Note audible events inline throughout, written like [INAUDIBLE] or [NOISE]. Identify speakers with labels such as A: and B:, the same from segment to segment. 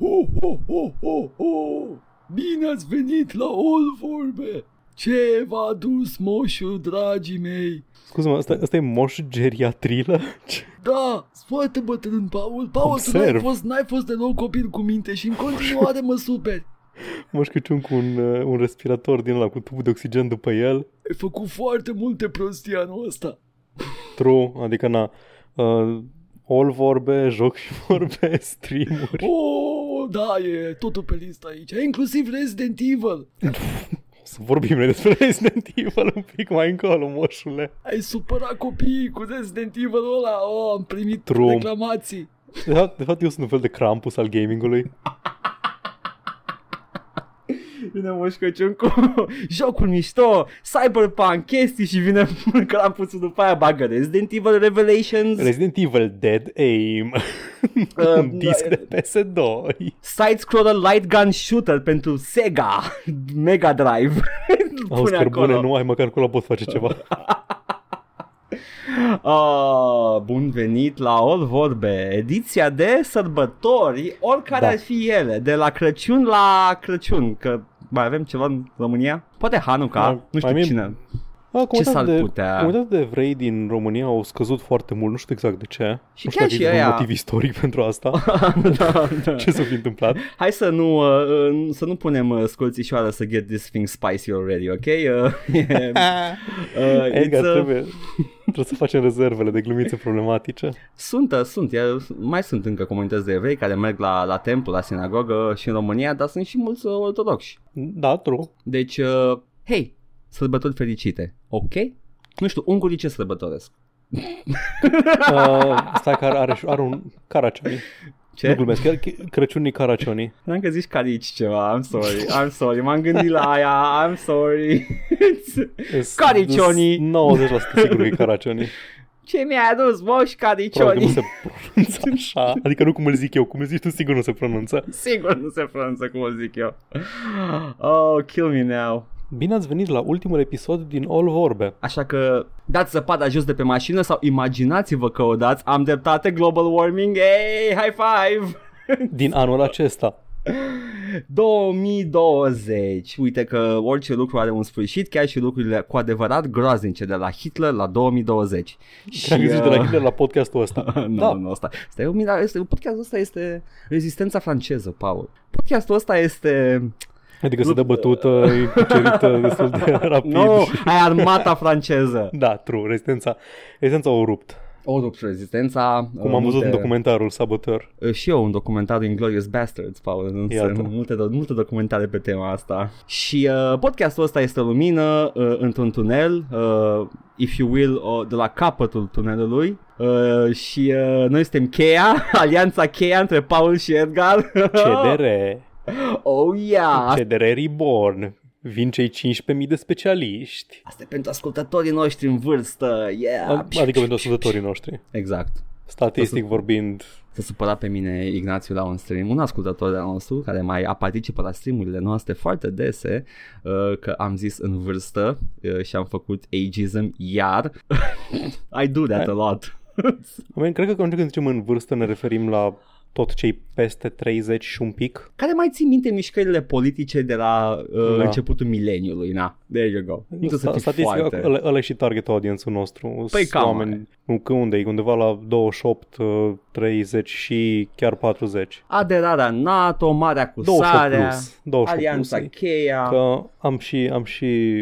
A: Ho, ho, ho, ho, ho! Bine ați venit la All Vorbe! Ce v-a adus moșul, dragii mei?
B: Scuze-mă, asta, asta e moș geriatrilă? Ce?
A: Da, foarte bătrân, Paul. Paul, tu n-ai
B: Observ.
A: fost, n-ai fost deloc copil cu minte și în continuare
B: [LAUGHS]
A: mă superi.
B: Moș Crăciun cu un, uh, un respirator din ăla cu tubul de oxigen după el?
A: Ai făcut foarte multe prostii anul ăsta.
B: True, adică na. Uh, all vorbe, joc și [LAUGHS] vorbe, streamuri.
A: Oh, da, e totul pe listă aici. Inclusiv Resident Evil.
B: O să vorbim noi despre Resident Evil un pic mai încolo, moșule.
A: Ai supărat copiii cu Resident Evil ăla. Oh, am primit
B: True.
A: reclamații.
B: De fapt, de fapt eu sunt un fel de Krampus al gamingului.
C: Vine Moș Crăciun cu [LAUGHS] jocul mișto, cyberpunk, chestii și vine [LAUGHS] crampuțul după aia bagă Resident Evil Revelations,
B: Resident Evil Dead Aim.
C: da,
B: [LAUGHS] un disc
C: e-
B: de PS2.
C: side-scroller light gun shooter pentru Sega, [LAUGHS] Mega Drive.
B: [LAUGHS] Auzi,
C: Pune
B: cărbune,
C: acolo. Da.
B: nu ai măcar acolo pot face ceva.
C: Ah, bun venit la All Vorbe, ediția de sărbători, oricare
B: Da.
C: da. ar fi ele, de la Crăciun la Crăciun, că mai avem ceva în România? Poate Hanuca,
B: Da,
C: nu știu
B: mai mie- [LAUGHS]
C: cine.
B: A,
C: Ce s-ar
B: de,
C: putea?
B: Comunitatea de evrei din România au scăzut foarte mult, nu știu exact de ce.
C: Și
B: nu știu
C: chiar
B: dacă
C: și
B: există un
C: aia.
B: motiv istoric [LAUGHS]
C: [LAUGHS]
B: pentru asta.
C: da, da.
B: ce s-a fi întâmplat?
C: Hai să nu, uh, uh, să nu punem uh, scolțișoară să get this thing spicy already, ok? Uh, [LAUGHS] e-
B: [LAUGHS]
C: uh, it's,
B: Edgar,
C: uh,
B: trebuie, trebuie să facem rezervele de glumițe problematice.
C: sunt, uh, sunt, iar mai sunt încă comunități de evrei care merg la, la templu, la sinagogă și în România, dar sunt și mulți uh, ortodoxi. [LAUGHS]
B: Da, true.
C: Deci, uh, hei, sărbători fericite, ok? Nu știu, ungurii ce sărbătoresc?
B: Uh, stai că are, are, și- are un caracioni. Nu
C: Ce?
B: glumesc, chiar Ch- Crăciunii caracioni.
C: N-am că zici carici ceva, I'm sorry, I'm sorry, m-am gândit la aia, I'm sorry.
B: [LAUGHS]
C: Caracionii.
B: 90% sigur că e
C: [LAUGHS]
B: caracioni.
C: ce mi-ai adus, moș
B: Probabil că
C: caricioni?
B: nu se pronunță așa. Adică nu cum îl zic eu, cum îl zici tu sigur nu se pronunță.
C: [LAUGHS] Sigur nu se pronunță cum o zic eu. Oh, kill me now.
B: Bine ați venit la ultimul episod din All Vorbe.
C: Așa că dați zăpada jos de pe mașină sau imaginați-vă că o dați. Am dreptate, global warming. Hey, high five!
B: Din anul acesta.
C: 2020. Uite că orice lucru are un sfârșit, chiar și lucrurile cu adevărat groaznice, de la Hitler la 2020.
B: Și am
C: Și,
B: găsit de
C: uh,
B: la Hitler la podcastul ăsta.
C: [LAUGHS] nu,
B: Da.
C: da. nu, asta. Asta e o mira, este, podcastul ăsta este rezistența franceză, Paul. Podcastul ăsta este
B: Adică se dă bătută, [LAUGHS] e cucerită destul [LAUGHS] de rapid.
C: nu,
B: No.
C: ai armata franceză.
B: Da, true, rezistența, rezistența o rupt.
C: O rupt rezistența. uh,
B: Cum am văzut
C: multe- Uh,
B: în documentarul Saboteur.
C: și eu un documentar din Glorious Bastards, Paul, însă
B: Iată.
C: multe, do- multe documentare pe tema asta. Și uh, podcastul ăsta este o lumină uh, într-un tunel, uh, if you will, o, de la capătul tunelului. Uh, și uh, noi suntem cheia, [LAUGHS] alianța cheia între Paul și Edgar. [LAUGHS]
B: CDR,
C: Oh yeah!
B: CDR Reborn. Vin cei 15.000 de specialiști.
C: Asta e pentru ascultătorii noștri în vârstă, yeah!
B: Adică pentru ascultătorii noștri.
C: Exact.
B: Statistic vorbind,
C: S-a supărat pe mine Ignațiu la un stream, un ascultător de nostru care mai a participă la streamurile noastre foarte dese, uh, că am zis în vârstă uh, și am făcut ageism iar. [LAUGHS] I do that a lot. [LAUGHS]
B: oameni, cred că atunci când zicem în vârstă ne referim la tot cei peste 30 și un pic.
C: Care mai ții minte mișcările politice de la uh,
B: Da.
C: da. începutul mileniului, na. There you go. Nu trebuie să
B: Sta-
C: fii
B: Statistic,
C: foarte...
B: ăla ăla e și target audience-ul nostru.
C: Păi
B: S-
C: cam,
B: oameni, nu, că unde e? Undeva la 28, uh, 30 și chiar 40.
C: Aderarea NATO, Marea
B: 28
C: Cusarea,
B: plus. 28
C: Alianța
B: plus. e.
C: Cheia.
B: Că am și, am și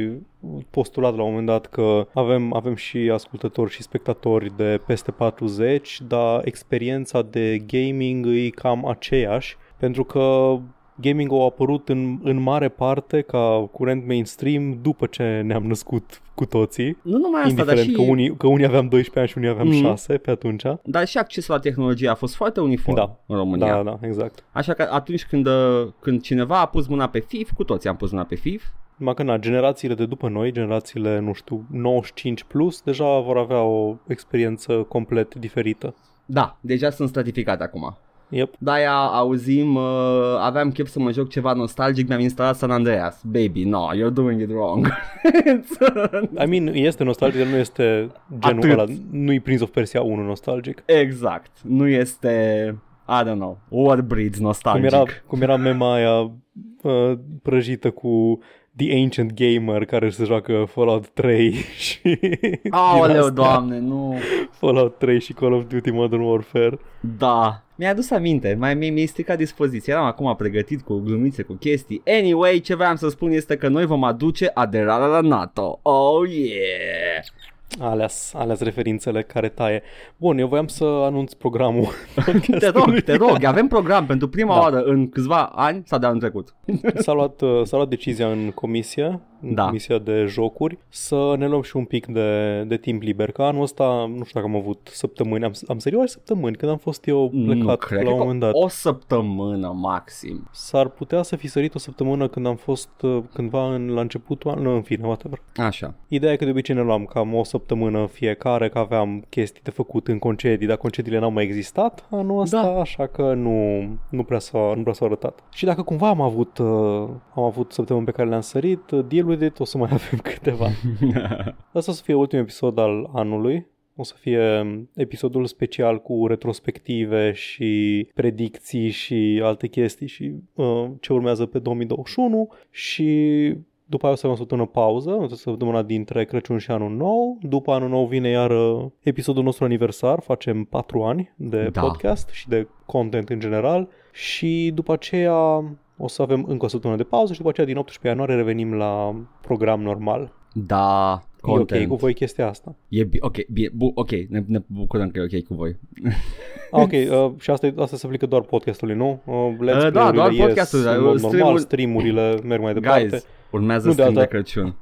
B: postulat la un moment dat că avem, avem și ascultători și spectatori de peste 40, dar experiența de gaming e cam aceeași, pentru că gaming a apărut în, în mare parte ca curent mainstream după ce ne-am născut cu toții.
C: Nu numai asta, dar
B: Indiferent
C: și...
B: că, unii, că unii aveam 12 ani și unii aveam
C: Mhm.
B: 6 pe atunci.
C: Dar și accesul la tehnologie a fost foarte uniform
B: Da.
C: în România.
B: Da, da, exact.
C: Așa că atunci când, uh, când cineva a pus mâna pe FIF, cu toți am pus mâna pe FIF.
B: Numai că, na, generațiile de după noi, generațiile, nu știu, 95 plus, deja vor avea o experiență complet diferită.
C: Da, deja sunt stratificat acum.
B: Yep.
C: De-aia auzim, uh, aveam chef să mă joc ceva nostalgic, mi-am instalat San Andreas. Baby, no, you're doing it wrong. [LAUGHS]
B: I mean, este nostalgic, dar nu este genul
C: Atât.
B: ăla. Nu-i Prince of Persia 1 nostalgic.
C: exact, nu este I don't know, what breeds
B: Cum
C: nostalgic.
B: era, cum era mema aia uh, prăjită cu The Ancient Gamer care se joacă Fallout 3 [LAUGHS] și din
C: Aoleu,
B: asta,
C: doamne, nu.
B: Fallout 3 și Call of Duty Modern Warfare.
C: Da. Mi-a adus aminte, mai mi- mi-ai stricat dispoziția, eram acum pregătit cu glumițe, cu chestii. Anyway, ce vreau să spun este că noi vom aduce aderarea la NATO. Oh
B: [LAUGHS]
C: yeah!
B: Aleas, aleas referințele care taie. Bun, eu voiam să anunț programul [LAUGHS]
C: Te rog,
B: podcastului.
C: te rog, avem program pentru prima
B: Da.
C: oară în câțiva ani sau de anul trecut.
B: [LAUGHS] S-a luat, uh, s-a luat decizia în comisie, în
C: Da.
B: comisia de jocuri, să ne luăm și un pic de, de timp liber. Că anul ăsta, nu știu dacă am avut săptămâni, am, am serioase săptămâni, când am fost eu plecat
C: nu cred,
B: la un
C: că
B: moment dat.
C: o săptămână maxim.
B: S-ar putea să fi sărit o săptămână când am fost uh, cândva în, la începutul anului, în fine, whatever.
C: Așa.
B: Ideea e că de obicei ne luam cam o săptămână fiecare, că aveam chestii de făcut în concedii, dar concediile n-au mai existat anul ăsta,
C: Da.
B: da. așa că nu, nu, prea s-a, nu prea s-a arătat. Și dacă cumva am avut, uh, am avut săptămâni pe care le-am sărit, uh, deal with it, o să mai [LAUGHS] avem câteva. Asta o să fie ultimul episod al anului. O să fie um, episodul special cu retrospective și predicții și alte chestii și uh, ce urmează pe 2021 și după aia o să avem o săptămână pauză, o săptămână dintre Crăciun și Anul Nou. După Anul Nou vine iar uh, episodul nostru aniversar, facem 4 ani de
C: Da.
B: podcast și de content în general și după aceea o să avem încă o săptămână de pauză și după aceea din 18 ianuarie revenim la program normal.
C: Da,
B: E ok
C: content.
B: cu voi chestia asta.
C: E bi- ok, bine, bu- ok, ne, ne bucurăm că e ok cu voi. [LAUGHS]
B: Ah, ok, uh, și asta, e- asta se aplică doar podcastului, nu? Uh, let's
C: da,
B: play-urile
C: doar
B: ies
C: podcastul, dar,
B: în mod
C: uh, stream-ul-
B: normal, stream-urile merg mai departe.
C: Guys, urmează
B: Nu de
C: stream de
B: alta.
C: Crăciun.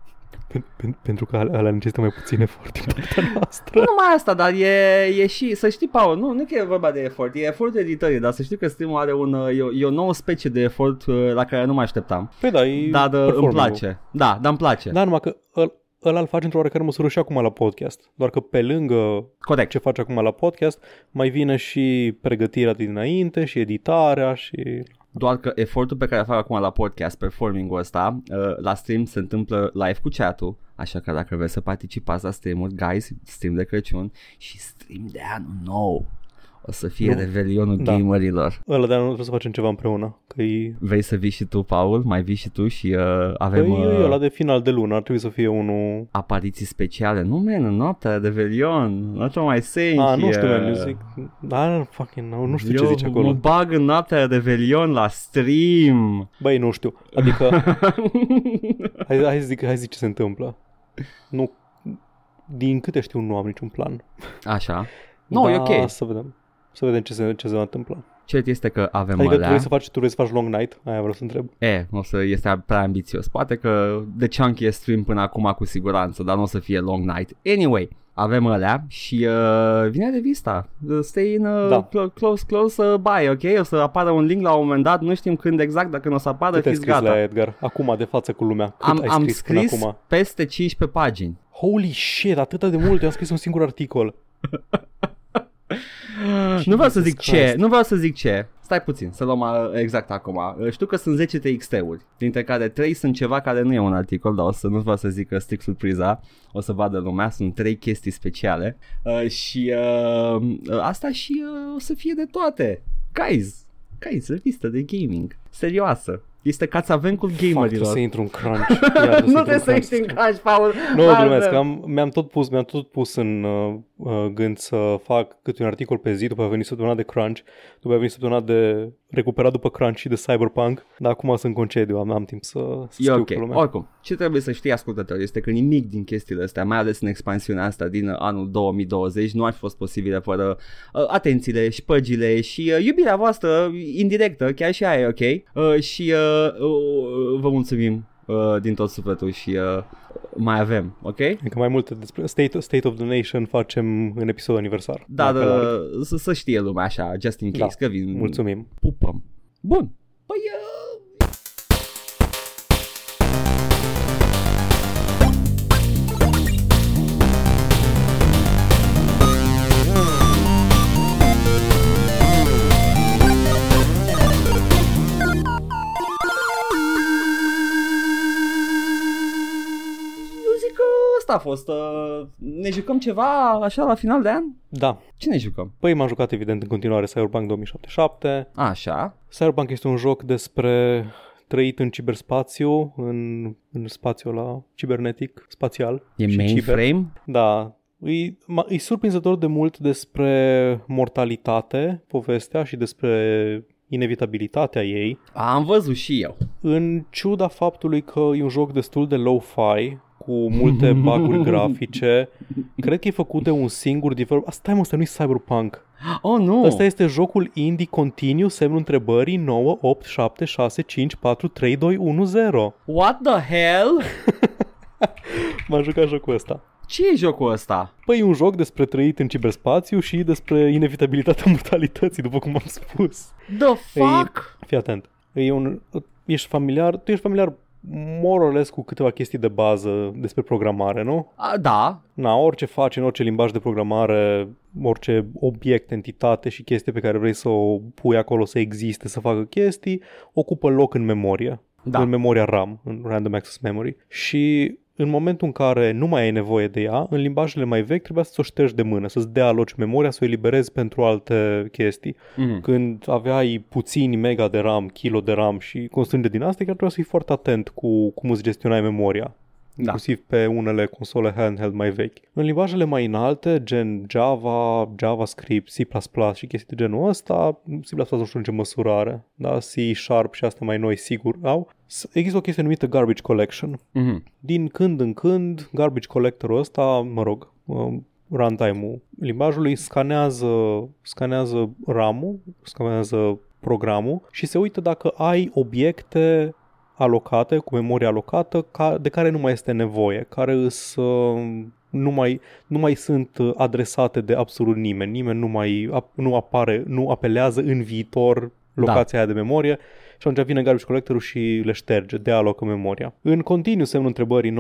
B: Pentru că alea necesită mai puțin efort din [LAUGHS] partea noastră.
C: Nu numai asta, dar e, e și, să știi, Paul, nu, nu că e vorba de efort, e efortul editării, dar să știi că stream are un, uh, e, o- e o nouă specie de efort uh, la care nu mă așteptam.
B: Păi da, e
C: Dar uh, îmi
B: performing-ul.
C: place. Da, dar îmi place. Da.
B: Da, numai că îl, ăla îl faci într-o oarecare măsură și acum la podcast. Doar că pe lângă
C: Corect.
B: ce faci acum la podcast, mai vine și pregătirea de dinainte și editarea și...
C: Doar că efortul pe care îl fac acum la podcast, performing-ul ăsta, uh, la stream se întâmplă live cu chat-ul, așa că dacă vreți să participați la stream-uri, guys, stream de Crăciun și stream de anul nou. O să fie
B: Nu.
C: revelionul
B: Da.
C: gamerilor.
B: Ăla de anul trebuie să facem ceva împreună, că e...
C: Vrei să vii și tu, Paul? Mai vii și tu și uh,
B: Păi,
C: avem...
B: e
C: uh,
B: ăla de final de lună, ar trebui să fie unul
C: apariții speciale. Nu, man, în noaptea de velion. Not what I'm saying
B: A, nu știu,
C: here.
B: man, eu zic, da, fucking, nu, nu știu ce
C: Eu
B: zice acolo.
C: mă bag în noaptea de velion la stream.
B: Băi, nu știu,
C: [LAUGHS]
B: adică, hai, hai, să zic, hai să zic ce se întâmplă. Nu, din câte știu, nu am niciun plan.
C: Așa. Nu, e
B: Da.
C: ok.
B: Să vedem, să vedem ce se, ce se va întâmpla.
C: Cert este că avem
B: Adică tu
C: alea.
B: vrei să faci, tu vrei să faci long night? Aia vreau să întreb.
C: E, o să este prea ambițios. Poate că de chunky e stream până acum cu siguranță, dar nu o să fie long night. Anyway, avem alea și uh, vine de vista. Uh, Stay in uh,
B: Da.
C: clo- close, close uh, by, ok? O să apară un link la un moment dat, nu știm când exact, dacă nu o să apară,
B: Cât ai
C: fiți
B: scris
C: gata.
B: la Edgar? Acum, de față cu lumea. Cât
C: am,
B: ai
C: am
B: scris, până
C: scris
B: acum?
C: peste 15 pagini.
B: Holy shit, atâta de mult, eu am scris un singur articol.
C: [LAUGHS] nu vreau să zic
B: Ah, Jesus Christ.
C: ce, nu vreau să zic ce. Stai puțin, să luăm uh, exact acum. Uh, Știu că sunt 10 TXT-uri, dintre care 3 sunt ceva care nu e un articol, dar o să nu vreau să zic uh, strict surpriza, o să vadă lumea, sunt 3 chestii speciale. Uh, și uh, uh, asta și uh, o să fie de toate. Guys, guys, revistă de gaming, serioasă. Este cațavencul
B: Fuck, trebuie
C: gamerilor. [LAUGHS]
B: să intru în crunch. Iar trebuie
C: nu
B: intru
C: te
B: în
C: să
B: crunch.
C: ești în caș, Paul.
B: Nu,
C: Bază.
B: glumesc, am, mi-am tot pus, mi-am tot pus în uh, uh, gând să fac câte un articol pe zi, după a venit săptămâna de crunch, după a venit săptămâna de recuperat după crunch și de cyberpunk, dar acum sunt concediu, am, am timp să, să
C: E
B: scriu
C: ok.
B: cu lumea.
C: Oricum, ce trebuie să știi ascultători este că nimic din chestiile astea, mai ales în expansiunea asta din uh, anul 2020, nu ar fi fost posibilă fără uh, atențiile și păgile și uh, iubirea voastră indirectă, chiar și aia e ok. Uh, și uh, uh, vă mulțumim uh, din tot sufletul și uh, mai avem, ok?
B: Încă mai multe despre State, State of the Nation facem în episodul aniversar.
C: Dar
B: Dacă la-
C: uh, să, să știe lumea așa, just in case,
B: Da.
C: că vin
B: Mulțumim.
C: pupăm. Bun. Păi... Uh... Eu zic că asta asta a fost. Uh, ne jucăm ceva așa la final de an?
B: Da.
C: Ce ne jucăm?
B: Păi m-am jucat evident în continuare Cyberpunk 2077.
C: Așa.
B: Cyberpunk este un joc despre trăit în ciberspațiu, în, în spațiul la cibernetic, spațial.
C: E
B: și ciber.
C: mainframe?
B: Da. Îi, ma, îi surprinzător de mult despre mortalitate, povestea și despre inevitabilitatea ei,
C: Am văzut și eu.
B: în ciuda faptului că e un joc destul de low-fi, cu multe bug grafice, cred că e făcut de un singur developer. Asta mă, asta nu-i Cyberpunk.
C: Oh, nu!
B: Asta este jocul indie continuu, semnul întrebării 9, 8, 7, 6, 5, 4, 3, 2, 1, 0.
C: What the hell?
B: M-am jucat jocul ăsta.
C: Ce e jocul ăsta?
B: Păi e un joc despre trăit în ciberspațiu și despre inevitabilitatea [LAUGHS] mortalității, după cum am spus.
C: The fuck?
B: Fii atent. E un, ești familiar, tu ești familiar more or less cu câteva chestii de bază despre programare, nu?
C: A, da,
B: Na, orice faci în orice limbaj de programare, orice obiect, entitate și chestie pe care vrei să o pui acolo să existe, să facă chestii, ocupă loc în memorie.
C: Da.
B: În memoria RAM, în Random Access Memory. Și în momentul în care nu mai ai nevoie de ea, în limbajele mai vechi trebuia să o ștergi de mână, să-ți dealoci memoria, să o eliberezi pentru alte chestii.
C: Mhm.
B: Când aveai puțini mega de RAM, kilo de RAM și constrânge din astea, chiar trebuia să fii foarte atent cu cum îți gestionai memoria
C: Da.
B: inclusiv pe unele console handheld mai vechi. În limbajele mai înalte, gen Java, JavaScript, C++ și chestii de genul ăsta, C++ nu știu în ce măsură are, dar C Sharp și astea mai noi sigur au, s- există o chestie numită Garbage Collection.
C: Mhm.
B: Din când în când, Garbage Collectorul ăsta, mă rog, um, runtime-ul limbajului scanează, scanează RAM-ul, scanează programul și se uită dacă ai obiecte alocate, cu memorie alocată, ca, de care nu mai este nevoie, care îs, uh, nu, mai, nu mai sunt uh, adresate de absolut nimeni, nimeni nu mai ap- nu apare, nu apelează în viitor locația da. aia de memorie și atunci vine garbage collectorul și le șterge, dealocă memoria. În continuu semnul întrebării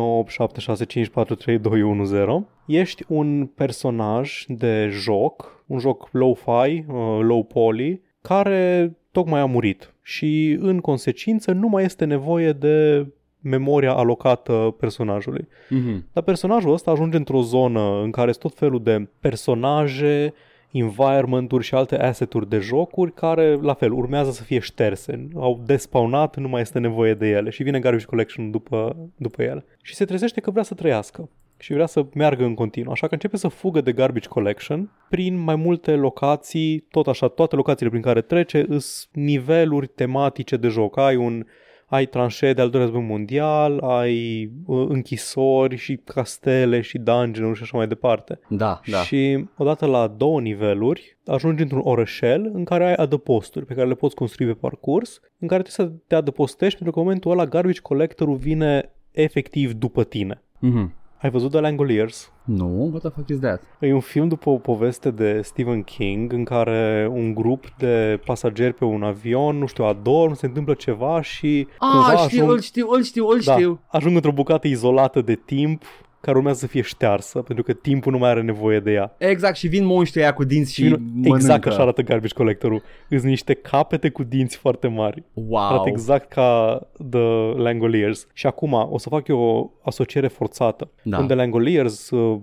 B: 98765432210, ești un personaj de joc, un joc low-fi, uh, low-poly, care tocmai a murit și în consecință nu mai este nevoie de memoria alocată personajului.
C: Mhm.
B: Dar personajul ăsta ajunge într-o zonă în care sunt tot felul de personaje, environment-uri și alte asset-uri de jocuri care, la fel, urmează să fie șterse. Au despawnat, nu mai este nevoie de ele și vine Garbage Collection după, după ele. Și se trezește că vrea să trăiască și vrea să meargă în continuu, așa că începe să fugă de Garbage Collection prin mai multe locații, tot așa, toate locațiile prin care trece îs niveluri tematice de joc. Ai un ai tranșee de al doilea război mondial, ai uh, închisori și castele și dungeon și așa mai departe.
C: Da, da.
B: Și odată la două niveluri ajungi într-un orășel în care ai adăposturi pe care le poți construi pe parcurs, în care trebuie să te adăpostești pentru că în momentul ăla garbage collectorul vine efectiv după tine.
C: Mhm.
B: Ai văzut The Langoliers?
C: Nu, Ah, what the fuck is that?
B: E un film după o poveste de Stephen King în care un grup de pasageri pe un avion, nu știu, adorm, se întâmplă ceva și cumva
C: Ah, știu,
B: ajung-
C: îl știu, îl știu, îl
B: da,
C: știu.
B: ajung într-o bucată izolată de timp care urmează să fie ștearsă, pentru că timpul nu mai are nevoie de ea.
C: Exact, și vin monștrii aia cu dinți și
B: Și
C: mănâncă.
B: exact așa arată Garbage Collectorul. Îs niște capete cu dinți foarte mari.
C: Wow.
B: Arată exact ca The Langoliers. Și acum o să fac eu o asociere forțată.
C: Da.
B: În The Langoliers, uh,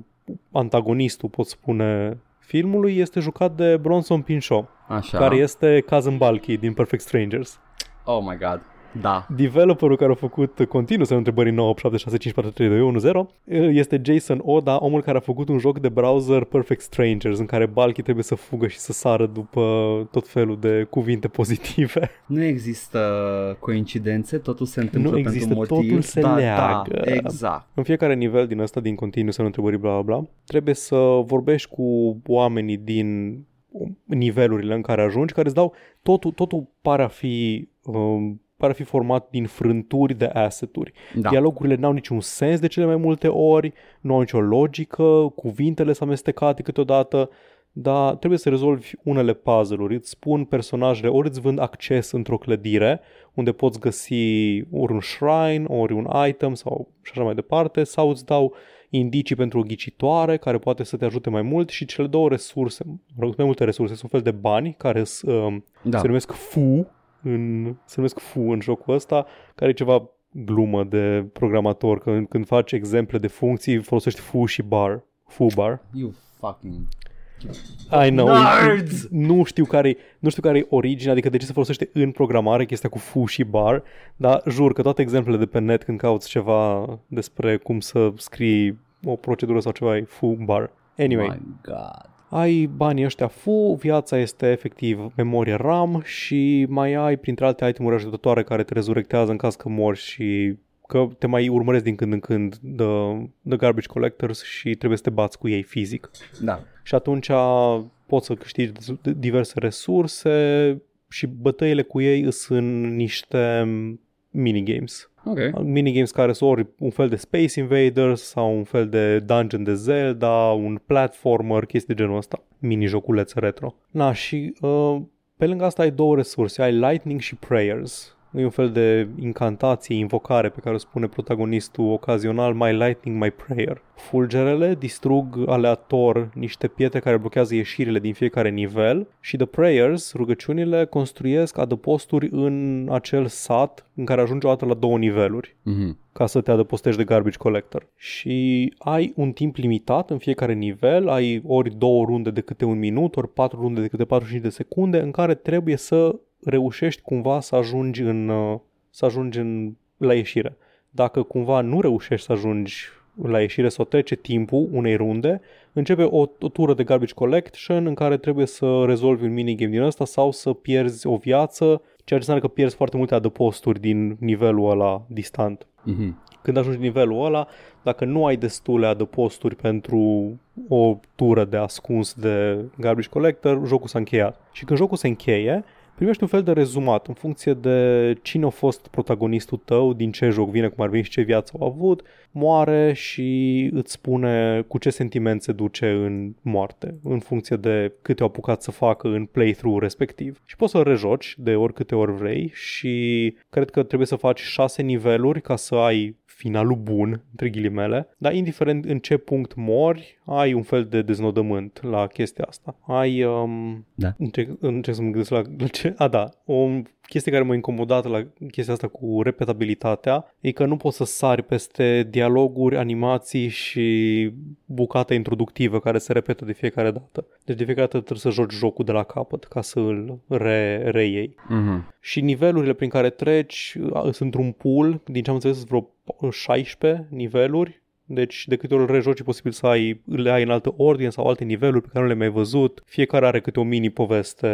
B: antagonistul, pot spune, filmului este jucat de Bronson Pinchot,
C: Așa.
B: da. care este Kazan Balki din Perfect Strangers.
C: Oh my god. Da.
B: Developerul care a făcut continuu să întrebării 98765432210 este Jason Oda, omul care a făcut un joc de browser Perfect Strangers în care Balki trebuie să fugă și să sară după tot felul de cuvinte pozitive.
C: Nu există coincidențe, totul se întâmplă
B: Nu
C: pentru
B: există,
C: motiv.
B: totul se
C: da,
B: leagă.
C: Da, exact.
B: În fiecare nivel din ăsta, din continuu să întrebării bla bla bla, trebuie să vorbești cu oamenii din um, nivelurile în care ajungi, care îți dau totul, totul pare a fi um, pare a fi format din frânturi de asset-uri.
C: Da.
B: Dialogurile n-au niciun sens de cele mai multe ori, nu au nicio logică, cuvintele sunt amestecate câteodată, dar trebuie să rezolvi unele puzzle-uri. Îți spun personajele, ori îți vând acces într-o clădire, unde poți găsi ori un shrine, ori un item sau și așa mai departe, sau îți dau indicii pentru o ghicitoare care poate să te ajute mai mult și cele două resurse, mă rog, mai multe resurse, sunt un fel de bani care sunt, um,
C: Da.
B: se numesc FU în, se numesc FU în jocul ăsta, care e ceva glumă de programator, că când faci exemple de funcții folosești fu și bar. Fu bar.
C: You fucking...
B: I know.
C: Nerds!
B: Nu știu care nu știu care e originea, adică de ce se folosește în programare chestia cu fu și bar, dar jur că toate exemplele de pe net când cauți ceva despre cum să scrii o procedură sau ceva e fu bar. Anyway,
C: My God.
B: ai banii ăștia fu, viața este efectiv memorie RAM și mai ai printre alte itemuri ajutătoare care te rezurectează în caz că mori și că te mai urmăresc din când în când de, de garbage collectors și trebuie să te bați cu ei fizic
C: Da.
B: și atunci poți să câștigi diverse resurse și bătăile cu ei sunt niște minigames.
C: Ok.
B: Minigames care sunt ori un fel de Space Invaders sau un fel de Dungeon de Zelda, un platformer, chestii de genul ăsta, mini-joculețe retro. Na, și uh, pe lângă asta ai două resurse, ai Lightning și Prayers. E un fel de incantație, invocare pe care o spune protagonistul ocazional, My Lightning, My Prayer. Fulgerele distrug aleator niște pietre care blochează ieșirile din fiecare nivel și The Prayers, rugăciunile, construiesc adăposturi în acel sat în care ajunge o dată la două niveluri
C: Mm-hmm.
B: ca să te adăpostești de garbage collector. Și ai un timp limitat în fiecare nivel, ai ori două runde de câte un minut, ori patru runde de câte 45 de secunde, în care trebuie să reușești cumva să ajungi, în, uh, să ajungi în, la ieșire. Dacă cumva nu reușești să ajungi la ieșire sau trece timpul unei runde, începe o, o tură de garbage collection în care trebuie să rezolvi un minigame din ăsta sau să pierzi o viață, ceea ce înseamnă că pierzi foarte multe adăposturi din nivelul ăla distant
C: Mm-hmm.
B: când ajungi nivelul ăla, dacă nu ai destule adăposturi pentru o tură de ascuns de garbage collector, jocul s-a încheiat. Și când jocul se încheie, primești un fel de rezumat în funcție de cine a fost protagonistul tău, din ce joc vine, cum ar veni și ce viață au avut, moare și îți spune cu ce sentiment se duce în moarte, în funcție de cât te-au apucat să facă în playthrough respectiv. Și poți să-l rejoci de oricâte ori vrei și cred că trebuie să faci șase niveluri ca să ai finalul bun, între ghilimele, dar indiferent în ce punct mori, ai un fel de deznodământ la chestia asta. Ai um, Încerc, încerc să mă gândesc la, la ce... A, da. O chestie care m-a incomodat la chestia asta cu repetabilitatea e că nu poți să sari peste dialoguri, animații și bucata introductivă care se repetă de fiecare dată. Deci de fiecare dată trebuie să joci jocul de la capăt ca să îl re, reiei.
C: Mm-hmm.
B: Și nivelurile prin care treci a, sunt într-un pool, din ce am înțeles, vreo 16 niveluri. Deci de câte ori îl rejoci e posibil să ai, le ai în altă ordine sau alte niveluri pe care nu le-ai mai văzut. Fiecare are câte o mini poveste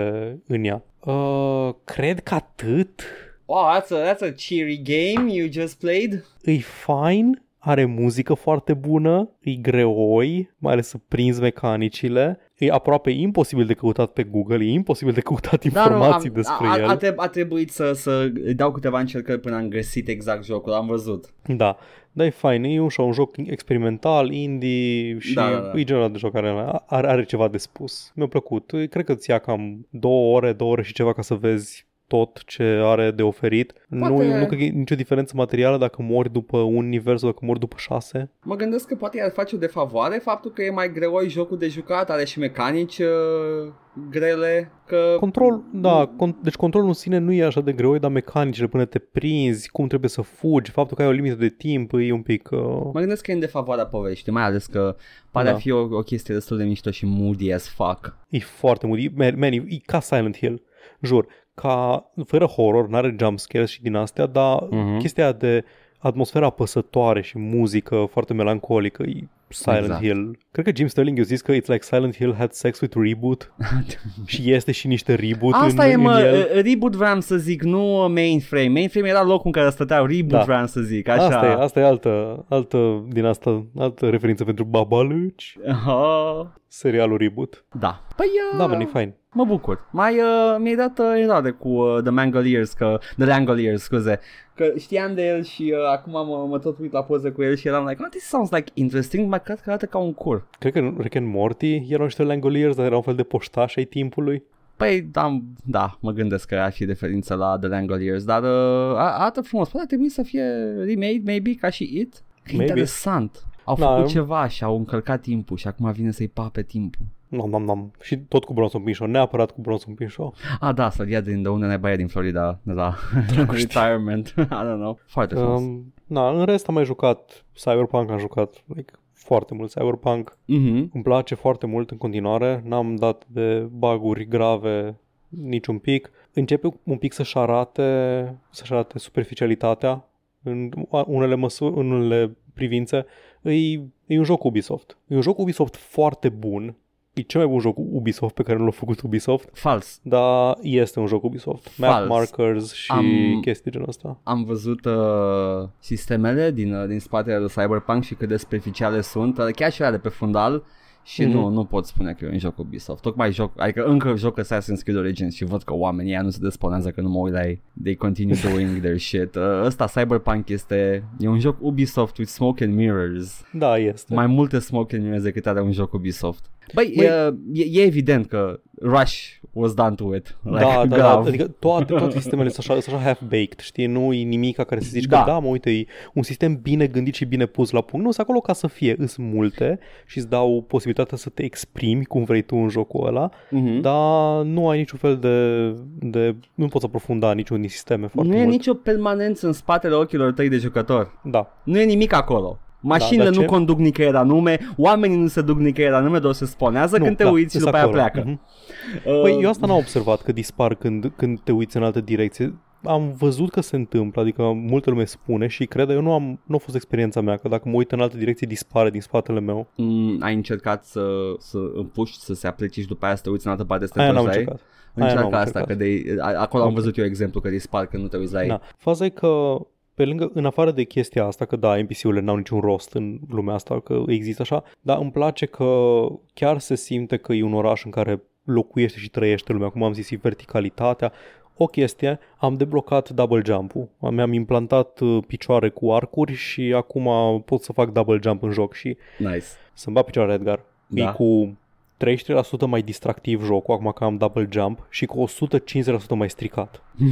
B: în ea. Uh, cred că atât.
C: Wow, that's a, that's a cheery game you just played.
B: E fine, are muzică foarte bună, e greoi, mai ales să prinzi mecanicile. E aproape imposibil de căutat pe Google, e imposibil de căutat informații
C: Da, am,
B: despre
C: a,
B: el.
C: A, a, treb- a trebuit să, să dau câteva încercări până am găsit exact jocul, am văzut.
B: Da, dar e fain, e un, show, un joc experimental, indie și da, da, da. e genul ăla de joc care are, are ceva de spus. Mi-a plăcut, cred că ți ia cam două ore, două ore și ceva ca să vezi tot ce are de oferit. Nu,
C: Poate-
B: nu cred că e nicio diferență materială dacă mori după un nivel sau dacă mori după șase.
C: Mă gândesc că poate i-ar face o defavoare faptul că e mai greu jocul de jucat, are și mecanici uh, grele, că...
B: Control, da, con, deci controlul în sine nu e așa de greu, dar mecanicile până te prinzi, cum trebuie să fugi, faptul că ai o limită de timp e un pic... Uh...
C: Mă gândesc că e în defavoarea poveștii, mai ales că pare da.
B: Da.
C: a fi o, o chestie destul de mișto și moody as fuck.
B: E foarte mult. E, man, man, e, e ca Silent Hill. Jur. Ca, fără horror, n-are jumpscares și din astea, dar
C: Mhm.
B: uh-huh. chestia de atmosfera apăsătoare și muzică foarte melancolică e Silent
C: Exact.
B: exact. Hill. Cred că Jim Sterling i-a zis că it's like Silent Hill had sex with
C: [LAUGHS]
B: reboot și este și niște reboot
C: Asta
B: în,
C: e, mă,
B: în el.
C: uh, reboot vreau să zic, nu mainframe. Mainframe era locul în care stăteau, reboot
B: Da.
C: vreau să zic, așa.
B: Asta e, asta e altă, altă din asta, altă referință pentru Babalăci,
C: Oh.
B: serialul reboot.
C: Da. Păi, uh,
B: Da, mă, e fain.
C: Mă bucur. Mai uh, mi-ai dat uh, eroare cu uh, The Mangoliers, că, The Langoliers, scuze, că știam de el și uh, acum mă, mă tot uit la poze cu el și eram like, oh, this sounds like interesting, mai cred că arată ca un cur.
B: Cred că Rick and Morty erau niște langoliers, dar erau un fel de poștași ai timpului.
C: Păi, da, da, mă gândesc că ar fi referință la The Langoliers, dar uh, a- arată frumos. Poate ar trebui să fie remade, maybe, ca și It. Că
B: Maybe.
C: interesant. Au
B: Da.
C: făcut ceva și au încălcat timpul și acum vine să-i pape timpul.
B: Nam, nam, nam. Și tot cu Bronson Pinchot, neapărat cu Bronson Pinchot.
C: Ah, da, să ia din de unde naiba e din Florida, de la [LAUGHS] retirement. I don't know. Foarte frumos. Um,
B: Um, na, în rest am mai jucat Cyberpunk, am jucat like, foarte mult Cyberpunk.
C: mm-hmm.
B: Îmi place foarte mult în continuare, n-am dat de baguri grave niciun pic. Începe un pic să-și arate, să-și arate superficialitatea în unele, măsuri, în unele privințe. E, e un joc Ubisoft. E un joc Ubisoft foarte bun. E cel mai bun joc Ubisoft pe care l-a făcut Ubisoft.
C: Fals.
B: Dar este un joc Ubisoft. Map
C: Fals.
B: markers și
C: Am-
B: chestii genul ăsta.
C: am văzut uh, sistemele din, uh, din spatele lui Cyberpunk și cât de superficiale sunt, uh, chiar și alea de pe fundal și
B: Mhm.
C: mm-hmm. nu, nu pot spune că e un joc Ubisoft. Tocmai joc, adică încă joc Assassin's Creed Origins și văd că oamenii ăia nu se desponează că nu mă uit la ei. They
B: [LAUGHS]
C: continue doing their shit. Uh, ăsta Cyberpunk este, e un joc Ubisoft with smoke and mirrors.
B: Da, este.
C: Mai multe smoke and mirrors decât are un joc Ubisoft. Băi,
B: Băi-
C: uh, e, e, evident că Rush was done to it. Like,
B: da, da, da,
C: grav.
B: adică toate, toate sistemele sunt așa, sunt așa half-baked, știi, nu e nimic ca care să zici
C: Da.
B: că da, mă, uite, e un sistem bine gândit și bine pus la punct. Nu, sunt acolo ca să fie, sunt multe și îți dau posibilitatea să te exprimi cum vrei tu în jocul ăla,
C: Mhm.
B: dar nu ai niciun fel de, de nu poți aprofunda niciun din sisteme foarte
C: nu e
B: mult.
C: nicio permanență în spatele ochilor tăi de jucător.
B: Da,
C: Nu e nimic acolo. Mașinile
B: Da,
C: da,
B: dar
C: nu
B: ce?
C: conduc nicăieri anume, oamenii nu se duc nicăieri anume, doar se sponează
B: nu,
C: când te
B: da,
C: uiți și
B: sunt
C: după aia
B: acolo.
C: pleacă.
B: Mhm.
C: Uh,
B: Păi eu asta n-am observat că dispar când, când te uiți în altă direcție. Am văzut că se întâmplă, adică multă lume spune și cred, eu nu am, nu a fost experiența mea, că dacă mă uit în altă direcție dispare din spatele meu.
C: m, mm, ai încercat să, să împuși, să se aplece și după aia să te uiți în altă parte să te
B: Aia n-am
C: întorci la ei?
B: încercat. Aia
C: Încearcă
B: n-am
C: asta, că de, a- acolo am
B: Ok.
C: văzut eu exemplu că dispar când nu te uiți la ei.
B: Da. Faza e că pe lângă, în afară de chestia asta, că da, NPC-urile n-au niciun rost în lumea asta, că există așa, dar îmi place că chiar se simte că e un oraș în care locuiește și trăiește lumea, cum am zis, și verticalitatea. O chestie, am deblocat double jump-ul. Mi-am implantat uh, picioare cu arcuri și acum pot să fac double jump în joc și
C: Nice.
B: să-mi bat picioare, Edgar. Da. E
C: Da.
B: cu 33% mai distractiv jocul, acum că am double jump, și cu 150% mai stricat.
C: Da,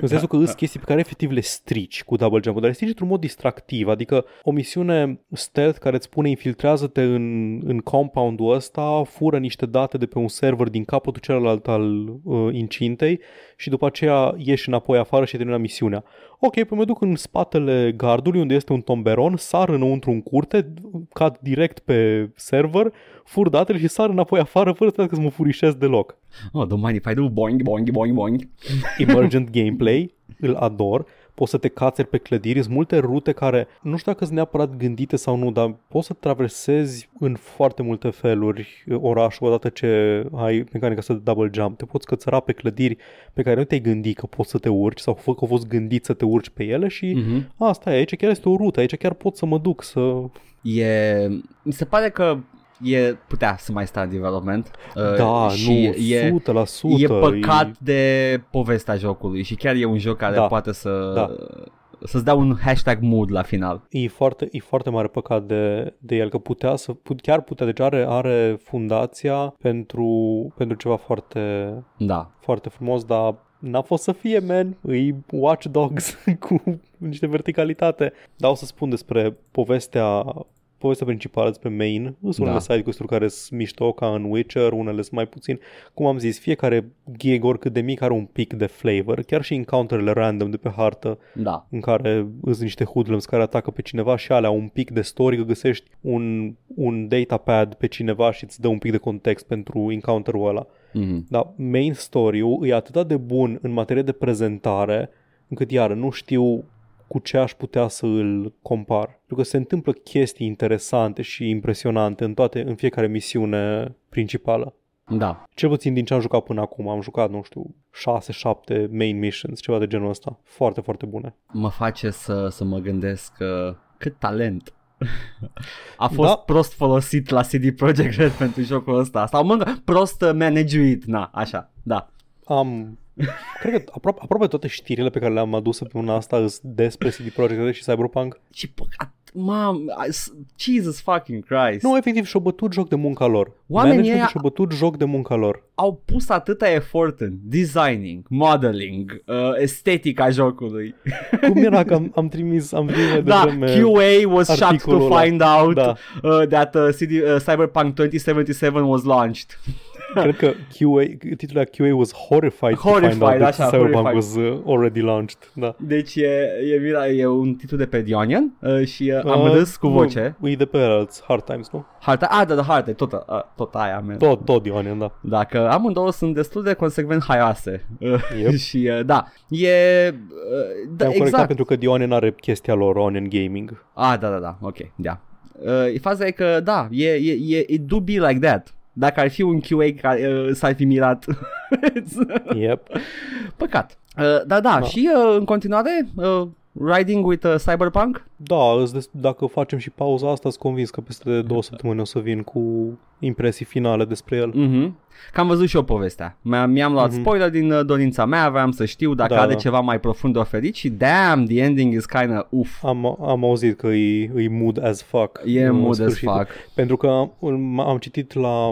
B: În sensul că îți chestii pe care efectiv le strici cu double jump dar le strici într-un mod distractiv, adică o misiune stealth care îți spune infiltrează-te în, în compound-ul ăsta, fură niște date de pe un server din capătul celălalt al uh, incintei și după aceea ieși înapoi afară și termină misiunea. Ok, păi mă duc în spatele gardului unde este un tomberon, sar înăuntru în curte, cad direct pe server, fur datele și sar înapoi afară fără să că să mă furișez deloc
C: Oh, don't mind if I do boing, boing, boing, boing.
B: emergent gameplay, îl ador, poți să te cațeri pe clădiri, sunt multe rute care nu știu dacă sunt neapărat gândite sau nu, dar poți să traversezi în foarte multe feluri uh, orașul odată ce ai mecanica asta de double jump. Te poți cățăra pe clădiri pe care nu te-ai gândit că poți să te urci sau fă că au fost gândit să te urci pe ele și
C: Mhm. Uh,
B: asta e, aici chiar este o rută, aici chiar pot să mă duc să...
C: E, mi se pare că e, putea să mai sta în development. Uh,
B: da,
C: și
B: nu,
C: e,
B: 100%.
C: E păcat de povestea jocului și chiar e un joc care
B: Da,
C: poate să...
B: da.
C: Să-ți dea un hashtag mood la final.
B: E foarte, e foarte mare păcat de, de el, că putea să, put, chiar putea, deci are, are fundația pentru, pentru ceva foarte,
C: Da.
B: foarte frumos, dar n-a fost să fie, man, îi Watch Dogs [LAUGHS] cu niște verticalitate. Dar o să spun despre povestea povestea principală despre main, sunt unele
C: Da.
B: side quest-uri care sunt mișto ca în Witcher, unele sunt mai puțin. Cum am zis, fiecare gig, oricât de mic, are un pic de flavor, chiar și encounterele random de pe hartă
C: Da.
B: în care sunt niște hoodlums care atacă pe cineva și alea au un pic de story, că găsești un, un data pad pe cineva și îți dă un pic de context pentru encounter-ul ăla.
C: Mm-hmm.
B: Dar main story-ul e atât de bun în materie de prezentare, încât iară nu știu cu ce aș putea să îl compar. Pentru că se întâmplă chestii interesante și impresionante în toate, în fiecare misiune principală.
C: Da.
B: Cel puțin din ce am jucat până acum, am jucat, nu știu, 6-7 main missions, ceva de genul ăsta. Foarte, foarte bune.
C: Mă face să, să mă gândesc uh, cât talent [LAUGHS] a fost
B: Da.
C: da. prost folosit la CD Projekt Red pentru jocul ăsta. Sau mă, prost uh, manageuit. Na, așa. Da.
B: am... Cred că aproape, aproape toate știrile pe care le-am adus săptămâna asta sunt despre CD Projekt Red și Cyberpunk.
C: Și păcat. Mam, I- s- Jesus fucking Christ.
B: Nu, efectiv, și-au bătut joc de munca lor.
C: Oamenii
B: Managementul
C: ăia-
B: și-au bătut joc de munca lor.
C: Au pus atâta efort în designing, modeling, uh, estetica jocului.
B: Cum era că am, am trimis, am trimis mai
C: da,
B: devreme...
C: QA was shocked
B: uh, articolul
C: to
B: ăla.
C: find out
B: Da.
C: uh, that uh, CD, uh, Cyberpunk 2077 was launched.
B: Cred că QA, titlul era QA was horrified, to
C: Horrified,
B: find out
C: așa,
B: that Cyberpunk
C: horrified.
B: was uh, already launched. Da.
C: Deci e, e, mira- e un titlu de pe The Onion uh, și uh, am
B: Uh,
C: râs cu voce.
B: Nu, e de pe alți Hard Times, nu?
C: Harta, a, da, da, harta, tot, uh, tot aia mea.
B: Tot, tot Ioanian, da.
C: Dacă amândouă sunt destul de consecvent haioase.
B: Yep.
C: [LAUGHS] și uh, da, e... Uh, da,
B: Te-am corectat
C: exact.
B: pentru că Dionen are chestia lor Onen Gaming.
C: Ah, da, da, da, ok, da. Uh, faza e că, da, e, e, e, it do be like that. Dacă ar fi un QA care uh, s-ar fi mirat. [LAUGHS]
B: Yep.
C: Păcat. Uh, da, da,
B: Da.
C: și uh, în continuare, uh, Riding with uh, Cyberpunk?
B: Da, îs des- dacă facem și pauza asta, sunt convins că peste două săptămâni o să vin cu impresii finale despre el.
C: Mm-hmm. Că am văzut și eu povestea. Mi-am, mi-am luat
B: Mhm.
C: mm-hmm. spoiler din uh, dorința mea, aveam să știu dacă
B: Da,
C: da, are
B: da.
C: ceva mai profund de oferit și damn, the ending is kinda uff.
B: Am, am auzit că e, e mood as fuck.
C: E
B: în
C: mood as
B: sfârșit.
C: fuck.
B: Pentru că am, am citit la,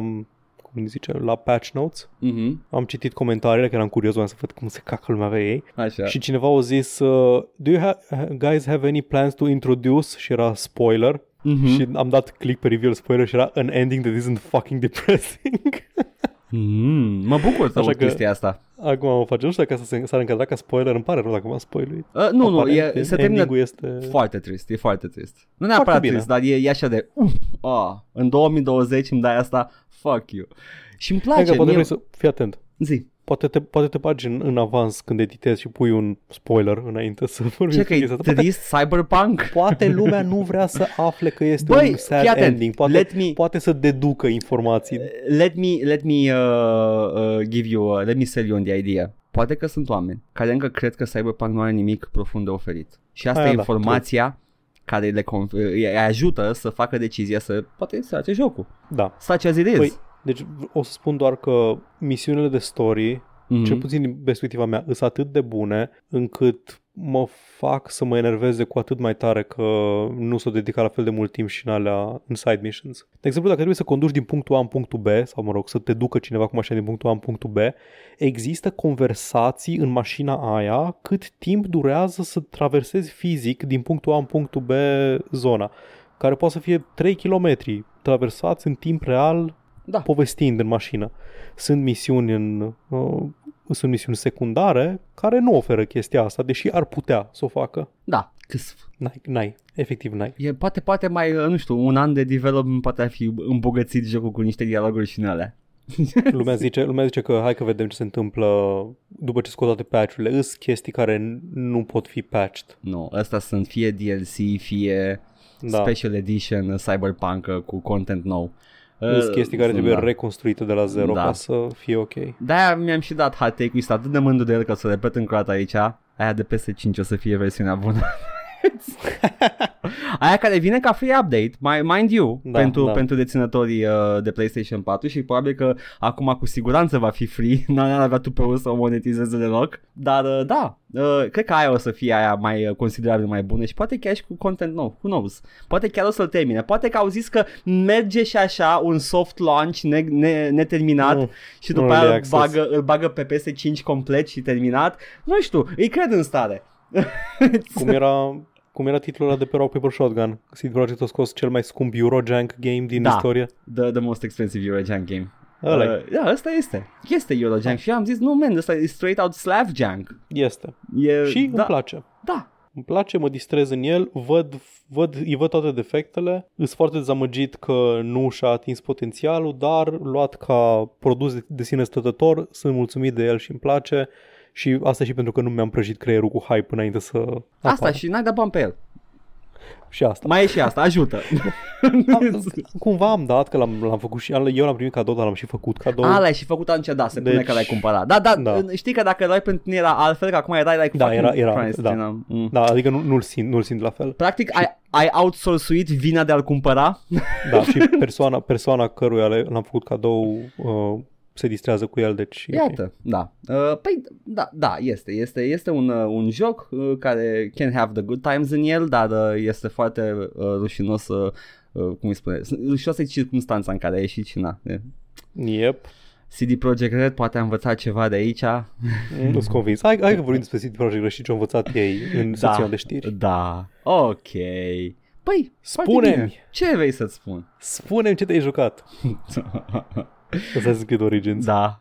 B: cum îi zice, la patch notes,
C: Mm-hmm.
B: am citit comentariile, că eram curios, voiam să văd cum se cacă lumea pe ei.
C: Așa.
B: Și cineva au zis, uh, do you ha- guys have any plans to introduce? Și era spoiler.
C: Mhm.
B: Și am dat click pe reveal spoiler și era an ending that isn't fucking depressing. [LAUGHS]
C: Mm, mă bucur să
B: Așa
C: aud
B: că-
C: chestia asta.
B: Acum o facem, nu știu dacă s-a- s-ar încadrat ca spoiler, îmi pare rău dacă m-am spoiluit.
C: Uh, nu, nu,
B: Aparent,
C: e, se termină
B: ending-ul este...
C: Foarte trist, e foarte trist. Nu neapărat
B: bine.
C: trist, dar e, e așa de uf, oh, în 2020 îmi dai asta, fuck you. Și îmi place,
B: Hai că poate
C: mie...
B: vrei să fii atent.
C: zi,
B: Poate te, poate te bagi în, în avans când editezi și pui un spoiler înainte să [LAUGHS] vorbim.
C: ce că e
B: chestia asta. Poate,
C: trist cyberpunk?
B: poate lumea nu vrea să afle că este
C: Băi,
B: un sad
C: fii atent,
B: ending. Poate,
C: let me-
B: poate să deducă informații.
C: Let me, let me uh, uh, give you, uh, let me sell you on the idea. Poate că sunt oameni care încă cred că cyberpunk nu are nimic profund de oferit. Și asta
B: Aia
C: e
B: da,
C: informația care le conf- îi îi ajută să facă decizia să poate să face jocul.
B: Da.
C: Such as it is.
B: Păi, deci v- o să spun doar că misiunile de story, mm-hmm.
C: Mhm.
B: cel puțin din perspectiva mea, sunt atât de bune încât mă fac să mă enerveze cu atât mai tare că nu s-o dedica la fel de mult timp și în alea în side missions. De exemplu, dacă trebuie să conduci din punctul A în punctul B, sau mă rog, să te ducă cineva cu mașina din punctul A în punctul B, există conversații în mașina aia cât timp durează să traversezi fizic din punctul A în punctul B zona, care poate să fie 3 km traversați în timp real
C: Da.
B: povestind în mașină. Sunt misiuni în uh, sunt misiuni secundare care nu oferă chestia asta, deși ar putea să o facă.
C: Da, câsf.
B: N-ai, n-ai
C: [LAUGHS]
B: efectiv n-ai.
C: E, poate, poate mai, uh, nu știu, un an de development poate ar fi îmbogățit jocul cu niște dialoguri și în alea.
B: Lumea zice, lumea zice că hai că vedem ce se întâmplă după ce scot toate patch-urile. Îs chestii care n- nu pot fi patched.
C: Nu, ăsta sunt fie DLC, fie da.
B: Da.
C: Special Edition uh, Cyberpunk uh, cu content nou.
B: Sunt
C: Uh,
B: chestii care
C: sunt,
B: trebuie
C: da.
B: reconstruite de la zero
C: Da.
B: ca să fie ok.
C: De-aia mi-am și dat hot take sunt atât de mândru de el că o să repet încă o dată aici. Aia de PS5 o să fie versiunea [LAUGHS] bună. Aia care vine ca free update, my, mind you,
B: Da,
C: da, pentru,
B: da.
C: da. pentru deținătorii uh, de PlayStation 4 și probabil că acum cu siguranță va fi free, [LAUGHS] n-ar avea tu pe să o monetizeze deloc, dar uh, da, uh, cred că aia o să fie aia mai uh, considerabil mai bună și poate chiar și cu content nou, who knows, poate chiar o să-l termine, poate că au zis că merge și așa un soft launch ne, ne, neterminat
B: Nu,
C: și
B: nu
C: după aia
B: early
C: îl
B: access.
C: bagă, îl bagă pe PS5 complet și terminat, nu știu, îi cred în stare.
B: Cum era, cum era titlul ăla de pe Rock Paper Shotgun? CD Projekt a scos cel mai scump Eurojunk game din
C: Da.
B: istorie.
C: The, the most expensive Eurojunk game.
B: Ăla
C: Uh, da, ăsta este. Este Eurojunk și eu am zis, nu, man, ăsta e straight out Slav Junk.
B: este.
C: E,
B: Și
C: da,
B: îmi place.
C: Da.
B: Îmi place, mă distrez în el, văd, văd, îi văd toate defectele, sunt foarte dezamăgit că nu și-a atins potențialul, dar luat ca produs de, de sine stătător, sunt mulțumit de el și îmi place și asta și pentru că nu mi-am prăjit creierul cu hype înainte să
C: Asta
B: apară.
C: și n-ai dat bani pe el.
B: și asta.
C: Mai e și asta, ajută.
B: [LAUGHS] Am, cumva am dat, că l-am, l-am făcut și eu l-am primit cadou, dar l-am și făcut cadou.
C: A, l-ai și făcut atunci, da, se pune
B: Deci-
C: că l-ai cumpărat. Da, da,
B: Da.
C: da, știi că dacă l-ai pentru tine era altfel, că acum erai like
B: Da,
C: fucking
B: era- era,
C: Christ,
B: da.
C: you know. Mm.
B: Da, adică nu, nu-l simt, nu-l simt la fel.
C: Practic, ai, ai outsourcuit vina de a-l cumpăra? [LAUGHS]
B: Da, și persoana, persoana căruia le- l-am făcut cadou uh, se distrează cu el, deci... e ok.
C: Iată, da. Uh, păi, da, da, este. Este, este un, uh, un joc uh, care can have the good times în el, dar uh, este foarte uh, rușinos să... Uh, cum îi spune? Rușinoasă e circunstanța în care a ieșit și na. e.
B: Yep.
C: CD Projekt Red poate a învățat ceva de
B: [LAUGHS]
C: aici. Mm.
B: Nu-s convins. Hai, hai că vorbim despre CD Projekt Red și ce au învățat ei în da. secțiunea de știri.
C: Da, ok. Păi, foarte
B: Spune-mi.
C: bine. ce vrei să-ți spun? [LAUGHS]
B: Spune-mi ce te-ai jucat. Assassin's Creed Origins.
C: da.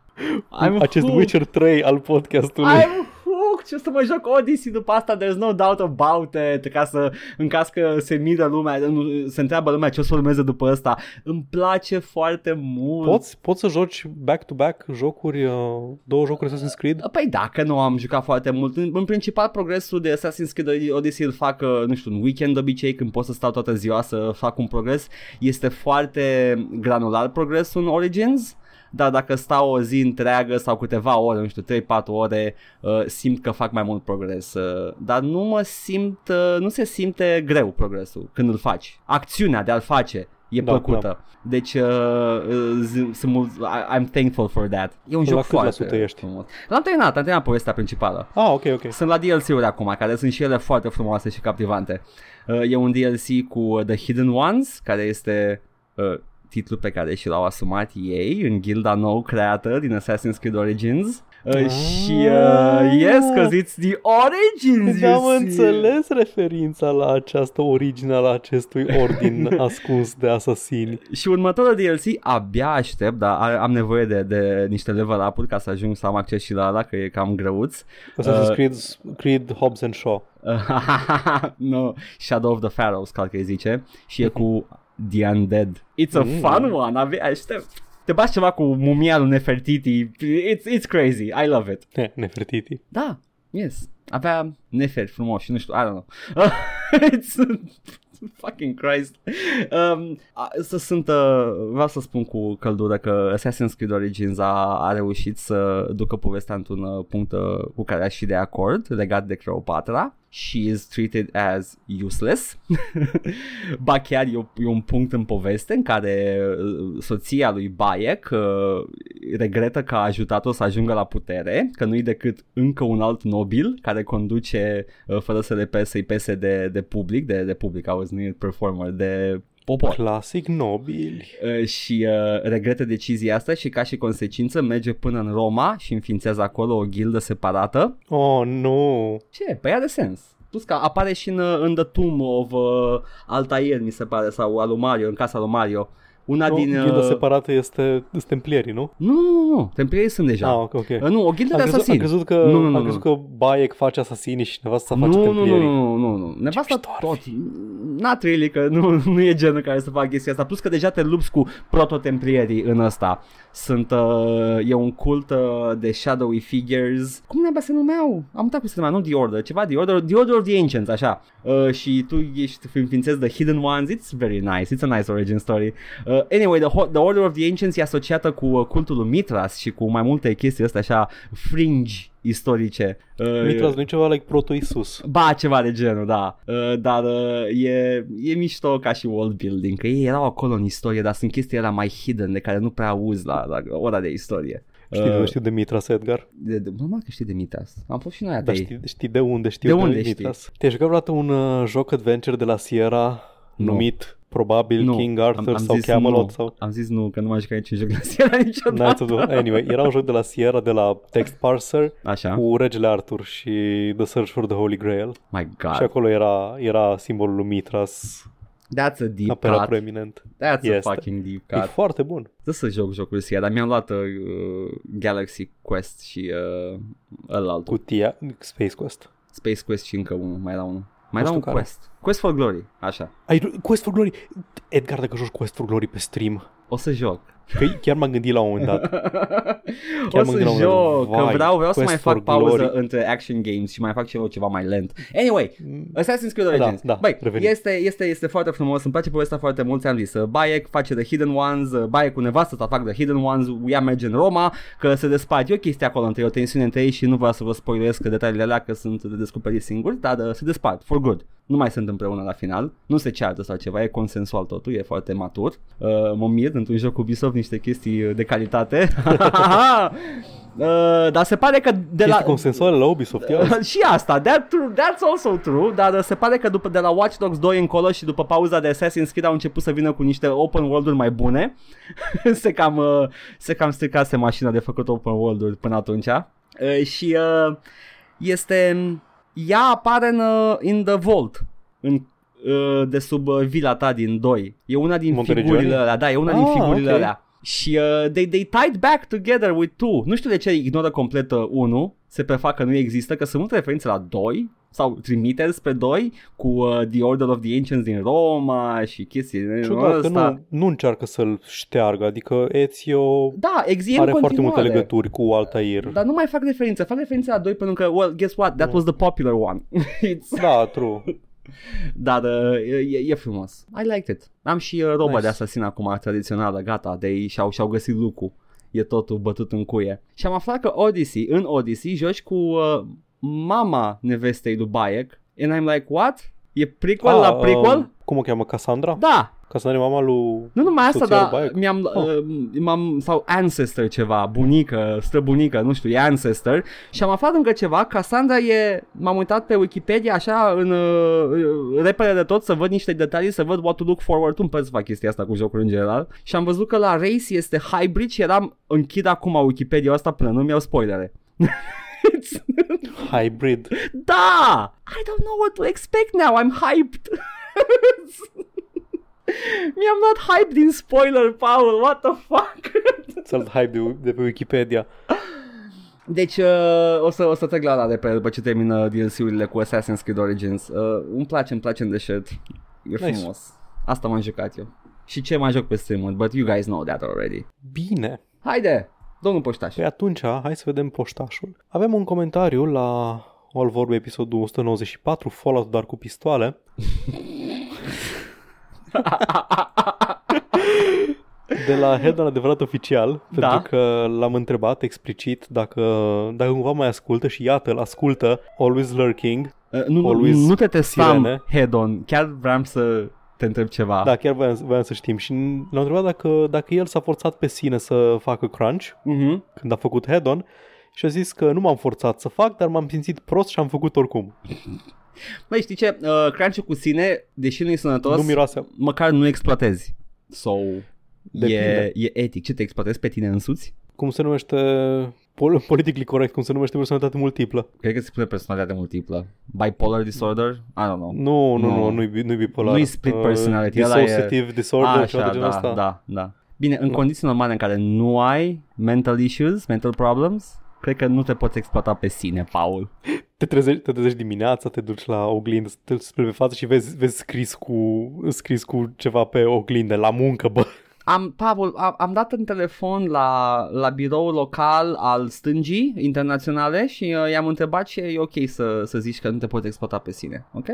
B: Acest
C: hooked.
B: Witcher 3 al podcastului.
C: I'm hooked și uh, o să mă joc Odyssey după asta, there's no doubt about it, ca să, în caz că se miră lumea, nu- se întreabă lumea ce o să urmeze după asta. Îmi place foarte mult.
B: Poți, poți să joci back-to-back jocuri, uh, două jocuri Assassin's Creed?
C: Păi da, că nu am jucat foarte mult. În, în principal progresul de Assassin's Creed Odyssey îl fac, uh, nu știu, un weekend de obicei când pot să stau toată ziua să fac un progres. Este foarte granular progresul în Origins. Dar dacă stau o zi întreagă sau câteva ore, nu știu, 3-4 ore, uh, simt că fac mai mult progres. Uh, dar nu mă simt, uh, nu se simte greu progresul când îl faci. Acțiunea de a-l face e
B: Da,
C: plăcută. Deci uh, uh, z- sunt mult, I- I'm thankful for that. E un
B: La
C: joc
B: cât la
C: foarte
B: sută ești?
C: frumos. L-am terminat, am terminat povestea principală.
B: Ah, ok, ok.
C: Sunt la DLC-uri acum, care sunt și ele foarte frumoase și captivante. Uh, E un DLC cu uh, The Hidden Ones, care este uh, titlul pe care și l-au asumat ei în gilda nou creată din Assassin's Creed Origins. Uh,
B: Ah.
C: Și uh, yes, cause it's the origins,
B: Da,
C: you
B: am
C: see.
B: înțeles referința la această origine la acestui
C: [LAUGHS]
B: ordin ascuns de asasini.
C: Și următorul DLC abia aștept, dar a- am nevoie de, de niște level up-uri ca să ajung să am acces și la ala, că e cam greuț.
B: Assassin's
C: Uh,
B: Creed, Creed Hobbs and Shaw.
C: [LAUGHS] no, Shadow of the Pharaohs, cred că îi zice, și e cu The Undead. It's a
B: Mm.
C: fun one, abia aștept. Te bași ceva cu mumia lui Nefertiti, it's, it's crazy, I love it.
B: Eh, Nefertiti.
C: Da, yes, avea Nefer frumos și nu știu, I don't know. [LAUGHS] it's fucking Christ. Um, a, să sunt, uh, vreau să spun cu căldură că Assassin's Creed Origins a, a reușit să ducă povestea într-un uh, punct uh, cu care aș fi de acord legat de Cleopatra. She is treated as useless. [LAUGHS] ba chiar e, o- e un punct în poveste în care uh, soția lui Bayek uh, regretă că a ajutat-o să ajungă la putere, că nu-i decât încă un alt nobil care conduce uh, fără să le pese, să-i pese de, de public, de, de public, auzi, nu e performer, de popor.
B: Clasic nobili.
C: Uh, și uh, regretă decizia asta și ca și consecință merge până în Roma și înființează acolo o ghildă separată.
B: Oh, nu.
C: Ce? Păi are sens. Plus că apare și în, uh, în The Tomb of uh, Altair, mi se pare, sau al lui Mario, în casa lui Mario. Una
B: No,
C: din...
B: Ghilda
C: uh,
B: separată este sunt templierii, nu?
C: Nu, nu, nu, nu, templierii sunt deja.
B: Ah, ok, ok.
C: Uh, nu, o ghildă
B: Am
C: de
B: crezut, am
C: asasini.
B: crezut că,
C: Nu, nu, nu,
B: am crezut că Bayek face asasinii și nevasta
C: nu,
B: face
C: nu, nu,
B: templierii.
C: nu, nu, nu, nevasta
B: mișto ar
C: tot, n-a really, că nu, nu e genul care să fac chestia asta, plus că deja te lupți cu prototemplierii în ăsta, sunt, uh, e un cult uh, de shadowy figures, cum neba se numeau? Am uitat cum se numeau, nu The Order, ceva The Order, The Order of the Ancients, așa, uh, și tu ești, înființezi The Hidden Ones, it's very nice, it's a nice origin story. Uh, anyway, the, Ho- the Order of the Ancients e asociată cu uh, cultul lui Mitras și cu mai multe chestii astea așa fringe istorice. Uh,
B: Mitras nu e ceva like proto-Isus.
C: Ba, ceva de genul, da. Uh, dar uh, e, e mișto ca și world building, că ei erau acolo în istorie, dar sunt chestii era mai hidden, de care nu prea auzi la, la ora de istorie.
B: Știi, de
C: Uh,
B: unde știu de Mitras, Edgar.
C: de, de, normal că știi de Mitas. Am fost și noi
B: Dar
C: atei.
B: știi, știi de unde Da, știu
C: De unde știi?
B: Mitras. Te-ai jucat vreodată un uh, joc adventure de la Sierra
C: Nu.
B: numit probabil
C: Nu.
B: King Arthur
C: Am- am
B: sau
C: zis
B: Camelot
C: nu.
B: sau...
C: Am zis nu, că nu mai jucat niciun joc de seara
B: Knights
C: niciodată.
B: of the... Anyway, era un joc de la Sierra, de la Text Parser,
C: Așa.
B: cu regele Arthur și The Search for the Holy Grail.
C: My
B: Și
C: God.
B: acolo era, era simbolul lui Mitras,
C: That's a deep
B: apela
C: cut.
B: preeminent.
C: That's
B: Este.
C: a fucking deep
B: E
C: cut.
B: foarte bun.
C: Trebuie să joc jocul ăsta, dar mi-am luat uh, Galaxy Quest și uh, ăla
B: Cutia Space Quest.
C: Space Quest și încă unul, mai era unul. Mai era
B: Nu știu
C: un
B: care.
C: Quest. Quest for Glory, așa.
B: Ai, Quest for Glory. Edgar, dacă joci Quest for Glory pe stream,
C: O să joc.
B: [LAUGHS] că chiar m-am gândit la
C: [LAUGHS]
B: un moment dat. Chiar
C: o
B: mă
C: să
B: gândeam la
C: joc,
B: el.
C: că
B: Vai,
C: vreau, vreau să
B: Quest
C: mai
B: for
C: fac pauză
B: Glory.
C: între action games și mai fac ceva, ceva mai lent. Anyway, Assassin's Creed
B: Da,
C: Origins.
B: da,
C: Băi,
B: revenim.
C: este, este, este foarte frumos, îmi place povestea foarte mult, ți-am zis. Uh, Bayek face The Hidden Ones, uh, Bayek cu nevastă să fac The Hidden Ones, ea merge în Roma, că se despart. E o chestie acolo între ei, o tensiune între ei și nu vreau să vă spoilez că detaliile alea că sunt de descoperit singuri, dar uh, se despart, for good. nu mai sunt împreună la final, nu se ceartă sau ceva, e consensual totul, e foarte matur. Uh, mă mir într-un joc Ubisoft niște chestii de calitate. [LAUGHS] Uh, dar se pare că de
B: Chestii
C: la...
B: la... consensuale la Ubisoft, ia.
C: [LAUGHS] și asta, that true, that's also true, dar uh, se pare că după, de la Watch Dogs 2 încolo și după pauza de Assassin's Creed au început să vină cu niște open world-uri mai bune. [LAUGHS] se, cam, uh, se cam stricase mașina de făcut open world-uri până atunci. Uh, Și uh, este... Ea apare în uh, In The Vault, în uh, de sub uh, vila ta din 2. E una din
B: Monteregioni?
C: figurile alea, da, e una din
B: Ah,
C: figurile
B: ok.
C: alea. Și uh, they, they tied back together with two. Nu știu de ce ignoră complet uh, 1, se prefac că nu există, că sunt multe referințe la 2 sau trimiteri spre 2 cu uh, The Order of the Ancients din Roma și chestii de
B: Ciudat că
C: ăsta.
B: nu, nu încearcă să-l șteargă, adică Ezio
C: Da, există
B: are foarte multe legături cu Altair.
C: [LAUGHS] Dar nu mai fac referințe, fac referințe la 2 pentru că, well, guess what, that
B: Mm.
C: was the popular one. It's
B: Da, true.
C: Dar uh, e, e frumos. I liked it. Am și uh, roba
B: Nice.
C: de asasin acum tradițională, gata, de ei și-au, și-au găsit lucru. E totul bătut în cuie. Și am aflat că Odyssey, în Odyssey, joci cu uh, mama nevestei lui Bayek. And I'm like, what? E prequel ah, la prequel?
B: um, cum o cheamă? Cassandra?
C: Da!
B: Cassandra e mama lui...
C: Nu numai asta,
B: Soția lui
C: dar
B: Bayek?
C: mi-am, uh, m-am, sau ancestor ceva, bunică, străbunică, nu știu, e ancestor. Și am aflat încă ceva, Cassandra e, m-am uitat pe Wikipedia așa în uh, repede de tot să văd niște detalii, să văd what to look forward to, îmi place să fac chestia asta cu jocul în general. Și am văzut că la Race este hybrid și eram închid acum Wikipedia asta până nu mi-au spoilere. [LAUGHS]
B: Hybrid.
C: Da! I don't know what to expect now, I'm hyped! [LAUGHS] Mi-am luat hype din spoiler, Paul, what the fuck?
B: Ți-l hype de, de pe Wikipedia.
C: Deci uh, o, să, o să trec la ala de pe el după ce termină DLC-urile cu Assassin's Creed Origins. Uh, îmi place, îmi place în deșert. E
B: Nice.
C: frumos. Asta m-am jucat eu. Și ce mai joc pe stream but you guys know that already.
B: Bine.
C: Haide, domnul poștaș.
B: Păi atunci, hai să vedem poștașul. Avem un comentariu la All Vorbe episodul 194, Fallout dar cu pistoale. De la Head adevărat oficial,
C: Da.
B: pentru că l-am întrebat explicit dacă, dacă cumva mai ascultă și iată, îl ascultă, Always Lurking.
C: Uh, nu,
B: Always
C: nu te testam
B: sirene.
C: head-on, chiar vreau să te întreb ceva.
B: Da, chiar voiam, voiam să știm și l-am întrebat dacă, dacă el s-a forțat pe sine să facă crunch
C: Mhm.
B: când a făcut head-on și a zis că nu m-am forțat să fac, dar m-am simțit prost și am făcut oricum.
C: Băi, știi ce? Uh, crunch cu sine, deși nu e sănătos,
B: Nu miroase.
C: măcar nu exploatezi. So,
B: Depinde.
C: e, e etic. Ce te exploatezi pe tine însuți?
B: Cum se numește... pol- Politically corect, cum se numește personalitate multiplă.
C: Cred că se spune personalitate multiplă. Bipolar disorder? I don't know.
B: Nu, nu,
C: Nu.
B: nu, nu-i, bi- nu-i bipolar.
C: Nu-i split personality,
B: Uh,
C: ăla e-
B: dissociative disorder,
C: Așa,
B: ceva de genul
C: da,
B: ăsta.
C: da, da. Bine, în
B: Nu.
C: condiții normale în care nu ai mental issues, mental problems, cred că nu te poți exploata pe sine, Paul.
B: Te, trezești, te trezești dimineața, te duci la oglindă, te speli pe față și vezi, vezi scris, cu, scris cu ceva pe oglindă, la muncă, bă.
C: Am, Paul, am, am dat în telefon la, la biroul local al stângii internaționale și uh, i-am întrebat și e ok să, să zici că nu te poți exploata pe sine, ok?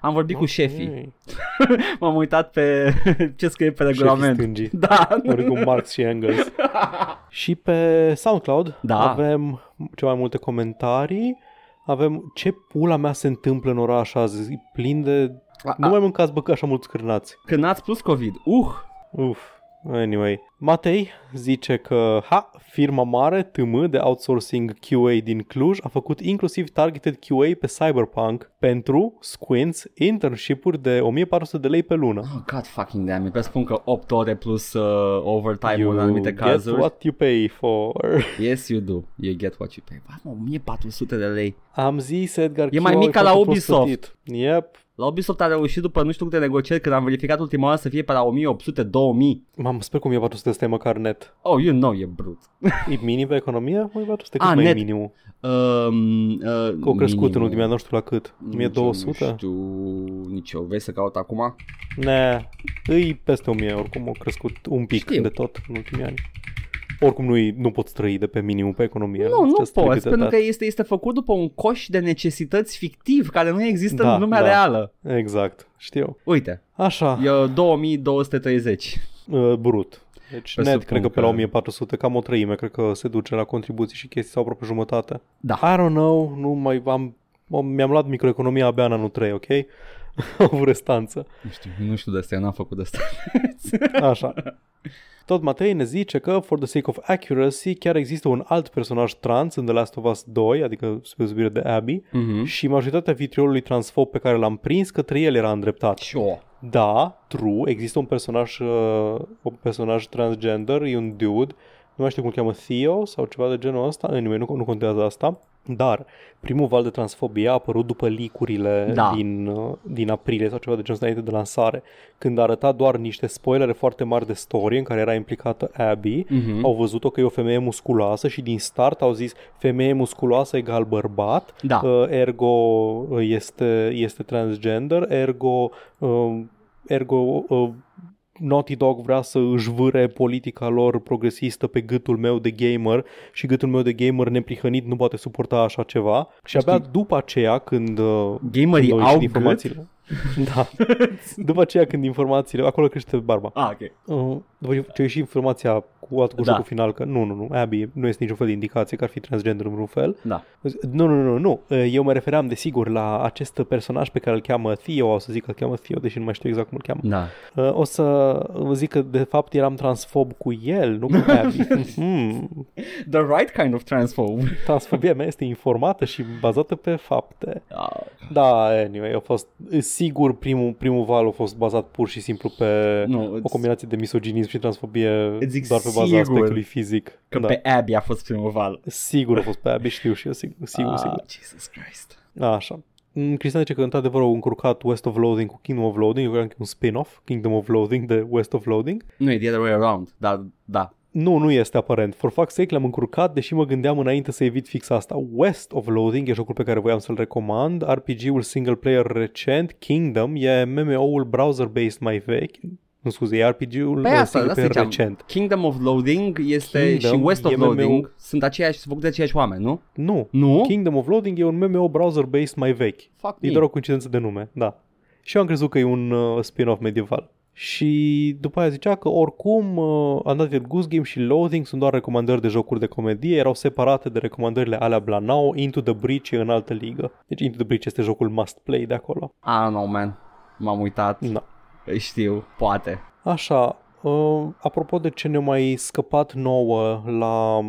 C: Am vorbit cu șefii,
B: Ok.
C: m-am uitat pe [LAUGHS] ce scrie pe regulament.
B: stângii.
C: Da,
B: Vorbim cu Marx și
C: [LAUGHS]
B: Engels. și pe SoundCloud
C: Da.
B: avem cea mai multe comentarii. Avem ce pula mea se întâmplă în oraș azi, plin de...
C: A-
B: Nu
C: a-
B: mai mâncați bă că așa mulți cârnați.
C: când ați plus COVID, uh,
B: Uf, anyway. Matei zice că, ha, firma mare, TM, de outsourcing QA din Cluj, a făcut inclusiv targeted QA pe Cyberpunk pentru, squints, internship-uri de 1400 de lei pe lună.
C: oh, god fucking damn it, vă spun că 8 ore plus uh, overtime în anumite
B: get
C: cazuri.
B: what you pay for. [LAUGHS]
C: Yes, you do. You get what you pay. Mamă, 1400 de lei.
B: Am zis, Edgar
C: E mai
B: Chiu,
C: mic ca
B: ai
C: la
B: făcut
C: Ubisoft.
B: prostit. Yep.
C: La Ubisoft a reușit după nu știu câte negocieri când am verificat ultima oară să fie pe la 1800-2000.
B: Mam, sper cum e 400 este măcar net.
C: Oh, you know, e brut.
B: E minim pe economie? Măi, 400 cât
C: A,
B: mai e
C: net.
B: minimul?
C: Um, uh,
B: Că au crescut
C: minim.
B: în ultimii ani, nu știu la cât.
C: Nici eu Nu
B: 1200?
C: știu nici eu. Vrei să caut acum?
B: Ne, îi peste 1000, oricum au crescut un pic
C: Știu.
B: de tot în ultimii ani. Oricum nu, nu poți trăi de pe minimul pe economie.
C: Nu, nu
B: Just leave it
C: poți,
B: at
C: pentru că
B: that.
C: este, este făcut după un coș de necesități fictiv care nu există
B: Da,
C: în lumea
B: da. Ah.
C: reală.
B: Exact, știu.
C: Uite,
B: Așa,
C: e 2230.
B: uh, brut. Deci
C: Presupun
B: net, cred că pe la
C: că-
B: 1400, cam o treime, cred că se duce la contribuții și chestii sau aproape jumătate.
C: Da.
B: I don't know, nu mai am mi-am luat microeconomia abia în anul 3, ok? [LAUGHS] Am avut restanță.
C: Nu știu, nu știu de asta, eu n-am făcut de asta.
B: Așa. Tot Matei ne zice că, for the sake of accuracy, chiar există un alt personaj trans în The Last of Us 2, adică spre subire de
C: [LAUGHS]
B: Abby,
C: Mhm.
B: și majoritatea vitriolului transfob pe care l-am prins către el era îndreptat.
C: Sure.
B: Da, true, există un personaj, uh, un personaj transgender, e un dude, nu mai știu cum îl cheamă, Theo sau ceva de genul ăsta, anyway, nu, nu contează asta, dar primul val de transfobie a apărut după licurile
C: Da.
B: din, uh, din aprilie sau ceva de genul ăsta înainte de lansare, când arăta doar niște spoilere foarte mari de story în care era implicată Abby,
C: Mhm.
B: au văzut-o că e o femeie musculoasă și din start au zis femeie musculoasă egal bărbat,
C: Da.
B: uh, ergo uh, este, este transgender, ergo, uh, ergo uh, Naughty Dog vrea să își vâre politica lor progresistă pe gâtul meu de gamer și gâtul meu de gamer neprihănit nu poate suporta așa ceva și abia
C: Știi-
B: după aceea când uh,
C: Gamerii
B: când
C: au
B: ieșit
C: gât?
B: informațiile [LAUGHS] da. După aceea când informațiile, acolo crește barba.
C: Ah, ok.
B: Uh, după ce- ce a ieșit informația cu altul
C: Da.
B: cu da. jocul final că nu, nu, nu, Abby nu este niciun fel de indicație că ar fi transgender în vreun fel.
C: Da.
B: Nu, nu, nu, nu. Uh, Eu mă refeream, desigur, la acest personaj pe care îl cheamă Theo, o să zic că îl cheamă Theo, deși nu mai știu exact cum îl cheamă.
C: Da.
B: Uh, O să vă zic că, de fapt, eram transfob cu el, nu cu Abby.
C: [LAUGHS]
B: mm,
C: The right kind of transphobe.
B: transfobia mea este informată și bazată pe fapte.
C: Ah,
B: Da, anyway, a fost sigur primul, primul val a fost bazat pur și simplu pe
C: Nu,
B: o
C: îți-
B: combinație de misoginism și transfobie
C: Îți zic
B: doar pe baza
C: sigur
B: aspectului fizic.
C: [LAUGHS] că
B: da.
C: pe Abby a fost primul val.
B: Sigur a fost pe Abby, știu și eu, sigur, sigur.
C: Ah,
B: sigur.
C: Jesus Christ.
B: Așa. Mm, Cristian zice că într-adevăr au încurcat West of Loathing cu Kingdom of Loathing, eu cream că e un spin-off, Kingdom of Loathing de West of Loathing.
C: Nu, e the other way around, dar da.
B: Nu, nu este aparent. For fuck's sake l-am încurcat, deși mă gândeam înainte să evit fix asta. West of Loathing e jocul pe care voiam să-l recomand, RPG-ul single player recent, Kingdom, e MMO-ul browser-based mai vechi. Nu scuze, e RPG-ul
C: Pe Păi asta,
B: single
C: asta
B: player
C: ziceam.
B: recent.
C: Kingdom of Loading este
B: Kingdom,
C: și West of
B: e MMO.
C: Loading sunt aceiași, sunt făcute de aceiași oameni, nu?
B: Nu.
C: Nu?
B: Kingdom of Loathing e un MMO browser-based mai vechi.
C: Fuck
B: E
C: me.
B: doar o coincidență de nume, da. Și eu am crezut că e un uh, spin-off medieval. Și după aia zicea că oricum uh, Another Goose Game și Loathing sunt doar recomandări de jocuri de comedie, erau separate de recomandările alea Blanao, Into the Breach e în altă ligă. Deci Into the Breach este jocul must play de acolo.
C: Ah, no, man. M-am uitat.
B: Da.
C: Știu, poate.
B: Așa, uh, apropo de ce ne-a mai scăpat nouă la...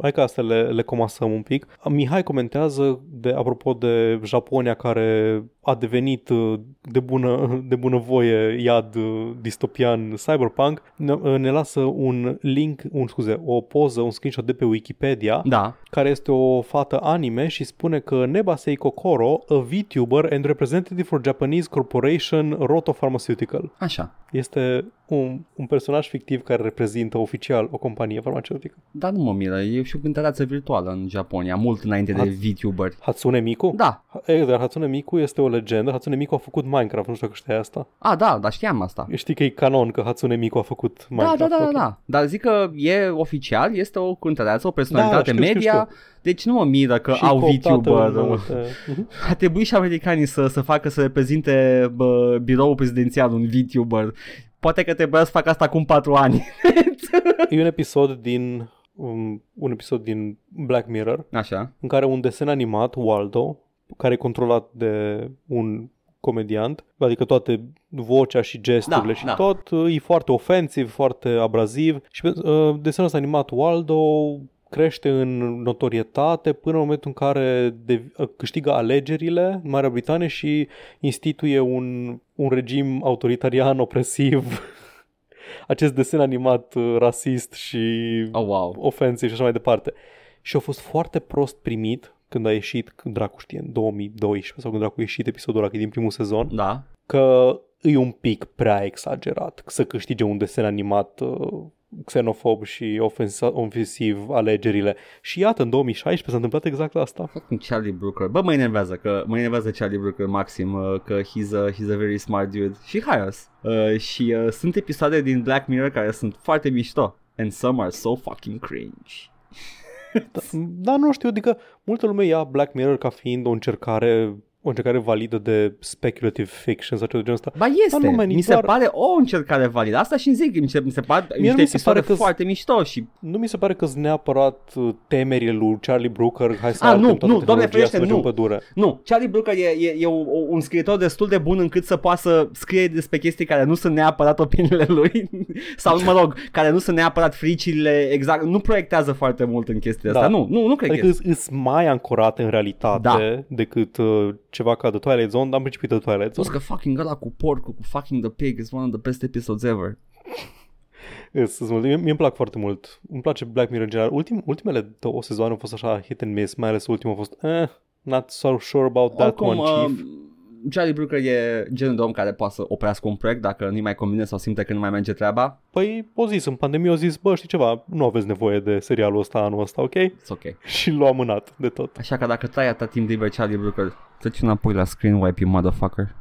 B: Hai că astea le, le comasăm un pic. Mihai comentează, de, apropo de Japonia care a devenit uh, de bună, de bună voie iad uh, distopian cyberpunk, ne, uh, ne lasă un link, un scuze, o poză, un screenshot de pe Wikipedia
C: Da.
B: care este o fată anime și spune că Nebasei Kokoro, a VTuber and representative for Japanese corporation Roto Pharmaceutical.
C: Așa.
B: Este un, un personaj fictiv care reprezintă oficial o companie farmaceutică.
C: Dar nu mă miră, e și o cântăreață virtuală în Japonia, mult înainte de
B: Ați-
C: VTuber.
B: Hatsune Miku?
C: Da.
B: E, dar Hatsune Miku este o legendă. Hatsune Miku a făcut Minecraft, nu știu dacă știai asta.
C: A, da, dar știam asta.
B: Știi că e canon că Hatsune Miku a făcut
C: Da,
B: Minecraft.
C: da, da, da,
B: ok. Da,
C: da. Dar zic că e oficial, este o cântăreață, o personalitate
B: știu, știu,
C: media, deci nu mă miră că
B: Și
C: au
B: cooptată
C: VTuber.
B: în mai
C: [LAUGHS]
B: multe- Mhm.
C: A trebuit și americanii să, să facă să reprezinte bă, biroul prezidențial un VTuber. Poate că trebuia să fac asta acum 4 ani.
B: E un episod din um, un episod din Black Mirror
C: Așa.
B: în care un desen animat, Waldo, care e controlat de un comediant, adică toate vocea și gesturile
C: Da,
B: și
C: da.
B: tot, e foarte ofensiv, foarte abraziv și uh, desenul ăsta animat Waldo crește în notorietate până în momentul în care de, uh, câștigă alegerile în Marea Britanie și instituie un, un regim autoritarian opresiv [LAUGHS] acest desen animat uh, rasist și
C: Oh, wow.
B: ofensiv și așa mai departe. Și a fost foarte prost primit când a ieșit, când dracu știe, în 2012 sau când dracu a ieșit episodul ăla, că e din primul sezon,
C: Da.
B: că e un pic prea exagerat să câștige un desen animat uh, xenofob și ofensa- ofensiv alegerile. Și iată, în 2016 s-a întâmplat exact asta.
C: Fucking Charlie Brooker. Bă, mă enervează că mă enervează Charlie Brooker maxim uh, că he's a, he's a very smart dude și hires. Uh, și uh, sunt episoade din Black Mirror care sunt foarte mișto and some are so fucking cringe.
B: Da, nu știu, adică multă lume ia Black Mirror ca fiind o încercare o încercare validă de speculative fiction sau ceva de genul ăsta.
C: Ba este,
B: Dar nu, man, e
C: mi se
B: doar-
C: pare o încercare validă. Asta și zic, mi se, mi se par
B: nu
C: niște
B: mi se pare
C: episoade
B: că-s-
C: foarte mișto și...
B: Nu mi se pare că-s neapărat uh, temerile lui Charlie Brooker, hai să
C: A,
B: arătăm
C: Ah, nu,
B: toată
C: nu, Doamne
B: tehnologia,
C: ferește,
B: să mergem
C: nu.
B: în pădure.
C: Nu, Charlie Brooker e, e, e un, un scriitor destul de bun încât să poată să scrie despre chestii care nu sunt neapărat [LAUGHS] opiniile lui sau, mă rog, care nu sunt neapărat fricile exact. Nu proiectează foarte mult în chestia
B: Da.
C: asta. Nu, nu, nu cred
B: Adică
C: că...
B: îs- îs mai ancorate în realitate
C: Da.
B: decât uh, ceva ca The Twilight Zone, dar în principiu The Twilight
C: Plus
B: Zone.
C: că fucking ăla cu porcul, cu fucking the pig is one of the best episodes ever.
B: Îs- îs mult. Mie mie îmi plac foarte mult. Îmi place Black Mirror în general. Ultim, ultimele două sezoane au fost așa hit and miss, mai ales ultimul a fost eh, not so sure about that
C: Oricum,
B: one,
C: uh,
B: chief.
C: Charlie Brooker e genul de om care poate să oprească un proiect dacă nu-i mai convine sau simte că nu mai merge treaba.
B: Păi, o zis, în pandemie au zis, bă, știi ceva, nu aveți nevoie de serialul ăsta anul ăsta, ok? [LAUGHS]
C: It's ok.
B: Și l-au amânat de tot.
C: Așa că dacă tai atât timp liber Charlie Brooker, treci înapoi la screen wipe, you motherfucker.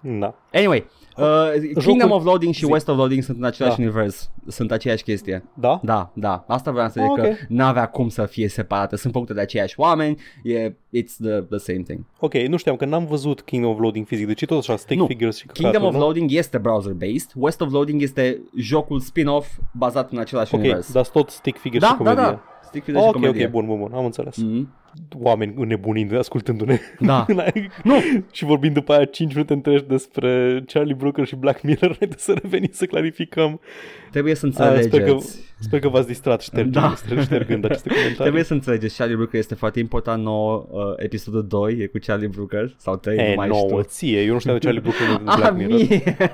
B: Na.
C: Anyway, uh, Kingdom
B: Jocul-
C: of Loading și
B: zi.
C: West of Loading sunt în același
B: Da.
C: univers. Sunt aceeași chestie.
B: Da?
C: Da, da. Asta vreau să zic
B: Ok.
C: okay. că n-avea cum să fie separate. Sunt făcute de aceiași oameni. E, it's the, the same thing.
B: Ok, nu știam că n-am văzut Kingdom of Loading fizic, deci e tot așa stick
C: Nu.
B: figures și
C: Kingdom
B: căcatul,
C: of
B: nu?
C: Loading este browser-based. West of Loading este jocul spin-off bazat în același
B: Ok,
C: univers.
B: dar tot stick figures și
C: da, da,
B: comedie.
C: da. Stick figure și
B: Ok,
C: comedie.
B: ok, bun, bun, bun, am înțeles.
C: Mhm.
B: Oameni înnebunind, ascultându-ne. [LAUGHS]
C: Da.
B: nu. și vorbind după aia 5 minute întregi despre Charlie Brooker și Black Mirror, haideți să revenim să clarificăm.
C: Trebuie să
B: Ah, sper, că,
C: înțelegeți.
B: sper că v-ați distrat ștergând,
C: Da.
B: da.
C: [LAUGHS]
B: ștergând aceste comentarii.
C: Trebuie să înțelegeți, Charlie Brooker este foarte important nou, uh, episodul 2 e cu Charlie Brooker sau 3,
B: E,
C: nu mai
B: nouă,
C: știu.
B: ție, eu nu știam de Charlie Brooker
C: [LAUGHS]
B: din
C: A,
B: Black Mirror.
C: Ah, mie,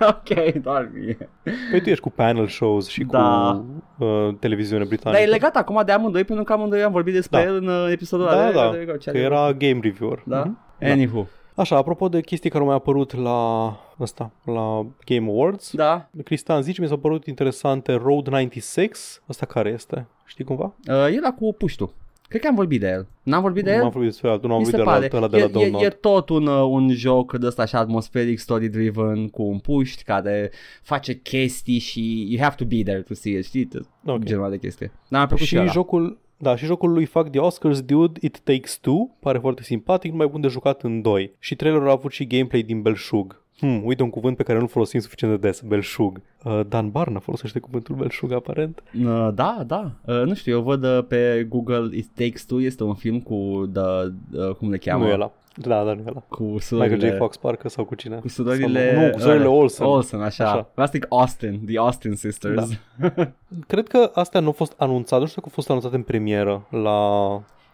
C: ok, doar mie.
B: Păi tu ești cu panel shows și
C: Da.
B: cu uh, televiziune
C: Dar e
B: britanică.
C: legat acum de amândoi, pentru că amândoi am vorbit despre
B: Da.
C: el în uh, episodul
B: Da,
C: ăla.
B: da,
C: de- de- de-
B: că
C: Charlie Brooker.
B: era game reviewer. Mhm.
C: Da? Anywho.
B: Așa, apropo de chestii care au mai apărut la ăsta, la Game Awards,
C: Da.
B: Cristian, zici, mi s-au părut interesante Road 96. Asta care este? Știi cumva?
C: Uh, e la cu puștul. Cred că am vorbit de el. N-am vorbit de
B: nu am
C: el?
B: vorbit despre altul, nu am
C: Mi se
B: vorbit de la,
C: pare.
B: ăla de la
C: E, e, e
B: Download.
C: tot un, uh, un joc de ăsta așa atmosferic, story-driven, cu un puști care face chestii și you have to be there to see it, știi?
B: Ok.
C: Okay. Genul de chestie. Dar mi-a plăcut și,
B: Și
C: ăla.
B: jocul, da, și jocul lui Fuck the Oscars, Dude, It Takes Two, pare foarte simpatic, numai bun de jucat în doi. Și trailerul a avut și gameplay din belșug. Hmm, uite un cuvânt pe care nu folosim suficient de des, belșug. Uh, Dan Barna folosește cuvântul belșug, aparent.
C: Uh, Da, da. Uh, Nu știu, eu văd uh, pe Google It Takes Two, este un film cu, the, uh, cum le cheamă?
B: nu e ăla. Da, da, nu e ăla.
C: Cu
B: Michael
C: surorile,
B: J. Fox, parcă, sau cu cine?
C: cu surorile,
B: Sau, nu, cu surorile
C: alea.
B: Olsen.
C: Olsen, așa.
B: Așa.
C: așa. Vreau să zic Austin, The Austin Sisters. Da.
B: Cred că astea nu au fost anunțate, nu știu dacă au fost anunțate în premieră la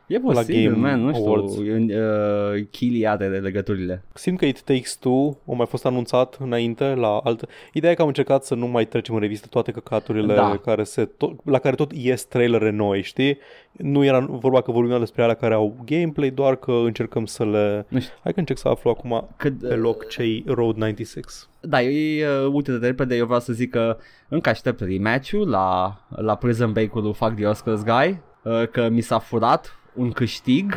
C: E posibil,
B: Game
C: man, nu
B: Awards.
C: știu. Uh, Chili are de legăturile.
B: Simt că It Takes Two au mai fost anunțat înainte la altă... Ideea e că am încercat să nu mai trecem în revistă toate căcaturile
C: Da.
B: care se to- la care tot ies trailere noi, știi? Nu era vorba că vorbim doar despre alea care au gameplay, doar că încercăm să le...
C: Nu știu.
B: Hai că încerc să aflu acum
C: Cât,
B: pe loc cei
C: [LAUGHS]
B: Road 96.
C: Da, e, uh, uite de repede, eu vreau să zic că încă aștept rematch-ul la, la Prison Break-ul lui Fuck the Oscars Guy, uh, că mi s-a furat un câștig,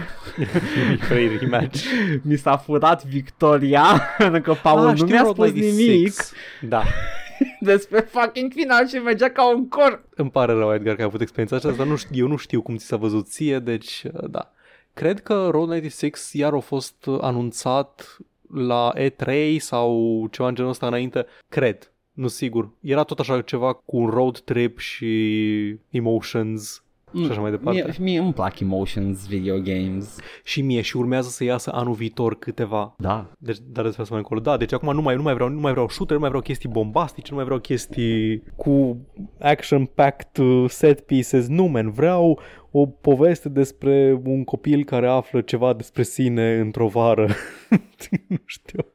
C: [LAUGHS]
B: Free rematch.
C: mi s-a furat victoria, [LAUGHS] pentru că Paul
B: Ah,
C: nu
B: știu
C: mi-a
B: Road
C: spus
B: 96.
C: nimic
B: Da.
C: despre fucking final și mergea ca un corp.
B: Îmi pare rău, Edgar, că ai avut experiența aceasta, dar nu știu, eu nu știu cum ți s-a văzut ție, deci uh, da. Cred că Road 96 iar a fost uh, anunțat la E3 sau ceva în genul ăsta înainte, cred, nu sigur. Era tot așa ceva cu un road trip și emotions și așa mai departe.
C: Mm. Mie, mie îmi plac emotions, video games.
B: Și mie și urmează să iasă anul viitor câteva.
C: Da.
B: Deci, dar despre asta mai încolo. Da, deci acum nu mai, nu mai vreau, nu mai vreau shooter, nu mai vreau chestii bombastice, nu mai vreau chestii cu action-packed uh, set pieces. Nu, man, vreau o poveste despre un copil care află ceva despre sine într-o vară. [LAUGHS] nu știu.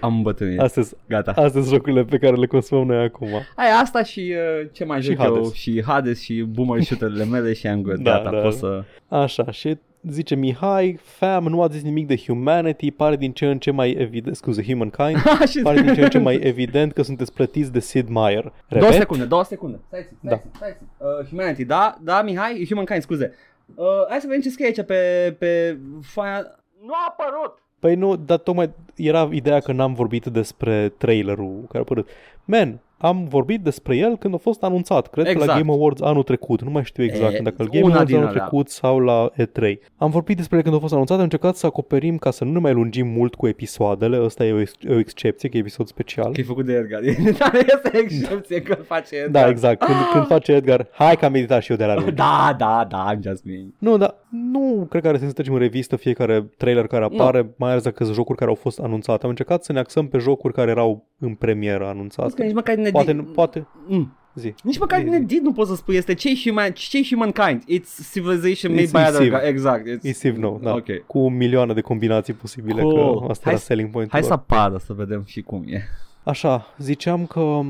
C: Am îmbătrânit.
B: Astea sunt-
C: Gata.
B: astea sunt jocurile pe care le consumăm noi acum.
C: Aia asta și uh, ce mai
B: Și
C: joc
B: Hades.
C: eu și Hades și
B: [LAUGHS]
C: boomer shooter-urile mele și am good.
B: Da,
C: Gata,
B: da.
C: pot
B: [LAUGHS]
C: să...
B: Așa, și zice Mihai, fam, nu a zis nimic de humanity, pare din ce în ce mai evident, scuze, humankind,
C: și...
B: pare din ce în ce
C: [LAUGHS]
B: mai evident că sunteți plătiți de Sid Meier.
C: Două
B: Repet,
C: secunde, două secunde. Stai, stai,
B: Da.
C: da. stai, uh, Humanity, da, da, Mihai, Humankind, scuze. Uh, hai să vedem ce scrie aici pe, pe foaia... Nu a apărut!
B: Păi nu, dar tocmai era ideea că n-am vorbit despre trailerul care a apărut. Man, am vorbit despre el când a fost anunțat, cred că la
C: Exact.
B: Game Awards anul trecut, nu mai știu exact,
C: E,
B: e, dacă la Game
C: una
B: Awards
C: din
B: anul
C: alea.
B: trecut sau la E3. Am vorbit despre el când a fost anunțat, am încercat să acoperim ca să nu ne mai lungim mult cu episoadele, ăsta e o, ex- o excepție, că e episod special.
C: Că e făcut de Edgar. [LAUGHS] Dar este excepție că face Edgar.
B: Da, exact, când, când face Edgar, hai că am meditat și eu de la
C: [LAUGHS]
B: lui.
C: Da, da, da, I'm just me.
B: Nu, dar nu cred că are sens să trecem în revistă fiecare trailer care apare, no. mai ales dacă sunt jocuri care au fost anunțate. Am încercat să ne axăm pe jocuri care erau în premieră
C: Că
B: anunțate.
C: nici măcar ne
B: Poate, nu, poate,
C: Mm.
B: zi.
C: Nici măcar
B: Zi,
C: ne
B: zi.
C: did nu poți să spui, este cei human, cei humankind. It's civilization made
B: It's
C: by other
B: Civ.
C: guys. Exact. It's...
B: E Civ nou, da.
C: Ok.
B: Okay. Cu milioane de combinații posibile, cool.
C: Cool.
B: că asta
C: Hai
B: era
C: să-
B: selling point
C: Hai să apară să vedem și cum e.
B: Așa, ziceam că,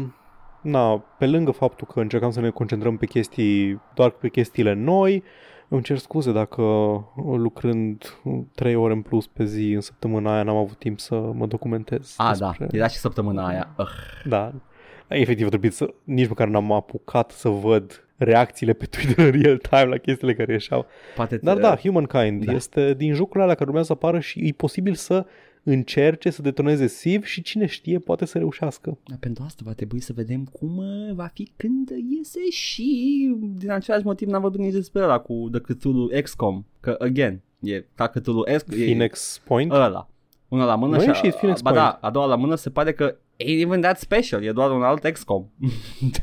B: na, pe lângă faptul că încercam să ne concentrăm pe chestii, doar pe chestiile noi, îmi cer scuze dacă lucrând 3 ore în plus pe zi în săptămâna aia n-am avut timp să mă documentez.
C: A, da,
B: despre...
C: era și săptămâna aia. Ugh.
B: Da. Efectiv, trebuie să... Nici măcar n-am apucat să văd reacțiile pe Twitter în real time la chestiile care ieșeau.
C: Poate te-
B: Dar da, Humankind
C: da.
B: da. este din jocurile alea care urmează să apară și e posibil să încerce să detoneze Siv și cine știe poate să reușească.
C: Da, Pentru asta va trebui să vedem cum uh, va fi când iese și din același motiv n-am vorbit nici despre ăla cu The Cthulhu XCOM. Că, again, e ca Cthulhu XCOM. E,
B: Phoenix
C: [LAUGHS]
B: Point.
C: ăla. Una la mână
B: Nu a
C: și a,
B: ieșit Phoenix
C: ba
B: Point.
C: da, a doua la mână se pare că ain't even that special, e doar un alt XCOM.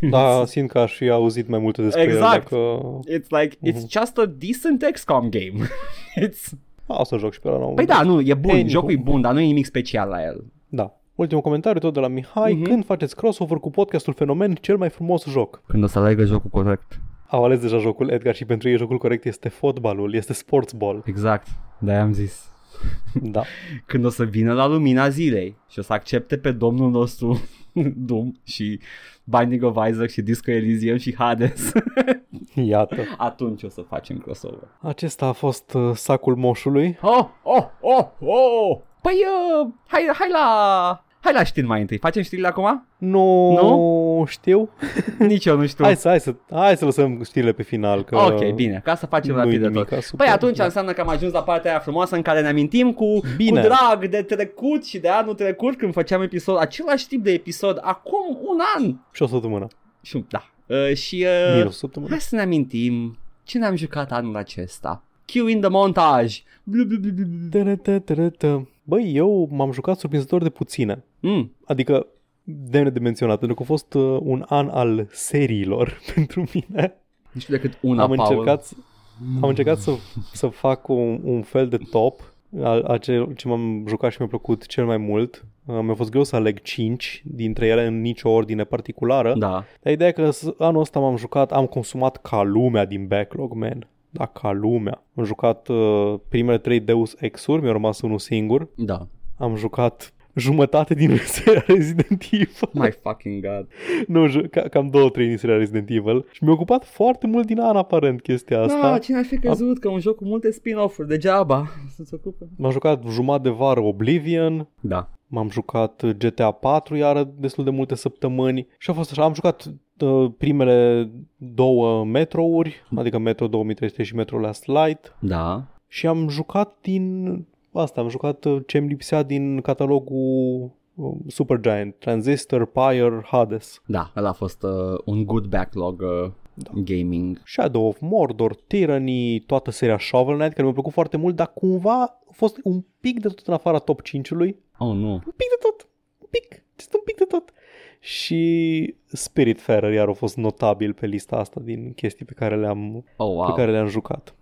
B: Da, simt că aș fi auzit mai multe despre
C: Exact.
B: el. Dacă...
C: It's like, it's
B: Mhm.
C: just a decent XCOM game. [LAUGHS] it's...
B: A, o să joc și pe ăla la un
C: Păi da, nu, e bun,
B: Anywho.
C: jocul e bun, dar nu e nimic special la el.
B: da. Ultimul comentariu tot de la Mihai.
C: Mhm.
B: Uh-huh. Când faceți crossover cu podcastul Fenomen, cel mai frumos joc?
C: Când o să alegă jocul corect.
B: Au ales deja jocul Edgar și pentru ei jocul corect este fotbalul, este sportsball.
C: Exact, de am zis.
B: Da.
C: Când o să vină la lumina zilei și o să accepte pe domnul nostru [LAUGHS] Doom și Binding of Isaac și Disco Elysium și Hades, [LAUGHS]
B: Iată.
C: atunci o să facem crossover.
B: Acesta a fost uh, sacul moșului.
C: Oh, oh, oh, oh! Păi, uh, hai, hai la... Hai la știri mai întâi. Facem știrile acum? [LAUGHS]
B: Nu, nu? știu.
C: Nici eu nu știu.
B: Hai să, hai, să, hai să lăsăm știrile pe final. Că
C: Ok, bine, ca să facem
B: nu-i
C: rapid de
B: nimic
C: tot.
B: asupra.
C: Păi atunci
B: Da.
C: înseamnă că am ajuns la partea aia frumoasă în care ne amintim cu,
B: Bine.
C: cu drag de trecut și de anul trecut când făceam episod, același tip de episod, acum un an.
B: Și o săptămână.
C: Și, da. Uh, și uh,
B: Minus o săptămână.
C: Hai să ne amintim ce ne-am jucat anul acesta. Cue in the montage. Blu, blu, blu, blu, blu.
B: Tărătătărătă. Băi, eu m-am jucat surprinzător de puține.
C: Mm.
B: Adică demne de menționat, pentru că a fost uh, un an al seriilor [LAUGHS] pentru mine.
C: Nu știu decât una,
B: am
C: Da, Paul.
B: încercat, am încercat să, să fac un, un fel de top al a cel, ce m-am jucat și mi-a plăcut cel mai mult. Uh, Mi-a fost greu să aleg 5 dintre ele în nicio ordine particulară.
C: Da.
B: Dar ideea e că s- anul ăsta m-am jucat, am consumat ca lumea din backlog, man. Da, ca lumea. Am jucat uh, primele 3 Deus Ex-uri, mi-a rămas unul singur.
C: Da.
B: Am jucat jumătate din [LAUGHS] seria Resident Evil.
C: My fucking god.
B: nu, ju- ca- cam două, trei din seria Resident Evil. Și mi-a ocupat foarte mult din an aparent chestia asta.
C: Da, cine ar fi crezut că un joc cu multe spin-off-uri degeaba [LAUGHS] să-ți ocupe?
B: M-am jucat jumătate de vară Oblivion,
C: Da.
B: m-am jucat GTA 4 iară destul de multe săptămâni și a fost așa, am jucat uh, primele două metrouri, adică Metro 2300 și Metro Last Light
C: Da.
B: și am jucat din asta, am jucat uh, ce îmi lipsea din catalogul uh, Supergiant, Transistor, Pyre, Hades,
C: Da, ăla a fost uh, un good backlog uh, da. gaming.
B: Shadow of Mordor, Tyranny, toată seria Shovel Knight, care mi-a plăcut foarte mult, dar cumva a fost un pic de tot în afara top 5-ului,
C: Oh, nu.
B: un pic de tot, un pic, just un pic de tot. Și Spiritfarer iar a fost notabil pe lista asta din chestii pe care le-am,
C: Oh, wow.
B: pe care le-am jucat.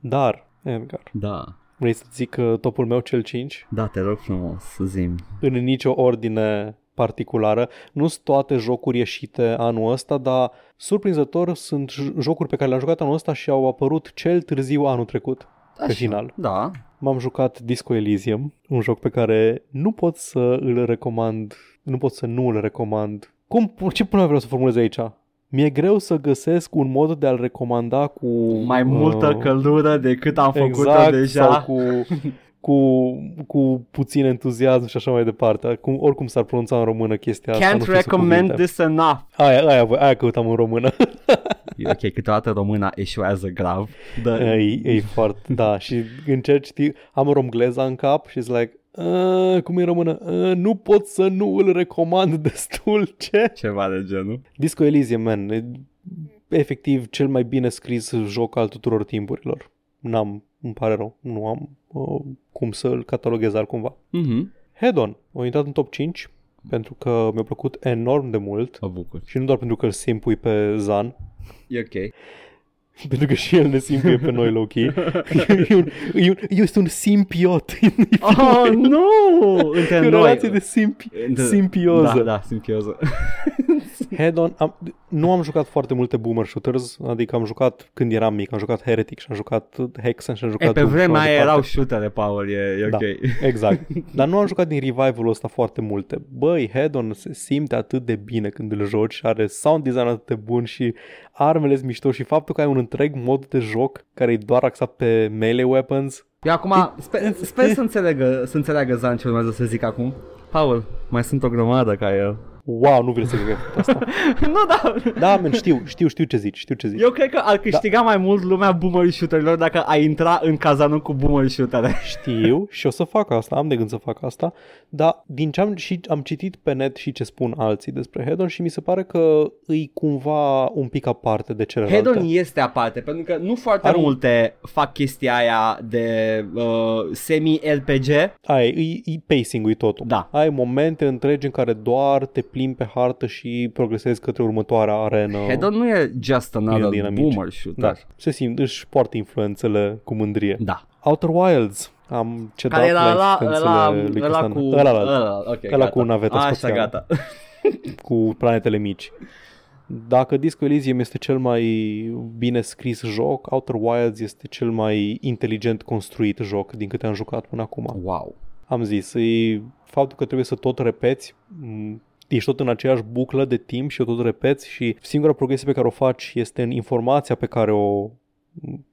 B: Dar, Edgar,
C: Da.
B: vrei să zic uh, topul meu cel 5?
C: Da, te rog frumos, să zim.
B: În nicio ordine particulară. Nu sunt toate jocuri ieșite anul ăsta, dar surprinzător sunt j- jocuri pe care le-am jucat anul ăsta și au apărut cel târziu anul trecut. Pe final.
C: Da.
B: M-am jucat Disco Elysium, un joc pe care nu pot să îl recomand, nu pot să nu îl recomand. Cum, ce până vreau să formulez aici? Mi-e greu să găsesc un mod de a-l recomanda cu...
C: Mai multă
B: uh,
C: căldură decât am făcut-o
B: exact,
C: deja.
B: sau cu, cu, cu puțin entuziasm și așa mai departe. Cum, oricum s-ar pronunța în română chestia asta. nu
C: Can't
B: știu să
C: recommend
B: cuvinte.
C: this enough.
B: Aia, aia, aia căutam în română.
C: ok, câteodată româna eșuează grav. Da.
B: E, e foarte, da, și încerci, știi, am romgleza în cap și zic like, Uh, cum e în română? Uh, nu pot să nu îl recomand [LAUGHS] destul, ce?
C: Ceva de genul.
B: Disco Elysium, man, e efectiv cel mai bine scris joc al tuturor timpurilor. N-am, îmi pare rău, nu am uh, cum să îl cataloghez altcumva.
C: Mhm.
B: Hedon, o intrat în top 5 pentru că mi-a plăcut enorm de mult
C: Mă bucur.
B: și nu doar pentru că îl simpui pe Zan,
C: E ok.
B: [LAUGHS] pentru că și el ne simpuie pe noi
C: [LAUGHS]
B: low key. E un, e un, este un simpiot.
C: [LAUGHS]
B: [LAUGHS]
C: Oh, nu! Între
B: E o
C: noi.
B: relație de simpi, simpioză.
C: Da, da, simpioză.
B: Head-on, am, nu am jucat foarte multe boomer shooters, adică am jucat când eram mic, am jucat Heretic și am jucat Hexen și am jucat...
C: E, pe
B: Doom și
C: vremea
B: mai
C: aia erau
B: departe.
C: shootere, Paul, e, e
B: Da.
C: ok.
B: Exact. Dar nu am jucat din revival-ul ăsta foarte multe. Băi, Hedon se simte atât de bine când îl joci și are sound design atât de bun și armele sunt mișto și faptul că ai un întreg mod de joc care e doar axat pe melee weapons.
C: Eu Păi acum sper, sper să, înțeleagă, să înțeleagă Zan ce urmează să zic acum. Paul, mai sunt o grămadă ca el.
B: Wow, nu vreau să cred că ai făcut asta.
C: [LAUGHS] nu, da.
B: Da, men, știu, știu, știu ce zici, știu ce zici.
C: Eu cred că ar câștiga mai mult lumea boomer shooterilor dacă ai intra în cazanul cu boomer shootere.
B: Știu și o să fac asta, am de gând să fac asta, dar din ce am, și, am citit pe net și ce spun alții despre Hedon și mi se pare că îi cumva un pic aparte de celelalte.
C: Hedon este aparte, pentru că nu foarte
B: Are un-
C: multe fac chestia aia de uh, semi-RPG.
B: Ai, e, e pacing-ul e totul.
C: Da.
B: Ai momente întregi în care doar te plimbi pe hartă și progresezi către următoarea arenă.
C: Hedon nu e just another
B: Bine dinamici.
C: boomer
B: da.
C: shooter.
B: Se simt, își poartă influențele cu mândrie.
C: Da.
B: Outer Wilds am cedat
C: Care era
B: la
C: ăla,
B: influențele
C: ăla,
B: lui
C: ăla
B: Cristian.
C: cu...
B: Ălalalt.
C: ok,
B: Ăla cu
C: gata.
B: naveta
C: Așa,
B: spațială.
C: gata.
B: cu planetele mici. Dacă Disco Elysium este cel mai bine scris joc, Outer Wilds este cel mai inteligent construit joc din câte am jucat până acum.
C: Wow.
B: Am zis, e faptul că trebuie să tot repeți, m, ești tot în aceeași buclă de timp și o tot repeți și singura progresie pe care o faci este în informația pe care o,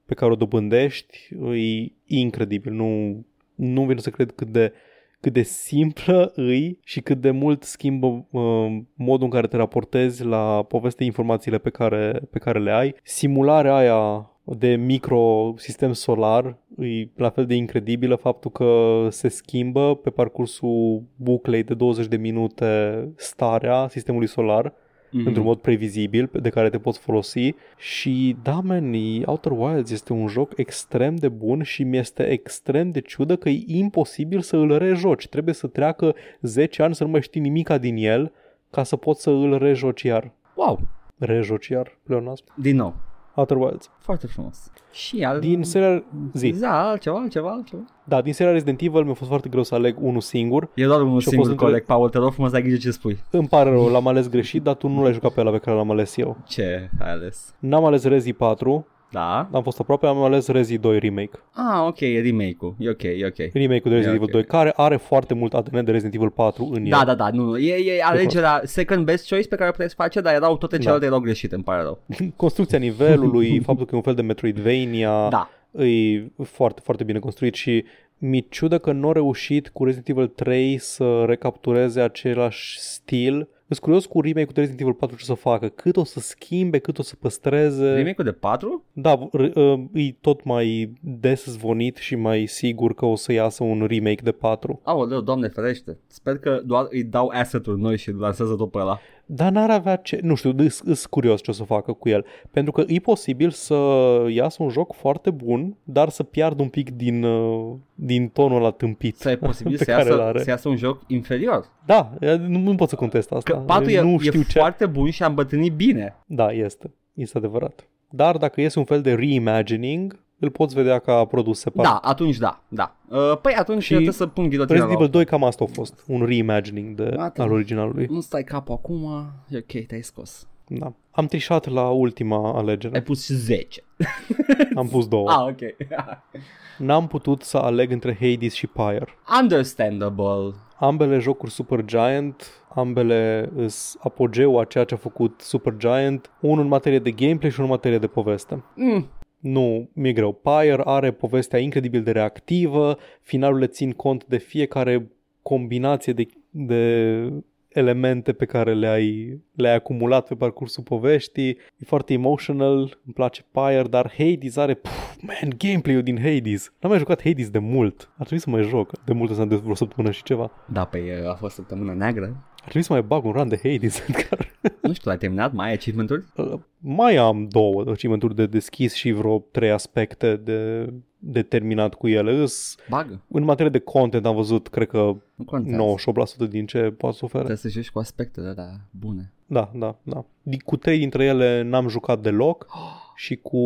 B: pe care o dobândești, e incredibil, nu, nu vine să cred cât de cât de simplă îi și cât de mult schimbă uh, modul în care te raportezi la poveste informațiile pe care, pe care le ai. Simularea aia de microsistem solar e la fel de incredibilă faptul că se schimbă pe parcursul buclei de 20 de minute starea sistemului solar mm-hmm.
C: Mhm.
B: într-un mod previzibil pe- de care te poți folosi și da, man, e- Outer Wilds este un joc extrem de bun și mi-este extrem de ciudă că e imposibil să îl rejoci. Trebuie să treacă 10 ani să nu mai știi nimica din el ca să poți să îl rejoci iar.
C: Wow.
B: Rejoci iar, pleonasm.
C: Din nou.
B: Outer Wilds.
C: Foarte frumos. Și al...
B: Din seria... Zi.
C: Da, altceva, altceva, altceva.
B: Da, din seria Resident Evil mi-a fost foarte greu să aleg unul singur.
C: E doar unul
B: Și-a
C: singur
B: fost între-
C: coleg, Paul, te rog frumos, ai grijă ce spui.
B: Îmi pare rău, l-am ales greșit, dar tu nu l-ai jucat pe ăla pe care l-am ales eu.
C: Ce ai ales?
B: N-am ales Rezi 4,
C: Da?
B: am fost aproape, am ales Rezi 2 Remake.
C: Ah, ok, e remake-ul. E ok, e ok.
B: remake-ul de Resident
C: E ok.
B: Evil 2, care are foarte mult ADN de Resident Evil 4 în el.
C: Da, da, da, nu, nu, e, e alegerea second best choice pe care o puteți face, dar erau toate
B: Da.
C: celelalte erau greșite, îmi pare rău.
B: Construcția
C: [LAUGHS]
B: nivelului, faptul că e un fel de Metroidvania,
C: Da.
B: e foarte, foarte bine construit și mi ciudă că nu au reușit cu Resident Evil 3 să recaptureze același stil. Sunt curios cu remake-ul de Resident Evil 4 ce o să facă, cât o să schimbe, cât o să păstreze.
C: Remake-ul de 4?
B: Da, r- ă, e tot mai des zvonit și mai sigur că o să iasă un remake de 4.
C: Aoleu, doamne ferește. Sper că doar îi dau asset-uri noi și lansează tot pe ăla.
B: Dar n-ar avea ce... Nu știu, sunt curios ce o să facă cu el. Pentru că e posibil să iasă un joc foarte bun, dar să piardă un pic din, uh, din tonul ăla tâmpit.
C: Să e posibil
B: [LAUGHS] Pe
C: să
B: care îl
C: iasă,
B: are.
C: să iasă un joc inferior.
B: Da, nu, nu pot să contest asta.
C: Că 4 e,
B: nu
C: e
B: știu ce...
C: foarte bun și a îmbătrânit bine.
B: Da, este. Este adevărat. Dar dacă iese un fel de reimagining, îl poți vedea ca produs separat.
C: Da, atunci da, da. Uh, păi atunci
B: Și
C: trebuie să pun ghilotina
B: Resident
C: la
B: Evil 2 cam asta a fost, un reimagining de,
C: Gata.
B: al originalului.
C: Nu stai capul acum, e ok, te-ai scos.
B: Da. Am trișat la ultima alegere,
C: Ai pus și 10.
B: am pus două.
C: Ah, ok. [LAUGHS]
B: N-am putut să aleg între Hades și Pyre.
C: Understandable.
B: Ambele jocuri Supergiant, ambele îs apogeul a ceea ce a făcut Supergiant, unul în materie de gameplay și unul în materie de poveste.
C: Mm.
B: Nu, mi-e greu. Pyre are povestea incredibil de reactivă, finalurile țin cont de fiecare combinație de, de elemente pe care le-ai, le-ai acumulat pe parcursul poveștii. E foarte emotional, îmi place Pyre, dar Hades are... Puf, man, gameplay-ul din Hades. N-am mai jucat Hades de mult. Ar trebui să mai joc. De mult înseamnă de vreo săptămână și ceva.
C: Da, pe a fost săptămâna neagră.
B: Ar trebui să mai bag un run de Hades, Edgar.
C: Nu știu, ai terminat? Mai ai achievement-uri?
B: Mai am două achievement de deschis și vreo trei aspecte de, de terminat cu ele. Îs-
C: Bagă.
B: În materie de content am văzut, cred că,
C: Nu contează.
B: 98% din ce poate să ofere.
C: Trebuie să joci cu aspectele alea bune.
B: Da, da, da. Din- Cu trei dintre ele n-am jucat deloc [GASPS] și cu,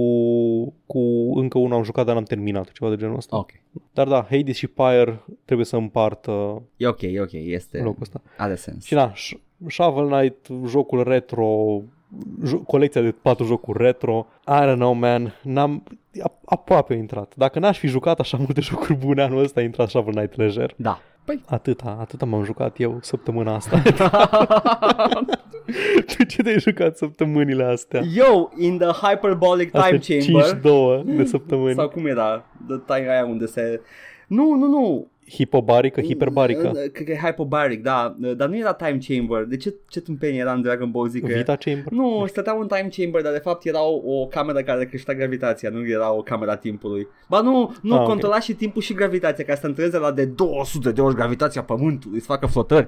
B: cu încă unul am jucat, dar n-am terminat, ceva de genul ăsta.
C: Ok.
B: Dar da, Hades și Pyre trebuie să împartă
C: E ok, e ok, este...
B: locul ăsta.
C: Are sens.
B: Și da, Sh- Shovel Knight, jocul retro, jo- colecția de patru jocuri retro, I don't know, man, n-am, a- aproape a intrat. Dacă n-aș fi jucat așa multe [LAUGHS] jocuri bune anul ăsta, a intrat Shovel Knight lejer. [LAUGHS]
C: Da. Păi.
B: Atâta, atâta m-am jucat eu săptămâna asta. [LAUGHS] tu ce te-ai jucat săptămânile astea?
C: Yo, in the hyperbolic time
B: Astea
C: chamber.
B: 52 de săptămâni.
C: Sau
B: Sau...
C: cum era? The time aia unde se... Nu, nu, nu.
B: Hipobarică, hiperbarică.
C: uh, Cred că e hyperbaric, da. Dar nu era time chamber. De ce, ce tâmpenie era în Dragon Ball Z? că-
B: Vita Chamber?
C: Nu, stăteau în time chamber, dar de fapt era o, o cameră care creștea gravitația, nu era o camera timpului. Ba nu, nu,
B: Ah,
C: ah,
B: ok.
C: controla și timpul și gravitația, ca să te întreze la de 200 de ori gravitația Pământului, să facă flotări.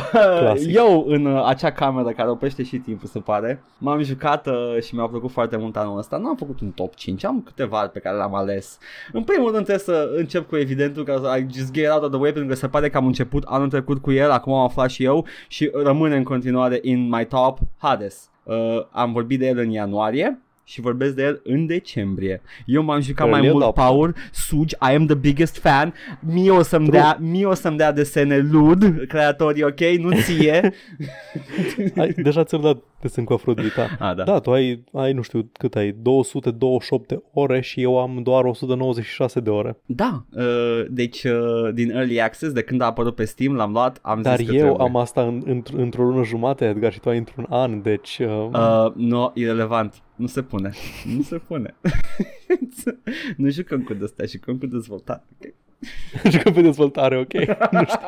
C: [LAUGHS]
B: Clasic.
C: Eu, în uh, acea cameră care oprește și timpul, se pare, m-am jucat uh, și mi-a plăcut foarte mult anul ăsta. Nu am făcut un top 5, am câteva pe care le-am ales. În primul rând trebuie să încep cu evidentul că I just get out of the way pentru că se pare că am început anul trecut cu el, acum am aflat și eu și rămâne în continuare in my top Hades. Uh, am vorbit de el în ianuarie și vorbesc de el în decembrie. Eu m-am jucat
B: Early
C: mai mult
B: adopter.
C: Power, Sugi, I am the biggest fan. Mie o să-mi
B: True.
C: dea, mie o să-mi dea desene lud, creatorii, ok? Nu ție.
B: Ai, deja ți-am dat desen
C: [LAUGHS]
B: cu Afrodita.
C: ah, da.
B: Da, tu ai, ai, nu știu cât ai, 228 de ore și eu am doar 196 de ore.
C: Da, uh, deci uh, din Early Access, de când a apărut pe Steam, l-am luat, am
B: Dar eu
C: zis că trebuie.
B: am asta în, într- într-o lună jumate, Edgar, și tu ai într-un an, deci... Uh, [LAUGHS]
C: Uh, no, irrelevant. Nu se pune. Nu se pune. [LAUGHS] nu jucăm cu dăstea, jucăm cu dezvoltare. ok?
B: jucăm deci pe dezvoltare,
C: [LAUGHS]
B: ok? nu știu.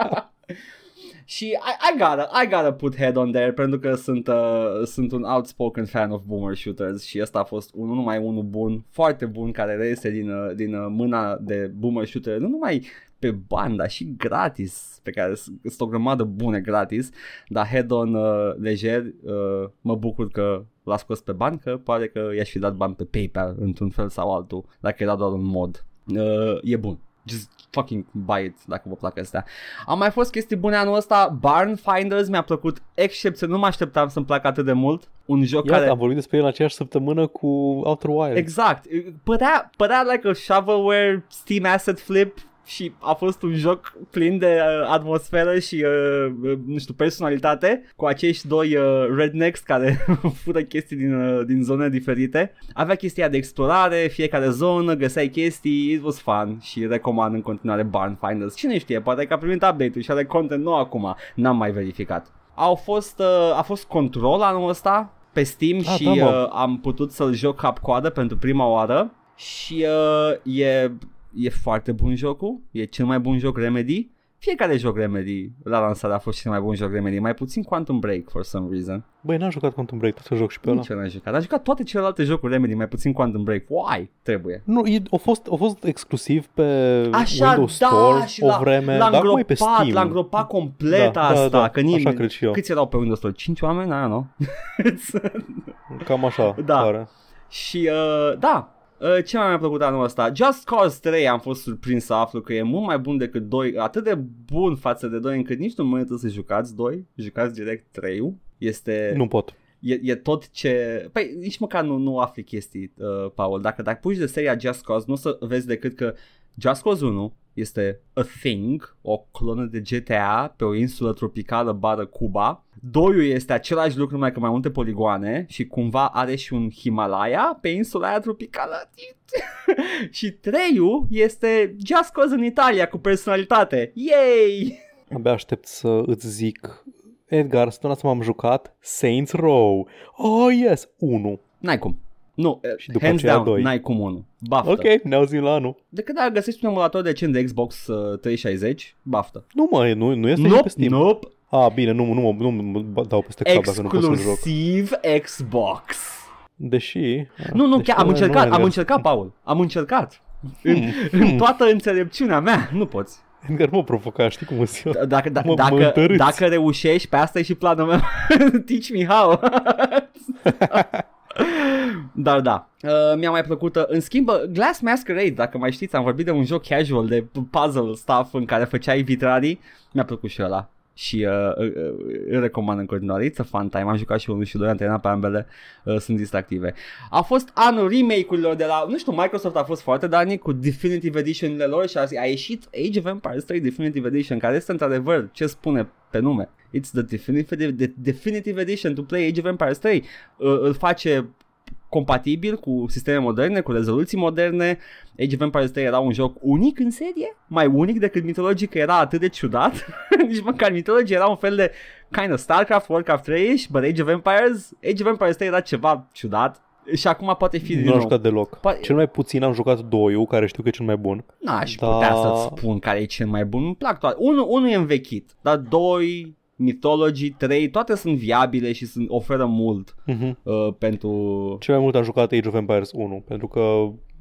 C: Și I, I, gotta, I gotta put head on there pentru că sunt, uh, sunt un outspoken fan of boomer shooters și ăsta a fost unul numai unul bun, foarte bun, care reiese din, uh, din uh, mâna de boomer shooter, nu numai pe bani, dar și gratis, pe care s- sunt o grămadă bune gratis, dar head on uh, lejer, uh, mă bucur că l-a scos pe bani, că pare că i-aș fi dat bani pe PayPal într-un fel sau altul, dacă era doar un mod. Uh, e bun. Just fucking buy it dacă vă plac astea. Am mai fost chestii bune anul ăsta, Barn Finders mi-a plăcut excepțional, nu mă așteptam să-mi placă atât de mult. Un joc
B: Iată,
C: care...
B: am vorbit despre el în aceeași săptămână cu Outer Wild.
C: Exact. Părea, părea like a shovelware Steam asset flip și a fost un joc plin de uh, atmosferă și, uh, uh, nu știu, personalitate cu acești doi uh, rednecks care [LAUGHS] fură chestii din, uh, din zone diferite. Avea chestia de explorare, fiecare zonă, găseai chestii, it was fun și recomand în continuare Barn Finders. Cine știe, poate că a primit update-ul și are content nou acum, n-am mai verificat. Au fost, uh, a fost control anul ăsta pe Steam
B: Ah,
C: și
B: da, mă.
C: uh, am putut să-l joc cap-coadă pentru prima oară și uh, e, e foarte bun jocul, e cel mai bun joc Remedy. Fiecare joc Remedy la lansare a fost cel mai bun joc Remedy, mai puțin Quantum Break for some reason.
B: Băi, n-am jucat Quantum Break, tot să joc și pe ăla.
C: Nici eu n-am jucat, am jucat toate celelalte jocuri Remedy, mai puțin Quantum Break. Why? Trebuie.
B: Nu, e, a, fost, a fost exclusiv pe
C: Așa,
B: Windows
C: da,
B: Store
C: și
B: o
C: l-a-
B: vreme,
C: L-a
B: dar acum e pe
C: îngropat,
B: Steam.
C: l-a îngropat complet
B: Da, da,
C: asta,
B: da,
C: că nimeni...
B: așa cred și eu.
C: Câți erau pe Windows Store? 5 oameni? Aia, nu?
B: Cam așa
C: Da.
B: pare.
C: [LAUGHS] Și uh, da, uh, ce mai mi-a plăcut anul ăsta? Just Cause 3 am fost surprins să aflu că e mult mai bun decât 2, atât de bun față de 2 încât nici nu merită să jucați 2, jucați direct 3 este,
B: Nu pot.
C: E, e tot ce... Păi nici măcar nu, nu afli chestii, uh, Paul. Dacă, dacă puși de seria Just Cause, nu o să vezi decât că Just Cause 1 este a thing, o clonă de GTA pe o insulă tropicală bară Cuba. Doiul este același lucru, numai că mai multe poligoane și cumva are și un Himalaya pe insula aia tropicală. [LAUGHS] și treiul este Just Cause în Italia cu personalitate. Yay!
B: Abia aștept să îți zic Edgar, săptămâna asta m-am jucat Saints Row. Oh, yes, 1.
C: N-ai cum. Nu,
B: Și după
C: hands
B: aceea
C: down,
B: doi.
C: n-ai cum unul. Baftă.
B: Ok, ne auzim la anul.
C: De când găsești un emulator decent de Xbox uh, 360, baftă.
B: Nu mă, nu, nu este nici
C: Nope,
B: pe Steam.
C: nope.
B: A, bine, nu, nu, nu, nu mă dau peste cap dacă nu pot să joc.
C: Exclusiv Xbox.
B: Deși... ah,
C: Nu, nu,
B: deși
C: chiar am
B: Deci, nu- nu
C: încercat,
B: mai
C: am
B: vers.
C: încercat, Paul. Am
B: [CLEARS THROAT]
C: încercat. În, în toată înțelepciunea mea, nu poți.
B: Edgar mă provoca, știi cum îți eu?
C: D- Dacă, d-
B: Mă- mă
C: dacă,
B: întărâți.
C: dacă reușești, pe asta e și planul meu. [LAUGHS] Teach me how.
B: [LAUGHS]
C: Dar da, uh, mi-a mai plăcut. uh, În schimb, uh, Glass Masquerade, dacă mai știți, am vorbit de un joc casual de p- puzzle stuff în care făceai vitrarii. Mi-a plăcut și ăla. Și uh, uh, uh, îl recomand în continuare. It's a fun time. Am jucat și unul și doi, am terminat pe ambele. Uh, sunt distractive. A fost anul remake-urilor de la... Nu știu, Microsoft a fost foarte darnic cu Definitive Edition-urile lor și a, a ieșit Age of Empires 3 Definitive Edition, care este într-adevăr ce spune pe nume. It's the definitive, the definitive edition to play Age of Empires 3. Uh, îl face compatibil cu sisteme moderne, cu rezoluții moderne. Age of Empires 3 era un joc unic în serie, mai unic decât Mythology, că era atât de ciudat. [LAUGHS] Nici măcar Mythology era un fel de kind of StarCraft, Warcraft 3 but Age of Empires, Age of Empires 3 era ceva ciudat. Și acum poate fi din
B: Nu am
C: nou.
B: jucat deloc.
C: Pa-
B: Cel mai puțin am jucat doiul, care știu că e cel mai bun.
C: N-aș
B: Da.
C: putea să-ți spun care e cel mai bun. Îmi plac toate. Unul unu e învechit, dar doi, Mythology 3, toate sunt viabile și sunt, oferă mult
B: Mhm.
C: uh, pentru
B: Cel mai mult am jucat Age of Empires 1, pentru că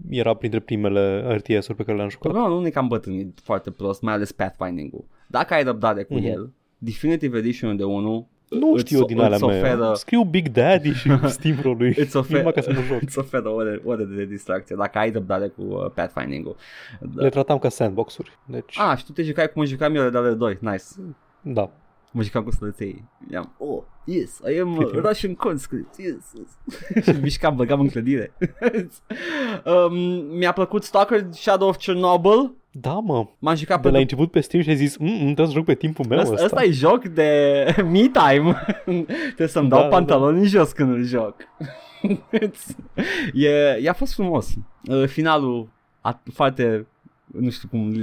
B: era printre primele RTS-uri pe care le-am jucat.
C: Problema nu e că am bătrânit foarte prost, mai ales pathfinding-ul. Dacă ai răbdare cu
B: Mhm.
C: el, Definitive Edition de 1
B: Nu
C: îți-
B: știu eu din alea
C: îți oferă,
B: mele. Scriu Big Daddy și
C: [LAUGHS]
B: [LAUGHS] Steamroll lui.
C: Îți oferă-
B: Numai ca să nu
C: [LAUGHS]
B: joc.
C: îți oferă ore, ore de distracție dacă ai răbdare cu uh, pathfinding-ul. Da.
B: Le tratam ca sandbox-uri. Deci,
C: Ah, și tu te jucai cum jucam eu de 2, nice.
B: da.
C: Mă jucam cu slăței. I-am, oh, yes, I am uh,
B: Câte?
C: Russian conscript, yes. yes. [LAUGHS] și îl mișcam, băgam în clădire. [LAUGHS] um, mi-a plăcut Stalker Shadow of Chernobyl.
B: Da, mă.
C: M-am jucat
B: De
C: pe
B: la început pe Steam și ai zis, "Mm, mm, trebuie să joc pe timpul meu
C: Asta,
B: ăsta.
C: asta e joc de [LAUGHS] me time. Trebuie să-mi dau
B: Da,
C: da,
B: da,
C: pantaloni în jos când îl joc. [LAUGHS] e, i-a fost frumos. Uh, Finalul a, foarte nu știu cum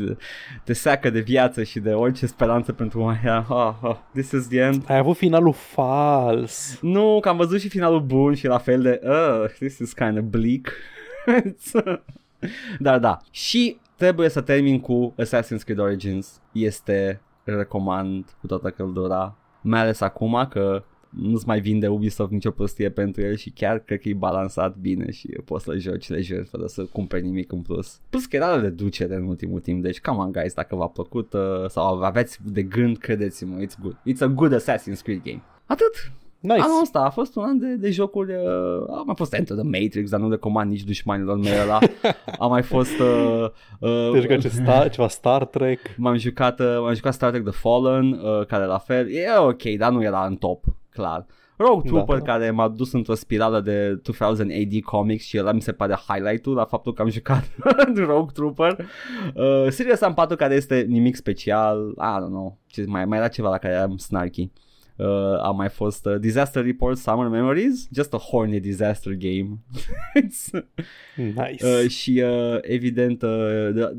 C: te seacă de viață și de orice speranță pentru mai oh, oh, this is the end.
B: Ai avut finalul fals.
C: Nu, că am văzut și finalul bun și la fel de uh, this is kind of bleak. [LAUGHS] Dar da. Și trebuie să termin cu Assassin's Creed Origins. Este, îl recomand cu toată căldura. Mai ales acum că nu-ți mai vinde Ubisoft nicio prostie pentru el și chiar cred că e balansat bine și poți să joci lejer fără să cumperi nimic în plus. Plus că era la reducere în ultimul timp, deci come on guys, dacă v-a plăcut uh, sau aveți de gând, credeți-mă, it's good. It's a good Assassin's Creed game. Atât!
B: Nice.
C: Anul ăsta a fost un an de, de jocuri, uh, a mai fost Enter the Matrix, dar nu recomand nici dușmanilor mei ăla. A mai fost... Uh,
B: Te-ai Deci, jucat
C: uh,
B: ce sta, ceva Star Trek.
C: m-am, jucat, uh, m-am jucat Star Trek The Fallen, uh, care la fel, e ok, dar nu era în top, clar. Rogue
B: Da.
C: Trooper care m-a dus într-o spirală de 2000 AD Comics și ăla mi se pare highlight-ul la faptul că am jucat [LAUGHS] Rogue Trooper. Uh, Serious Sam 4 care este nimic special, I don't know, ce, mai, mai era ceva la care am snarky. Uh, a mai fost uh, Disaster Report Summer Memories, just a horny disaster game. [LAUGHS] It's-
B: Nice.
C: Uh, și uh, evident uh, da-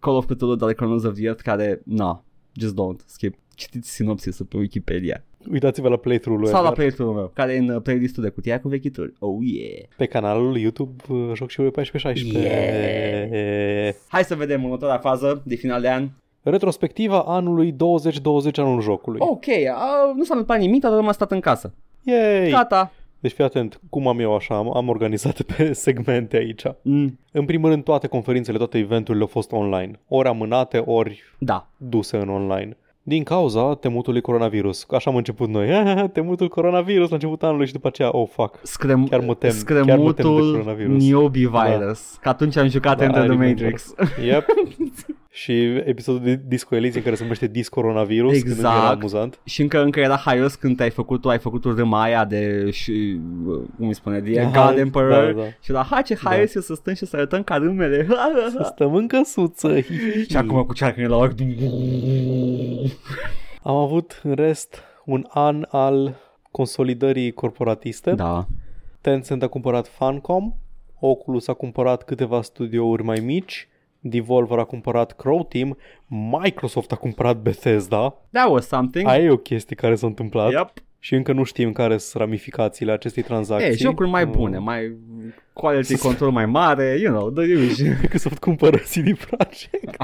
C: Call of Cthulhu The Chronos of the Earth care, na, just don't, skip. Citiți sinopsisul pe Wikipedia.
B: Uitați-vă la playthrough-ul lui
C: Sau la
B: Edgar.
C: playlist-ul meu, care e în uh, playlistul de cutia cu vechituri. Oh yeah!
B: Pe canalul lui YouTube uh, joc și eu 1416. Yeah.
C: Hai să vedem următoarea fază de final de an.
B: Retrospectiva anului 2020 anul jocului.
C: Ok, uh, nu s-a întâmplat nimic, dar am stat în casă.
B: Yay!
C: Gata!
B: Deci fii atent cum am eu așa, am, am organizat [LAUGHS] pe segmente aici.
C: Mm,
B: În primul rând toate conferințele, toate eventurile au fost online. Ori amânate, ori
C: da.
B: duse în online. Din cauza temutului coronavirus. Așa am început noi. [LAUGHS] Temutul coronavirus la început anului și după aceea, oh fuck.
C: Screm-
B: Chiar mă tem, chiar mă tem de
C: scremutul
B: coronavirus.
C: Niobi Virus. Că atunci am jucat
B: Da,
C: Enter
B: I
C: the
B: remember.
C: Matrix. [LAUGHS]
B: Yep. și episodul de Disco Elysium care se numește Discoronavirus, când încă era
C: Exact.
B: amuzant.
C: Și încă, încă era haios când ai făcut tu, ai făcut tu râma aia de, și, uh, cum îi spune, de
B: Da,
C: God Emperor.
B: da, da.
C: Și la ha, ce haios da. e să stăm și să arătăm ca râmele. [LAUGHS]
B: Să stăm în căsuță. hi, hi, hi.
C: și acum cu cearcăne la ochi.
B: Am avut în rest un an al consolidării corporatiste.
C: Da.
B: Tencent a cumpărat Funcom, Oculus a cumpărat câteva studiouri mai mici, Devolver a cumpărat Crow Team, Microsoft a cumpărat Bethesda.
C: That was Da, something.
B: Aia e o chestie care s-a întâmplat.
C: Yep.
B: Și încă nu știm care sunt ramificațiile acestei tranzacții. Mm,
C: E, jocuri mai bune, mai quality
B: [LAUGHS]
C: control mai mare, you know, the usual. [LAUGHS]
B: Microsoft cumpără CD Projekt.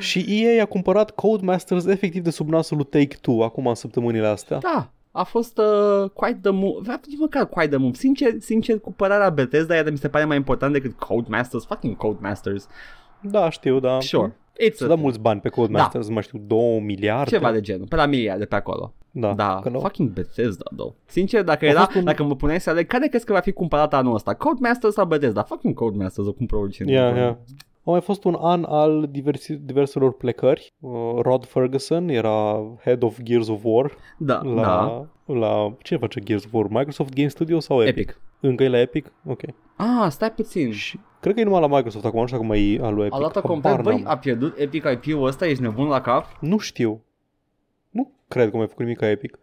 B: Și EA a cumpărat Codemasters efectiv de sub nasul lui Take-Two acum în săptămânile astea.
C: Da, a fost uh, quite the move. A fost măcar quite the move. Sincer, sincer cumpărarea Bethesda iată, mi se pare mai important decât Codemasters. Fucking Codemasters.
B: Da, știu, da.
C: Sure. It's
B: Să
C: a
B: da
C: thing.
B: mulți bani pe Codemasters, da. mai știu, 2 miliarde.
C: Ceva de genul, pe la miliarde pe acolo.
B: Da,
C: Da,
B: că nu-
C: fucking Bethesda, though. Sincer, dacă,
B: A
C: era,
B: fost un-
C: dacă mă puneai să aleg, care crezi că va fi cumpărat anul ăsta? Codemasters sau Bethesda? Fucking Codemasters, o cumpăr oricine.
B: Yeah, yeah. A mai fost un an al diversi, diverselor plecări. Uh, Rod Ferguson era head of Gears of War
C: Da,
B: la,
C: da.
B: la... Cine face Gears of War? Microsoft Game Studio sau Epic?
C: Epic.
B: Încă e la Epic? Ok.
C: Ah, stai puțin.
B: Și cred că e numai la Microsoft acum, nu știu dacă mai e al lui Epic.
C: A luat-o
B: Habar
C: complet, băi,
B: n-am.
C: a pierdut Epic IP-ul ăsta, ești nebun la cap?
B: Nu știu. Nu cred că mai făcut nimic ca Epic.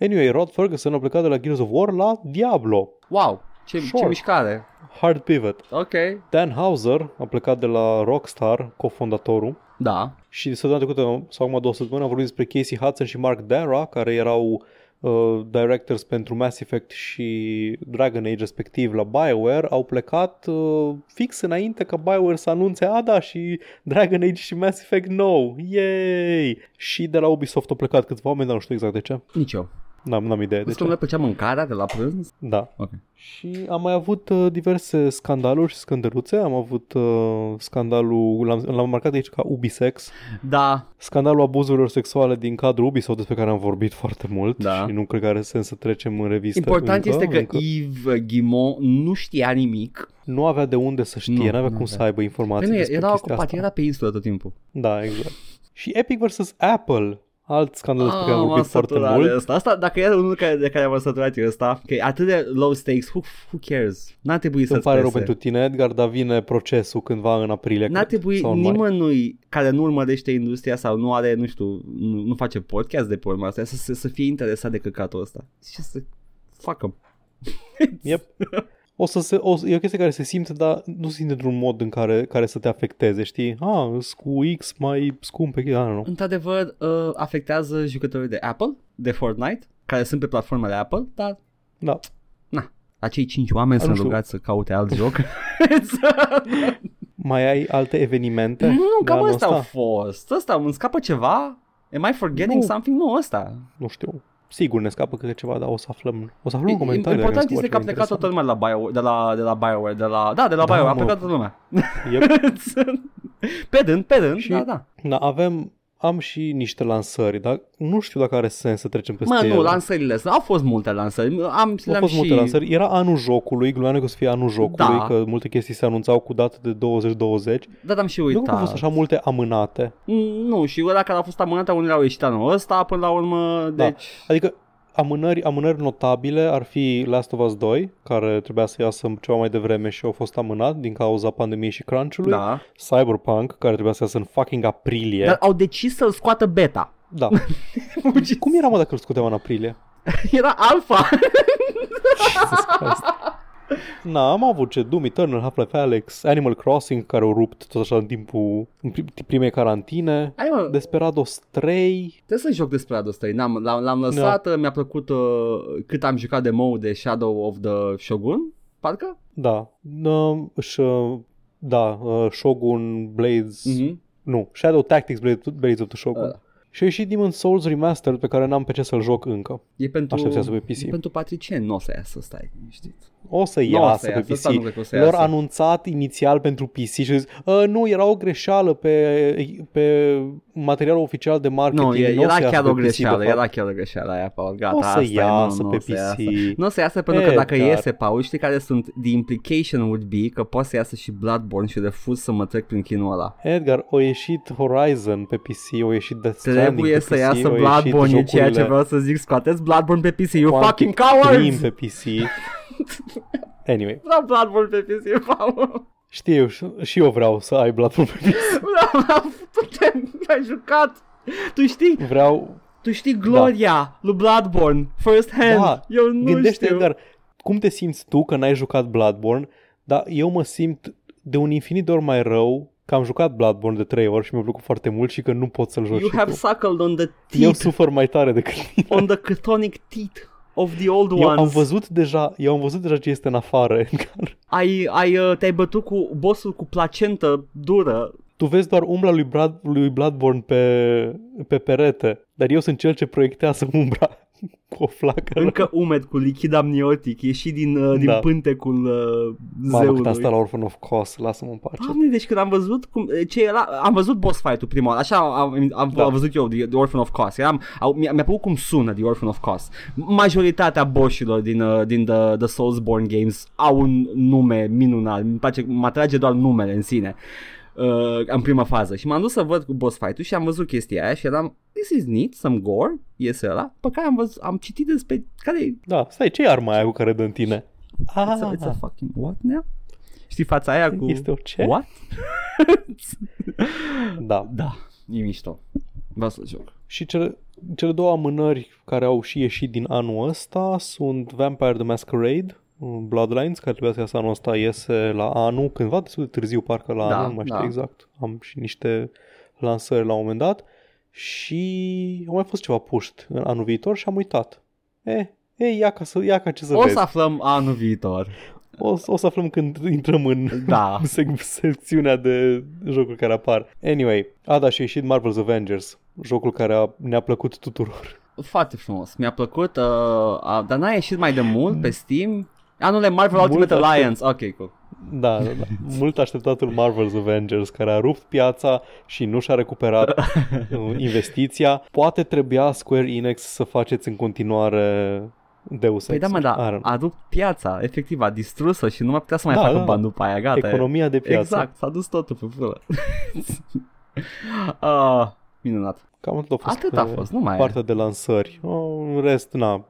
B: Anyway, Rod Ferguson a plecat de la Gears of War la Diablo.
C: Wow, ce,
B: Sure.
C: ce mișcare.
B: Hard pivot.
C: Ok.
B: Dan Hauser a plecat de la Rockstar, cofondatorul.
C: Da.
B: Și săptămâna trecută, sau acum două săptămâni, am vorbit despre Casey Hudson și Mark Dara, care erau uh, directors pentru Mass Effect și Dragon Age respectiv la BioWare, au plecat uh, fix înainte ca BioWare să anunțe ADA și Dragon Age și Mass Effect nou. Yay! Și de la Ubisoft au plecat câțiva oameni, dar nu știu exact de ce.
C: Nici eu.
B: N-am, n-am idee de
C: Deci că
B: ce.
C: nu le plăcea mâncarea de la prânz?
B: Da.
C: Ok.
B: Și am mai avut uh, diverse scandaluri și scândăruțe. Am avut uh, scandalul, l-am, l-am marcat aici ca Ubisex,
C: Da.
B: scandalul abuzurilor sexuale din cadrul Ubisoft despre care am vorbit foarte mult
C: Da.
B: și nu cred că are sens să trecem în revistă.
C: Important
B: încă,
C: este că
B: încă.
C: Yves Guimont nu știa nimic.
B: nu avea de unde să știe,
C: Nu,
B: nu, avea
C: Păi nu
B: cum
C: avea.
B: să aibă informații
C: Bine,
B: despre
C: era
B: chestia
C: ocupat,
B: asta.
C: era pe insulă tot timpul.
B: Da, exact. Și Epic vs. Apple, alt scandal despre care am
C: Ah, m-am
B: vorbit foarte
C: săturat de
B: mult.
C: Asta. asta, dacă era unul care, de care am săturat eu ăsta, că e atât de low stakes, who, who cares? N-a trebuit
B: Îmi
C: să-ți
B: pare rău
C: pese.
B: pentru tine, Edgar, dar vine procesul cândva în aprilie.
C: N-a
B: cred,
C: trebuit
B: sau în mai.
C: nimănui care nu urmărește industria sau nu are, nu știu, nu, nu face podcast de pe urma asta, să, să, să fie interesat de căcatul ăsta. Ce să facă?
B: Yep. O să se, o, e o chestie care se simte, dar nu se simte într-un mod în care, care să te afecteze, știi? Ah, îs cu X mai scumpe, I don't know.
C: Într-adevăr, uh, afectează jucătorii de Apple, de Fortnite, care sunt pe platformele Apple, dar
B: Da. Ah,
C: acei cinci oameni
B: Nu
C: sunt
B: știu.
C: rugați să caute
B: [LAUGHS]
C: alt joc. [LAUGHS]
B: Mai ai alte evenimente?
C: nu,
B: de
C: cam
B: anul
C: ăsta a fost. Ăsta, îmi scapă ceva? Am I forgetting
B: Nu.
C: something? Nu, ăsta.
B: Nu știu. Sigur ne scapă câte ceva, dar o să aflăm. O să aflăm în comentarii. dacă
C: Important
B: ne
C: este
B: scapă
C: că a
B: ceva
C: plecat toată lumea de la Bio, de la, de la BioWare, de la, da, de la
B: Da,
C: BioWare, a
B: mă.
C: plecat toată lumea.
B: Yep.
C: [LAUGHS] pe rând, pe rând,
B: Și-
C: da, da.
B: Da, avem am și niște lansări, dar nu știu dacă are sens să trecem peste
C: Mă, nu,
B: ele.
C: lansările sunt, au fost multe lansări, am,
B: Au
C: le-am
B: fost
C: și...
B: multe lansări. Era anul jocului, glumeam că o să fie anul jocului,
C: Da.
B: că multe chestii se anunțau cu dată de 2020.
C: Da, dar am și
B: Nu cred că
C: uitat. Mm,
B: au fost așa multe amânate.
C: Nu, și dacă au fost amânate, unele au ieșit anul ăsta, până la urmă, deci...
B: Adică amânări, amânări notabile ar fi Last of Us 2, care trebuia să iasă ceva mai devreme și a fost amânat din cauza pandemiei și crunch-ului.
C: Da.
B: Cyberpunk, care trebuia să iasă în fucking aprilie.
C: Dar au decis să-l scoată beta.
B: Da.
C: [LAUGHS]
B: Cum era, mă, dacă îl scuteam în aprilie?
C: Era alfa.
B: Jesus Christ. Na, am avut ce Doom Eternal, Half-Life Alex, Animal Crossing, care au rupt tot așa în timpul în prim- primei carantine.
C: Hai mă,
B: Desperados 3,
C: Trebuie să joc despre Ados 3, N-am, l-am, l-am lăsat,
B: Da.
C: mi-a plăcut uh, cât am jucat demo de Shadow of the Shogun, parcă?
B: da, uh, și, uh, da, uh, Shogun Blades,
C: Mhm.
B: nu, Shadow Tactics Blades, Blades of the Shogun.
C: Ăla.
B: Și a ieșit Demon's Souls Remastered pe care n-am pe ce să-l joc încă.
C: E pentru,
B: Aștept să iasă pe PC.
C: E pentru patriceni, nu o să iasă, stai, știți.
B: O să
C: Nu o
B: iasă
C: să
B: pe
C: iasă,
B: PC.
C: asta nu cred că o să
B: Lor
C: iasă.
B: anunțat inițial pentru PC și au zis, "Ă, nu, era o greșeală pe, pe materialul oficial de marketing.
C: Nu, e,
B: n-o să
C: era
B: iasă
C: chiar
B: pe
C: o
B: PC, de
C: greșeală,
B: fapt."
C: era chiar o greșeală aia, Paul, gata,
B: o
C: asta
B: să
C: e,
B: iasă
C: nu, nu,
B: pe
C: o să
B: PC.
C: iasă. Nu o să iasă pentru că
B: E,
C: dacă
B: dar-
C: iese, Paul, știi care sunt, the implication would be că poate să iasă și Bloodborne și refuz să mă trec prin chinul ăla.
B: Edgar, o ieșit Horizon pe PC, o ieșit Death Stranding
C: Trebuie
B: pe
C: să
B: PC,
C: iasă
B: au
C: Bloodborne, e
B: ieșit
C: ceea ce
B: jocurile
C: vreau să zic, scoateți Bloodborne pe PC, you
B: Quantic
C: fucking
B: Dream
C: cowards!
B: pe PC. Anyway,
C: Vreau Bloodborne pe PC, Paul!
B: știu, și- și eu vreau să ai Bloodborne pe PC.
C: Vreau, putem, ai jucat! Tu știi,
B: Vreau,
C: tu știi gloria lui Bloodborne, first hand,
B: Da,
C: eu nu
B: Gândește,
C: știu.
B: Edgar, cum te simți tu că n-ai jucat Bloodborne, dar eu mă simt de un infinit de ori mai rău că am jucat Bloodborne de trei ori și mi-a plăcut foarte mult și că nu pot să-l joc
C: You
B: și
C: have
B: tu.
C: suckled on the
B: Eu
C: teeth,
B: sufăr mai tare decât tine.
C: on [LAUGHS] the chthonic teeth of the old
B: Eu
C: ones.
B: am văzut deja, eu am văzut deja ce este în afară, Edgar.
C: Ai, ai, uh, te-ai bătut cu bossul cu placentă dură.
B: tu vezi doar umbra lui, Brad, lui Bloodborne pe, pe perete, dar eu sunt cel ce proiectează [LAUGHS] umbra cu o flacără. [LAUGHS]
C: Încă umed cu lichid amniotic, ieșit din, uh, din
B: Da.
C: pântecul uh,
B: Mamă, cât
C: zeului.
B: a stat la Orphan of Cos, lasă-mă în pace.
C: Doamne, deci când am văzut cum, ce era, am văzut boss fight-ul prima oară, așa am, am,
B: Da.
C: da. am văzut eu The, The Orphan of Cos, eram, au, mi-a, mi-a plăcut cum sună The Orphan of Cos. Majoritatea boșilor din, uh, din the, the Soulsborne games au un nume minunat, îmi place, mă atrage doar numele în sine. Uh, în prima fază și m-am dus să văd cu boss fight-ul și am văzut chestia aia și eram this is neat, some gore, iese ăla pe care am, văzut, am citit despre care
B: Da, stai, ce e arma aia cu care dă în tine?
C: ah. it's, a, it's a fucking what now? Știi fața aia cu
B: este o ce?
C: what?
B: [LAUGHS] Da.
C: Da, e mișto. Vreau să joc.
B: Și cele, cele două amânări care au și ieșit din anul ăsta sunt Vampire the Masquerade, uh, Bloodlines, care trebuia să iasă anul ăsta, iese la anul, cândva destul de târziu, parcă la
C: Da,
B: anul, nu mai știu
C: da.
B: exact. Am și niște lansări la un moment dat și au mai fost ceva puști în anul viitor și am uitat. E, e ia, ca să, ia ca ce să
C: O
B: vezi.
C: să aflăm anul viitor.
B: O, să- o să aflăm când intrăm în
C: [LAUGHS]
B: [LAUGHS]
C: Da.
B: sec- secțiunea de jocuri care apar. Anyway, a, da, și a ieșit Marvel's Avengers, jocul care a, ne-a plăcut tuturor. [LAUGHS]
C: Foarte frumos. Mi-a plăcut, uh, a, dar n-a ieșit mai de mult pe Steam. Anul e Marvel Ultimate
B: aștept.
C: Alliance. Ok, cool. Păi
B: Da, da,
C: [LAUGHS]
B: da. Mult așteptatul Marvel's Avengers care a rupt piața și nu și-a
C: [LAUGHS]
B: recuperat uh, investiția. Poate trebuia Square Enix să faceți în continuare Deus
C: Păi
B: Ex.
C: da, mă, da,
B: I don't know.
C: a rupt piața, efectiv, a distrus-o și nu mai putea să mai
B: Da,
C: facă
B: da.
C: bani după aia, gata. e.
B: Economia de piață.
C: Exact, s-a dus totul pe [LAUGHS] pulă. uh, minunat.
B: Cam atât a fost,
C: Atât a
B: uh,
C: fost, nu mai e.
B: partea de lansări. Uh, În rest, na,
C: N-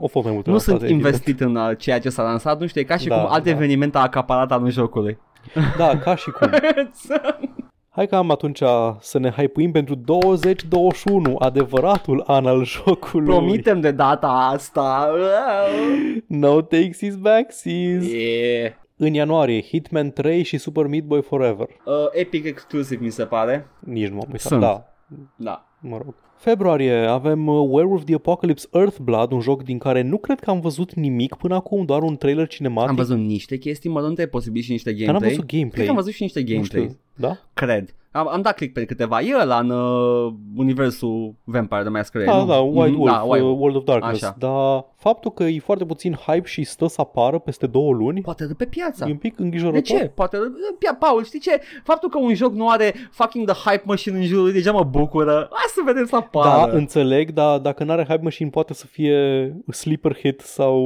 B: au fost mai multe
C: Nu
B: lansate,
C: sunt
B: evident.
C: investit în uh, ceea ce s-a lansat, nu știu, e ca și
B: Da,
C: cum alte
B: da.
C: evenimente a acaparat anul jocului. [LAUGHS]
B: Da, ca și cum. Hai că am atunci să ne hypuim pentru 2021, adevăratul an al jocului.
C: Promitem de data asta.
B: No takesies backsies.
C: Yeah.
B: În ianuarie, Hitman 3 și Super Meat Boy Forever.
C: Uh, Epic exclusiv mi se pare.
B: Nici nu m-am uitat.
C: Sunt.
B: Da,
C: Da.
B: mă rog. Februarie avem uh, Werewolf the Apocalypse Earthblood, un joc din care nu cred că am văzut nimic până acum, doar un trailer cinematic.
C: Am văzut niște chestii mărunte, posibil și niște
B: Dar
C: gameplay.
B: n-am văzut gameplay.
C: Cred că am văzut și niște
B: Nu
C: gameplay.
B: știu. Da?
C: Cred. Am, am dat click pe câteva. E ăla în uh, universul Vampire the Masquerade.
B: Da,
C: nu?
B: da, White
C: Mhm,
B: Wolf,
C: Da, White
B: uh,
C: Wolf.
B: World of Darkness.
C: Așa.
B: Dar faptul că e foarte puțin hype și stă să apară peste două luni,
C: Poate de pe piața.
B: e un pic
C: Da. De
B: îngrijorător.
C: ce? Poate... uh, Pia, Paul, știi ce? Faptul că un joc nu are fucking the hype machine în jurul lui deja mă bucură. Hai să vedem să
B: Da,
C: apară.
B: înțeleg, dar dacă n-are Hype Machine poate să fie sleeper hit sau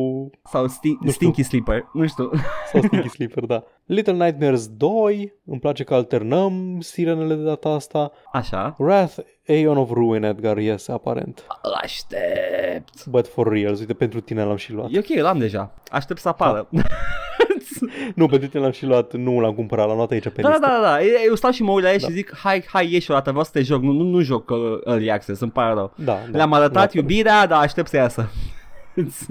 C: Sau sti-
B: știu.
C: Stinky Sleeper. Nu știu. [LAUGHS]
B: Sau Stinky Sleeper, da. Little Nightmares 2, îmi place că alternăm sirenele de data asta.
C: Așa.
B: Wrath, Aeon of Ruin, Edgar, iese aparent.
C: Îl aștept.
B: But for real, uite, pentru tine l-am și luat.
C: E ok, îl am deja. Aștept să apară.
B: Da.
C: [LAUGHS]
B: Nu, pentru tine l-am și luat, nu l-am cumpărat, l-am luat aici pe
C: Da, da,
B: listă.
C: da, da, eu eu stau și mă uit la el
B: Da.
C: și zic, hai, hai, ieși o dată, vreau să te joc, nu, nu, nu joc uh, Early Access, îmi pare rău.
B: Da, da.
C: Le-am
B: Da,
C: arătat
B: da.
C: iubirea, dar aștept să iasă. [LAUGHS]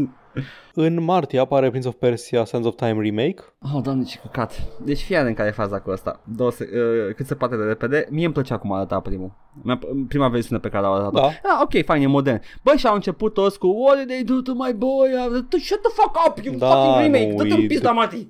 B: În martie apare Prince of Persia Sands of Time Remake.
C: oh, doamne, ce căcat. Deci fii în care e faza cu asta. Două se- uh, cât se poate de repede. Mie îmi plăcea cum arăta primul. Mi-a- Prima versiune pe care au arătat-o.
B: Da.
C: Ah, ok, fain, e modern. Bă, și au început toți cu What did they do to my boy? Shut the fuck up, you
B: Da,
C: fucking remake.
B: nu,
C: Dă-te în
B: e-
C: pizda, Mati.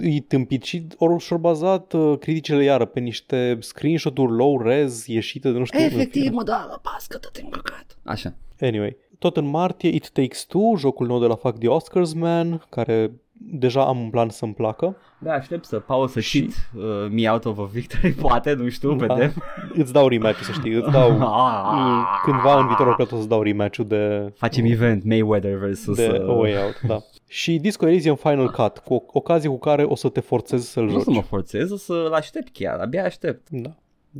B: E tâmpit și ori și-or bazat uh, criticile iară pe niște screenshot-uri low-res ieșite de nu știu în
C: Efectiv,
B: fine.
C: mă, da, la pască, dă-te în căcat. Așa.
B: Anyway, tot în martie It Takes Two, jocul nou de la Fuck the Oscars Man, care deja am un plan să-mi placă.
C: Da, aștept să pauză să
B: Și-
C: și... cheat uh, me out of a victory, [LAUGHS] poate, nu știu,
B: Da.
C: vedem.
B: Îți dau rematch să știi, îți dau... [LAUGHS] mm, Cândva în viitorul cred o să dau rematch-ul de,
C: Facem event Mayweather versus...
B: de
C: uh,
B: A Way Out, da. Și Disco Elysium Final Cut, cu o- ocazie cu care o să te forțezi să-l
C: Nu o să mă
B: joci.
C: forțez, o să-l aștept chiar, abia aștept.
B: Da.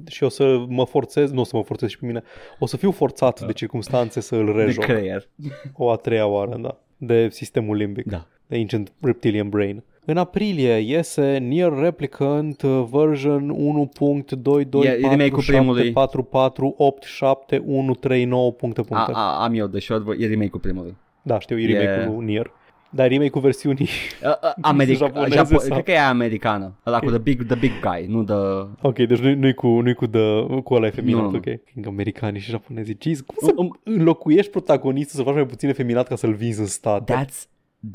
B: Și o să mă forțez, nu o să mă forțez și pe mine, o să fiu forțat de circumstanțe să îl
C: De
B: rejoc.
C: creier.
B: O a treia oară, da. De sistemul limbic.
C: Da.
B: De Ancient Reptilian Brain. În aprilie iese Nier Replicant uh, version 1.2247487139
C: E remake-ul primului.
B: puncte
C: A,
B: puncte.
C: a, am eu de short, e remake-ul primului.
B: Da, știu, e remake-ul
C: E-
B: Nier. Dar remake-ul versiunii... [LAUGHS]
C: Uh, uh, Americ-
B: Japoneze
C: Japo-
B: sau-
C: Cred că e americană, ăla cu the big, the big guy, nu the...
B: Ok, deci nu-i, nu-i cu, nu-i cu, de, cu ăla efeminat,
C: Nu, nu.
B: ok? Fiindcă americanii și japonezii, jeez, cum să
C: Um, um,
B: înlocuiești
C: Da,
B: protagonistul să-l faci mai puțin efeminat ca să-l vinzi în stat?
C: that's,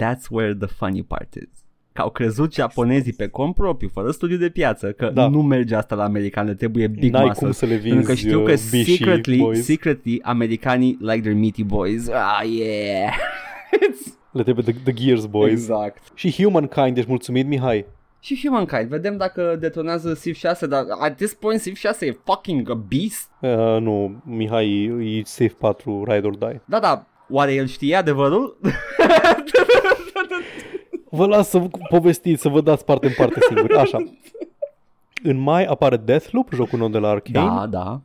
C: that's where the funny part is. că au crezut japonezii pe cont propriu, fără studiu de piață, că
B: Da.
C: da. nu merge asta la americane, trebuie big
B: N-ai
C: muscle.
B: cum să le
C: Pentru
B: vinzi
C: că știu că
B: uh, bișii,
C: secretly,
B: boys.
C: secretly, americanii like their meaty boys. Ah, yeah! [LAUGHS] It's-
B: Le trebuie the, the Gears Boys.
C: Exact.
B: Și Humankind, ești mulțumit, Mihai?
C: Și Humankind, vedem dacă detonează SIF 6, dar at this point SIF 6 e fucking a beast.
B: Uh, nu, Mihai e Safe 4, Ride or Die.
C: Da, da, oare el știe
B: [LAUGHS]
C: adevărul?
B: Da, Vă las să vă povestiți, să vă dați parte în parte singuri. Așa. În mai apare Deathloop, jocul nou de la Arcane.
C: da, da.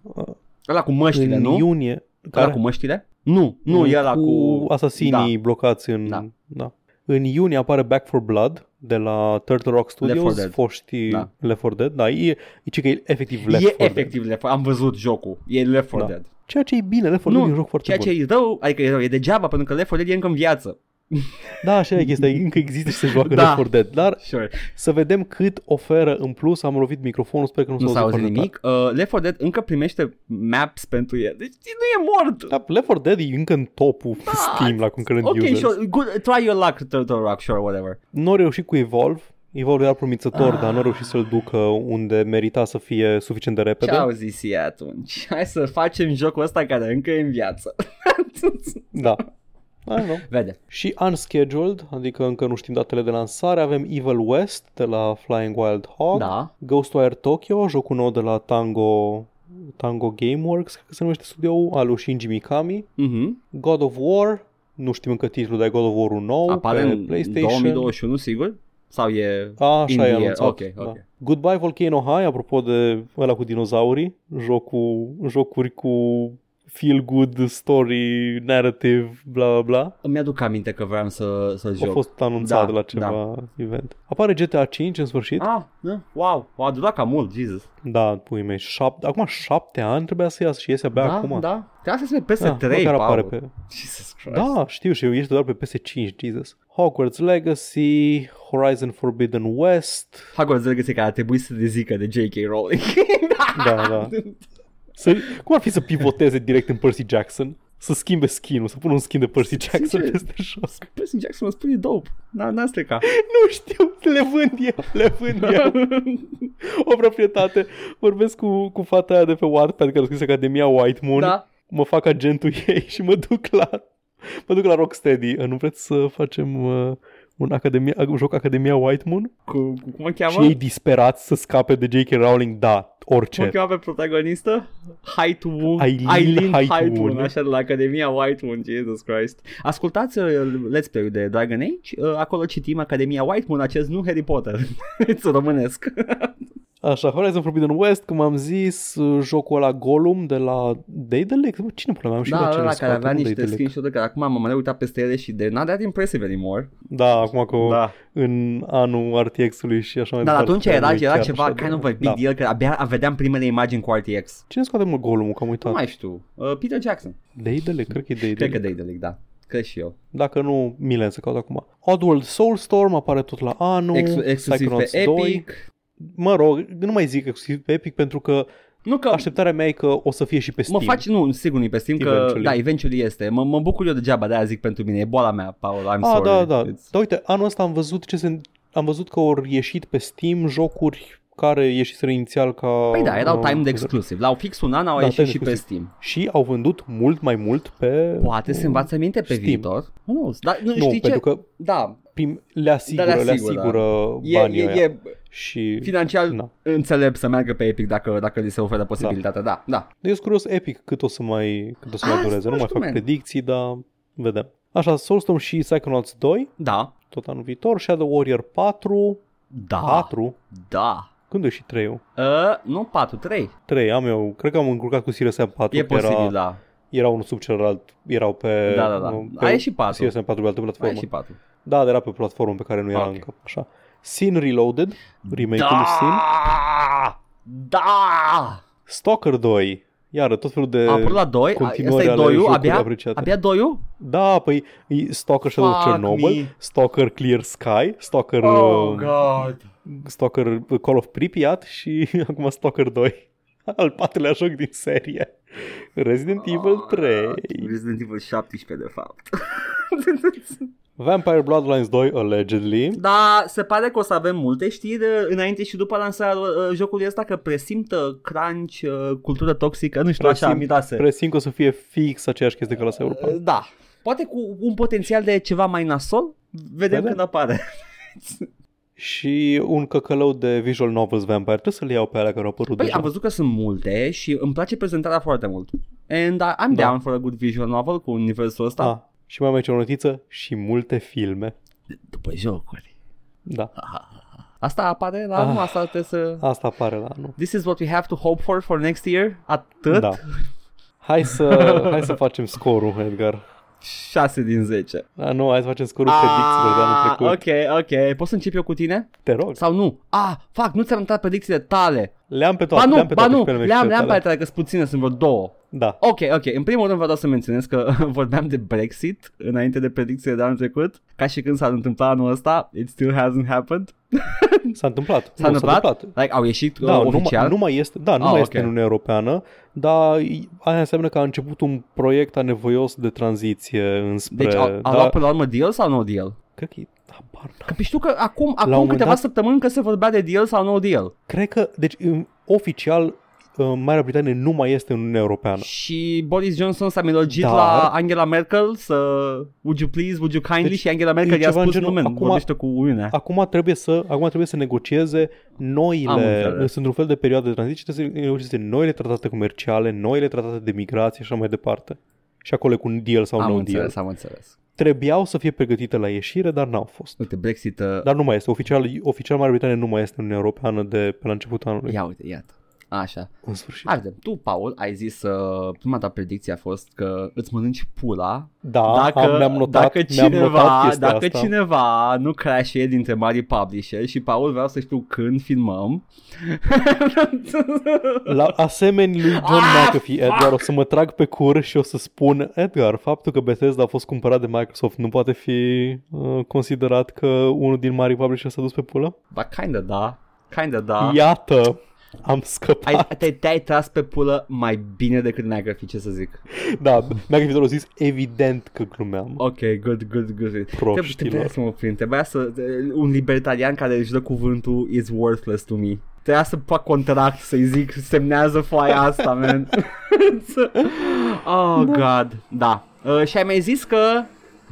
C: Ăla cu măștile,
B: în
C: nu?
B: iunie.
C: Ăla cu măștile? Nu, nu, e ăla cu...
B: asasinii
C: Da.
B: blocați în... Da.
C: Da.
B: da. În iunie apare Back for Blood de la Turtle Rock
C: Left 4
B: Studios,
C: Dead.
B: foștii
C: Da.
B: Left 4 Dead, da, e, e, ce că e efectiv Left
C: e
B: 4 Dead.
C: efectiv Left 4 Am văzut jocul. E Left 4
B: Da.
C: Dead.
B: Ceea ce e bine, Left 4
C: Nu,
B: Dead e un joc foarte
C: Ceea
B: bun.
C: ce e rău, adică e rău, e degeaba, pentru că Left 4 Dead e încă în viață.
B: Da, așa e chestia, încă există și se joacă
C: Da.
B: Left 4 Dead, dar
C: Sure.
B: să vedem cât oferă în plus. Am lovit microfonul, sper că nu,
C: Nu s-a auzit
B: foarte
C: nimic. Uh, Left 4 Dead încă primește maps pentru el. Deci nu e mort.
B: tare. Da, Left 4 Dead e încă în topul da. Steam la concurrent
C: Ok,
B: users.
C: sure, good, try your luck, Turtle Rock, sure, whatever.
B: Nu au reușit cu Evolve. Evolve era promițător, dar nu au reușit să-l ducă unde merita să fie suficient de
C: Ce
B: repede.
C: au zis ei atunci? [LAUGHS] Hai să facem jocul ăsta care încă e în viață.
B: Da. I don't know.
C: [LAUGHS] Vede.
B: Și unscheduled, adică încă nu știm datele de lansare, avem Evil West de la Flying Wild Hog,
C: Da.
B: Ghostwire Tokyo, jocul nou de la Tango, Tango Gameworks, cred că se numește studioul, al lui Shinji Mikami,
C: Mhm.
B: God of War, nu știm încă titlul, dar e God of War-ul nou
C: Apare
B: pe
C: în
B: PlayStation.
C: 2021, sigur? Sau e...
B: A,
C: In the
B: așa e
C: air.
B: anunțat.
C: Ok,
B: da.
C: ok.
B: Goodbye Volcano High, apropo de ăla cu dinozaurii, jocul, jocuri cu feel good, story, narrative, bla bla bla.
C: Îmi aduc aminte că vreau să, să
B: A
C: joc.
B: fost anunțat
C: Da,
B: la ceva event. Apare GTA 5 în sfârșit.
C: Ah, da. wow, a durat cam mult, Jesus.
B: Da, pui mei, șapte, acum șapte ani trebuia să iasă și iese abia
C: da,
B: acum.
C: da. Trebuia să spune PS3,
B: da, măcar
C: Paul.
B: apare pe...
C: Jesus Christ.
B: da, știu și eu, ești doar pe PS5, Jesus. Hogwarts Legacy, Horizon Forbidden West,
C: Hogwarts Legacy care a trebuit să te zică de J.K. Rowling.
B: da, da. Să, cum ar fi să pivoteze direct în Percy Jackson? Să schimbe skin-ul, să pună un skin de Percy Jackson
C: Sincer.
B: peste joc.
C: Percy Păi Jackson mă spune dope. N-a, n-a [LAUGHS] stricat.
B: [LAUGHS] Nu știu, le vând eu, le vând
C: [LAUGHS]
B: eu. o proprietate. Vorbesc cu, cu fata aia de pe Wattpad care a scris Academia White Moon.
C: da.
B: Mă fac agentul [LAUGHS] ei și mă duc la mă duc la Rocksteady. Nu vreți să facem uh, un, academia, un joc Academia White Moon?
C: Cu, cu, cum o
B: Și
C: cheamă?
B: ei disperați să scape de J.K. Rowling? Da,
C: Cum o
B: orice.
C: cheamă pe protagonistă? Haitwu.
B: Aileen Haitwun.
C: Așa de la Academia Whitemoon, Jesus Christ. Ascultați uh, Let's Play-ul de Dragon Age. Uh, acolo citim Academia Whitemoon, acest nu Harry Potter. [LAUGHS] It's românesc.
B: Așa, Horizon Forbidden West, cum am zis, uh, jocul ăla Gollum de la Daedalic? Bă, Cine pula mea? Am și
C: Da,
B: la
C: ăla care avea niște screenshot-uri care acum m-am uitat peste ele și de not that impressive anymore.
B: Da, acum că da. în anul RTX-ului și așa mai
C: Da, Dar atunci era,
B: nu e
C: era
B: chiar
C: ceva
B: așa
C: kind of a
B: de- Da.
C: big deal, că abia vedeam primele imagini cu RTX.
B: Cine scoate mult golul că am uitat?
C: Nu mai știu. Uh, Peter Jackson.
B: Daedalic? Cred că e Daedalic.
C: Cred că Daedalic, da. Cred și eu.
B: Dacă nu, Milen să caut acum. Oddworld Soulstorm apare tot la anul.
C: Ex- exclusiv pe
B: Psychonauts 2.
C: Epic.
B: Mă rog, nu mai zic exclusiv pe Epic pentru că
C: Nu că
B: așteptarea mea e că o să fie și pe
C: Da. mă
B: Steam.
C: faci, nu, sigur nu pe Steam, că
B: Eventually.
C: da, eventually este. Mă, mă bucur eu degeaba, de-aia zic pentru mine, e boala mea, Paul, I'm
B: Ah,
C: sorry.
B: da, da.
C: It's-
B: Dar uite, anul ăsta am văzut ce se... Am văzut că au ieșit pe Steam jocuri care ieșiseră inițial ca...
C: Păi da, erau
B: uh,
C: timed exclusiv. La fix un an au
B: Da,
C: ieșit
B: timed
C: și pe
B: exclusiv.
C: Steam.
B: Și au vândut mult mai mult pe...
C: Poate se învață minte pe
B: Steam.
C: viitor. Nu, dar nu,
B: Nu,
C: știi
B: pentru
C: ce?
B: că
C: Da,
B: prim, le asigură,
C: Da,
B: le
C: le
B: asigură,
C: asigură,
B: le
C: da. e,
B: asigură banii
C: e,
B: ăia.
C: e
B: Și...
C: financiar
B: Na.
C: înțelept să meargă pe Epic dacă, dacă li se oferă posibilitatea, da, da.
B: Eu sunt Deci curios epic cât o să mai, cât o să
C: Ah,
B: mai dureze.
C: nu
B: Nu mai
C: știu,
B: fac
C: man.
B: predicții, dar vedem. Așa, Soulstorm și Psychonauts 2,
C: Da,
B: tot anul viitor, Shadow Warrior 4,
C: da,
B: 4,
C: da.
B: când e și 3
C: Uh, nu, 4, 3.
B: 3 am eu, cred că am încurcat cu Serious Sam 4,
C: E
B: că era,
C: posibil, da.
B: era unul sub celălalt, erau pe,
C: Da, da, da.
B: pe
C: Ai și 4.
B: Serious Sam 4 pe altă
C: Ai
B: platformă.
C: și 4.
B: Da, dar era pe platformă pe care nu era
C: Ok.
B: încă, așa. Sin Reloaded, remake-ul lui Sin,
C: Da! Da!
B: Stalker 2, iară, tot felul de
C: A apărut la 2,
B: continuări
C: ăsta e
B: ale
C: 2
B: jocuri
C: abia,
B: apreciate.
C: abia 2
B: Da, păi e Stalker Shadow of
C: Fuck
B: Chernobyl,
C: me. Oh,
B: Stalker Clear Sky, Stalker, uh,
C: god.
B: Stalker uh, Call of Pripyat și [LAUGHS] acum Stalker 2, [LAUGHS] al patrulea joc din serie.
C: Oh,
B: Resident Evil 3.
C: Resident Evil 17 de fapt.
B: Vampire Bloodlines 2, allegedly.
C: Dar Da, se pare că o să avem multe știri uh, înainte și după lansarea uh, jocului ăsta că presimtă crunch, uh, cultură toxică, nu știu,
B: Presim-
C: așa, mirase.
B: Presim că o să fie fix aceeași chestie ca la Cyberpunk.
C: Uh, Da. Poate cu un potențial de ceva mai nasol? Vedem
B: Da, da.
C: când apare.
B: Și un căcălău de visual novels vampire. Trebuie să-l iau pe alea care au apărut
C: Păi
B: deja.
C: am văzut că sunt multe și îmi place prezentarea foarte mult. And I- I'm
B: Da.
C: down for a good visual novel cu universul ăsta.
B: Ah, și mai am aici o notiță și multe filme.
C: După jocuri.
B: Da,
C: Asta apare la
B: Ah.
C: anul, asta trebuie să...
B: asta apare la anul.
C: This is what we have to hope for for next year? Atât?
B: Da. Hai
C: [LAUGHS]
B: să, hai să facem scorul, Edgar.
C: 6 din 10.
B: A, nu, hai să facem scorul predicțiilor de anul trecut. Okay.
C: Ah, ok, ok. Pot să încep eu cu tine?
B: Te rog.
C: Sau nu? Ah, fac, nu ți-am dat predicțiile tale.
B: Le-am pe
C: Ba
B: toate.
C: nu,
B: le-am pe
C: ba
B: toate
C: nu,
B: și pe
C: le-am, le-am pe
B: tale.
C: ale tale, că sunt puține, sunt vreo două.
B: Da.
C: Ok, ok. În primul rând vreau să menționez că [LAUGHS] vorbeam de Brexit înainte de predicțiile de anul trecut. Ca și când s-ar întâmpla anul ăsta, it still hasn't happened.
B: S-a întâmplat. Nu,
C: S-a întâmplat? Like, au ieșit
B: Da,
C: uh,
B: nu,
C: oficial?
B: mai, nu mai este, da, nu
C: Ah,
B: mai
C: ok.
B: este în Uniunea Europeană, dar i- aia înseamnă că a început un proiect anevoios de tranziție înspre...
C: deci au, au
B: da,
C: luat până la urmă deal sau no deal?
B: Cred că e... Habar n-am.
C: Că păi știu că acum,
B: un
C: acum
B: moment
C: câteva
B: dat-
C: săptămâni că se vorbea de deal sau no deal.
B: Cred că, deci, în, oficial, în Marea Britanie nu mai este în Uniunea Europeană.
C: Și Boris Johnson s-a milogit
B: Da. Dar-
C: la Angela Merkel să would you please, would you kindly
B: Deci,
C: și Angela Merkel
B: e
C: i-a
B: ceva în
C: spus
B: genul,
C: nu men,
B: acum-
C: vorbește cu Uniunea.
B: Acum trebuie să, acum trebuie să negocieze
C: Am
B: noile,
C: înțeles.
B: sunt un fel de perioadă de tranziție, trebuie să negocieze noile tratate comerciale, noile tratate de migrație și așa mai departe. Și acolo e cu un deal sau
C: am
B: no deal.
C: înțeles, am înțeles.
B: Trebuiau să fie pregătite la ieșire, dar n-au fost.
C: Uite, Brexit, uh,
B: Dar nu mai este. Oficial, oficial Marea Britanie nu mai este în Uniunea Europeană de pe la începutul anului.
C: ia uite, iată. Așa.
B: În sfârșit.
C: Arde, tu, Paul, ai zis, uh, prima ta predicție a fost că îți mănânci pula
B: Da,
C: dacă,
B: am, ne-am notat,
C: dacă
B: ne-am
C: cineva,
B: notat chestia
C: dacă
B: asta.
C: cineva nu crashe dintre mari publisher și Paul vreau să știu când filmăm.
B: La asemeni lui John
C: Ah,
B: McAfee, Edgar, o să mă trag pe cur și o să spun Edgar, faptul că Bethesda a fost cumpărat de Microsoft nu poate fi uh, considerat că unul din mari publisher s-a dus pe pulă?
C: Ba, kinda da, kinda da.
B: Iată, am scăpat.
C: Ai, te, te-ai tras pe pulă mai bine decât neagră, fi ce să zic.
B: Da, McAfee doar a zis, evident că glumeam.
C: Ok, good, good, good. Te,
B: Proștilor.
C: trebuia să mă prind, trebuia să... Un libertarian care își dă cuvântul is worthless to me. Trebuia să fac contract, să-i zic, semnează foaia
B: [LAUGHS]
C: asta, man. oh, god. Da. Uh, și ai mai zis că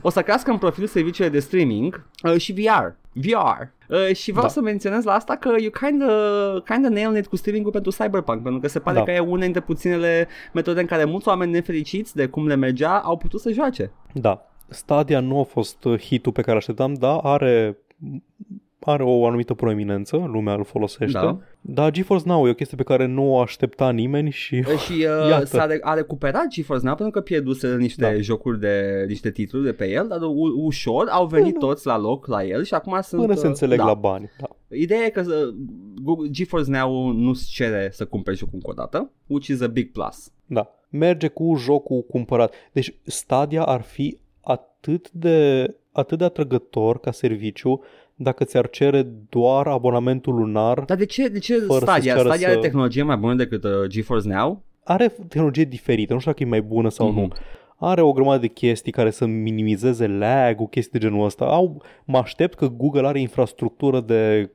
C: o să crească în profil serviciile de streaming uh, și VR. VR. Uh, și vreau
B: Da.
C: să menționez la asta că you kinda, kinda nailed it cu streaming-ul pentru Cyberpunk, pentru că se pare
B: Da.
C: că e una dintre puținele metode în care mulți oameni nefericiți de cum le mergea au putut să joace.
B: Da, Stadia nu a fost uh, hitul pe care așteptam, dar are are o anumită proeminență, lumea îl folosește.
C: Da.
B: Dar GeForce Now e o chestie pe care nu o aștepta nimeni și
C: Uh, [LAUGHS] Și uh,
B: Iată.
C: s-a re- a recuperat GeForce Now pentru că pierduse niște
B: Da.
C: jocuri de niște titluri de pe el, dar u- ușor au venit
B: Până-
C: toți la loc la el și acum sunt...
B: Păi până se
C: uh,
B: înțeleg
C: da.
B: la bani. Da.
C: Ideea e că uh, Google- GeForce Now nu-ți cere să cumperi jocul încă o dată, which is a big plus.
B: Da. Merge cu jocul cumpărat. Deci Stadia ar fi atât de, atât de atrăgător ca serviciu dacă ți-ar cere doar abonamentul lunar.
C: Dar de ce, de ce
B: Fără să-ți
C: Stadia?
B: ceară
C: Stadia are
B: să-
C: tehnologie mai bună decât uh, GeForce Now?
B: Are tehnologie diferită, nu știu dacă e mai bună sau mm-hmm. nu.
C: Mhm.
B: Are o grămadă de chestii care să minimizeze lag-ul, chestii de genul ăsta. Au, mă aștept că Google are infrastructură de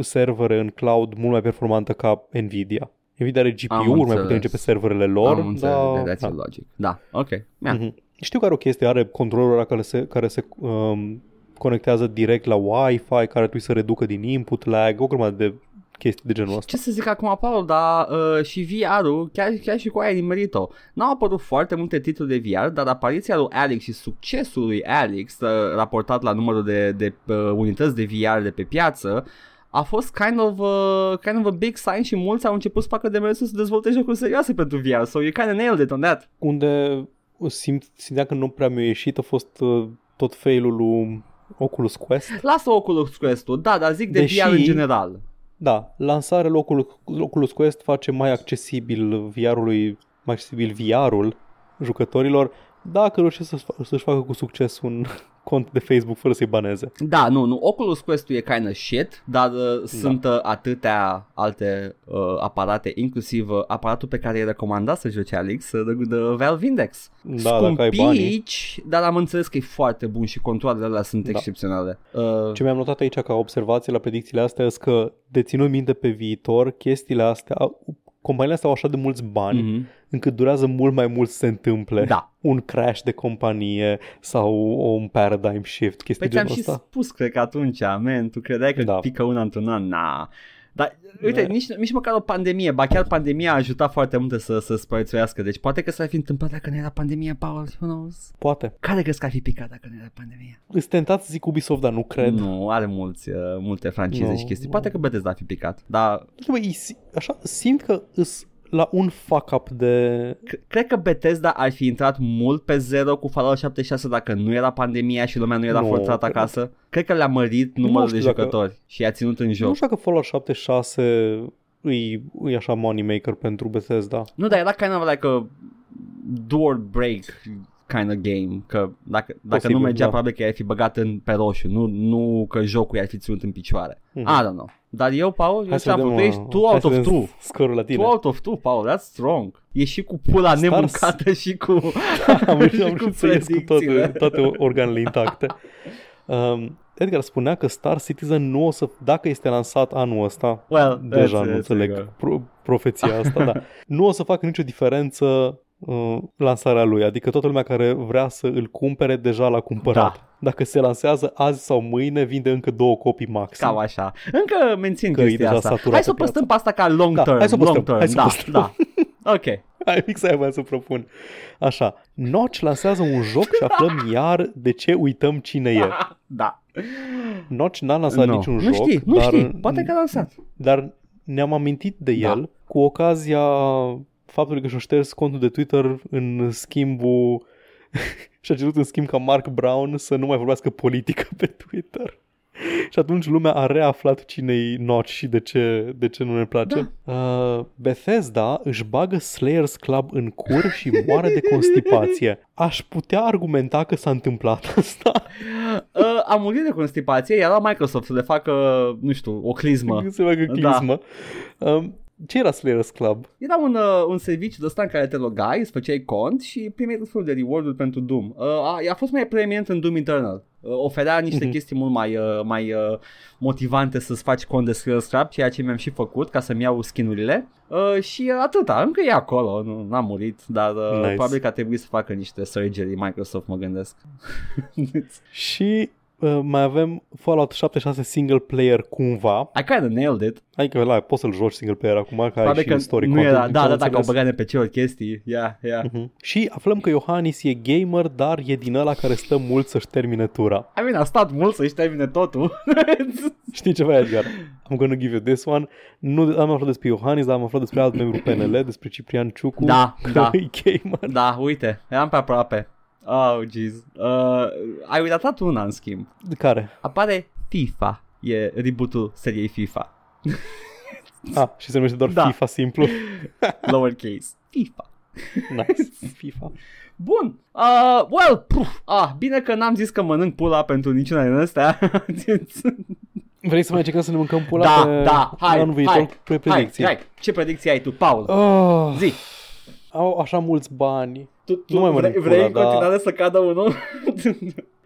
B: servere în cloud mult mai performantă ca Nvidia. Nvidia are GPU-uri mai
C: înțeles.
B: puternice pe serverele lor.
C: Am înțeles,
B: dar,
C: that's your logic. Da, ok. Yeah.
B: Mhm. Știu că are o chestie, are controlul ăla care se, care se um, conectează direct la Wi-Fi, care trebuie să reducă din input lag, o grămadă de chestii de genul ăsta.
C: Ce să zic acum, Paul, dar uh, și VR-ul, chiar, chiar și cu aia ai nimerit-o. N-au apărut foarte multe titluri de VR, dar apariția lui Alex și succesul lui Alex, uh, raportat la numărul de, de uh, unități de VR de pe piață, a fost kind of, uh, kind of a big sign și mulți au început să facă demersul să dezvolte jocuri serioase pentru VR, so you kind of nailed it on that.
B: Unde simt, simțeam că nu prea mi-a ieșit, a fost uh, tot failul lui Oculus Quest.
C: Lasă Oculus Quest-ul, da, dar zic de
B: Deși-
C: VR în general.
B: Da, lansarea lui Oculus, Oculus Quest face mai accesibil VR-ului, mai accesibil VR-ul jucătorilor, dacă reușesc să-și, fa- să-și facă cu succes un [LAUGHS] cont de Facebook fără să-i baneze.
C: Da, nu, nu, Oculus Quest-ul e kind of shit, dar uh, da. sunt uh, atâtea alte uh, aparate, inclusiv uh, aparatul pe care e recomandat să joci Alex, uh, the, the Valve Index.
B: Da, dacă ai banii.
C: Scumpici, dar am înțeles că e foarte bun și contoarele alea sunt
B: Da.
C: excepționale. Uh,
B: Ce mi-am notat aici ca observație la predicțiile astea este că de ținut minte pe viitor chestiile astea, au- companiile astea au așa de mulți bani mm-hmm.
C: mhm.
B: încât durează mult mai mult să se întâmple.
C: Da.
B: Un crash de companie sau un paradigm shift,
C: Păi
B: chestii păi
C: ți-am
B: genul
C: și
B: ăsta.
C: spus, cred că atunci, man, tu credeai că da.
B: Da.
C: pică una într-un an, na. Dar, uite,
B: Da.
C: nici, nici măcar o pandemie, ba chiar pandemia a ajutat foarte multe să, să spărețuiască, deci poate că s-ar fi întâmplat dacă nu era pandemia, Paul, who knows?
B: Poate.
C: Care crezi că ar fi picat dacă nu era pandemia?
B: Îți tentat să zic Ubisoft, dar nu cred. Nu.
C: Nu, are mulți, uh, multe francize
B: Nu,
C: și chestii.
B: nu.
C: Poate că Bethesda ar fi picat, dar
B: Nu știu, bă, îi si- așa, simt că îs la un fuck-up de...
C: c- cred că Bethesda ar fi intrat mult pe zero cu Fallout 76 dacă nu era pandemia și lumea nu era
B: Nu,
C: forțată
B: cred-
C: acasă. Cred că le-a mărit numărul de
B: știu dacă-
C: jucători și i-a ținut în joc.
B: Nu știu dacă Fallout 76 îi, îi așa moneymaker pentru Bethesda.
C: Nu, dar era kind of like a door break kind of game, că dacă, dacă nu
B: Posibil,
C: mergea,
B: da.
C: probabil că i-ar fi băgat în, pe roșu, nu, nu că jocul i-ar fi ținut în picioare. Mm-hmm. I don't know. Dar eu, Paul, eu
B: Mhm. Hai să
C: ți-am
B: vedem,
C: făcut, ești
B: uh,
C: two
B: hai
C: out
B: să
C: of
B: vedem
C: two.
B: Scorul la tine.
C: Two out of two, Paul, that's strong. E și cu pula nemâncată și cu,
B: [LAUGHS]
C: [LAUGHS]
B: am
C: și
B: reușit, am
C: cu
B: reușit să ies cu toate,
C: predicțiile.
B: toate organele intacte. Um, Edgar spunea că Star Citizen nu o să, dacă este lansat anul ăsta,
C: Well,
B: deja
C: that's-
B: nu
C: that's
B: înțeleg
C: legal.
B: pro- profeția asta,
C: [LAUGHS]
B: da. nu o să facă nicio diferență uh, lansarea lui, adică toată lumea care vrea să îl cumpere deja l-a cumpărat.
C: Da.
B: Dacă se lansează azi sau mâine, vinde încă două copii maxim.
C: Cam așa. Încă mențin
B: Că e
C: chestia
B: deja
C: asta.
B: saturată
C: Hai să o păstrăm pe asta ca long
B: Da,
C: term.
B: hai să o păstrăm,
C: long term.
B: hai să o
C: da,
B: păstrăm. [LAUGHS]
C: da. Ok.
B: [LAUGHS] Hai, fix aia voiam să propun. Așa, Notch lansează un joc și
C: [LAUGHS]
B: aflăm iar de ce uităm cine e.
C: Da.
B: Notch n-a lansat
C: No.
B: niciun
C: nu
B: joc.
C: știi, nu
B: dar,
C: știi. Poate că a lansat.
B: [LAUGHS] Dar ne-am amintit de
C: Da.
B: el cu ocazia faptului că și-a șters contul de Twitter în schimbul... [LAUGHS] și-a cerut în schimb ca Mark Brown să nu mai vorbească politică pe Twitter. [LAUGHS] Și atunci lumea a reaflat cine-i Notch și de ce, de ce nu ne place. Da. Uh, Bethesda își bagă Slayers Club în cur și moare de constipație. Aș putea argumenta că s-a întâmplat [LAUGHS] asta.
C: Uh, a murit de constipație, iar la Microsoft să le facă, nu știu, o clismă.
B: Când se facă
C: Da.
B: clismă. Um, ce era Slayers Club?
C: Era un, uh, un serviciu de ăsta în care te logai, îți făceai cont și primeai tot felul de reward-uri pentru Doom. Uh, a, a fost mai preeminent în Doom Eternal. Uh, oferea niște
B: Mhm.
C: chestii mult mai, uh, mai uh, motivante să-ți faci cont de Skills Trap, ceea ce mi-am și făcut ca să-mi iau skinurile. Uh, și uh, atâta, încă e acolo, nu, n-am murit, dar uh,
B: Nice.
C: probabil că a trebuit să facă niște surgery Microsoft, mă gândesc. [LAUGHS]
B: Și uh, mai avem Fallout 76 single player cumva.
C: I kinda nailed it.
B: Adică la, poți să-l joci single player acum, că ai
C: Probabil
B: și
C: că
B: story
C: nu
B: content,
C: era,
B: din
C: da,
B: ce
C: da,
B: am
C: dacă au
B: înțeles.
C: băgat de pe ce chestii, ia, ia.
B: Mhm. Și aflăm că Iohannis e gamer, dar e din ăla care stă mult să-și termine tura. [LAUGHS]
C: I mean, a stat mult să-și termine totul. [LAUGHS]
B: Știi ceva, Edgar? I'm gonna give you this one. Nu am aflat despre Iohannis, dar am aflat despre alt membru PNL, despre Ciprian Ciucu, [LAUGHS]
C: Da,
B: că
C: da.
B: e gamer.
C: da, uite, eram pe aproape. Oh, jeez. Uh, ai uitat una, în schimb.
B: Care?
C: Apare FIFA. E rebootul seriei FIFA.
B: Ah, și se numește doar
C: Da.
B: FIFA
C: [LAUGHS]
B: simplu.
C: Lowercase. FIFA.
B: Nice. FIFA.
C: Bun. Uh, well, puf. Ah, bine că n-am zis că mănânc pula pentru niciuna din astea. [LAUGHS]
B: Vrei să mai încercăm să ne mâncăm pula
C: da,
B: pe
C: da, hai,
B: anul viitor
C: hai, hai,
B: pe predicție?
C: hai. Ce predicție ai tu, Paul?
B: Oh,
C: Zi.
B: au așa mulți bani.
C: Tu, tu
B: Nu mai
C: vrei,
B: mănânc
C: vrei
B: pula,
C: în
B: da.
C: continuare să cadă unul? [LAUGHS]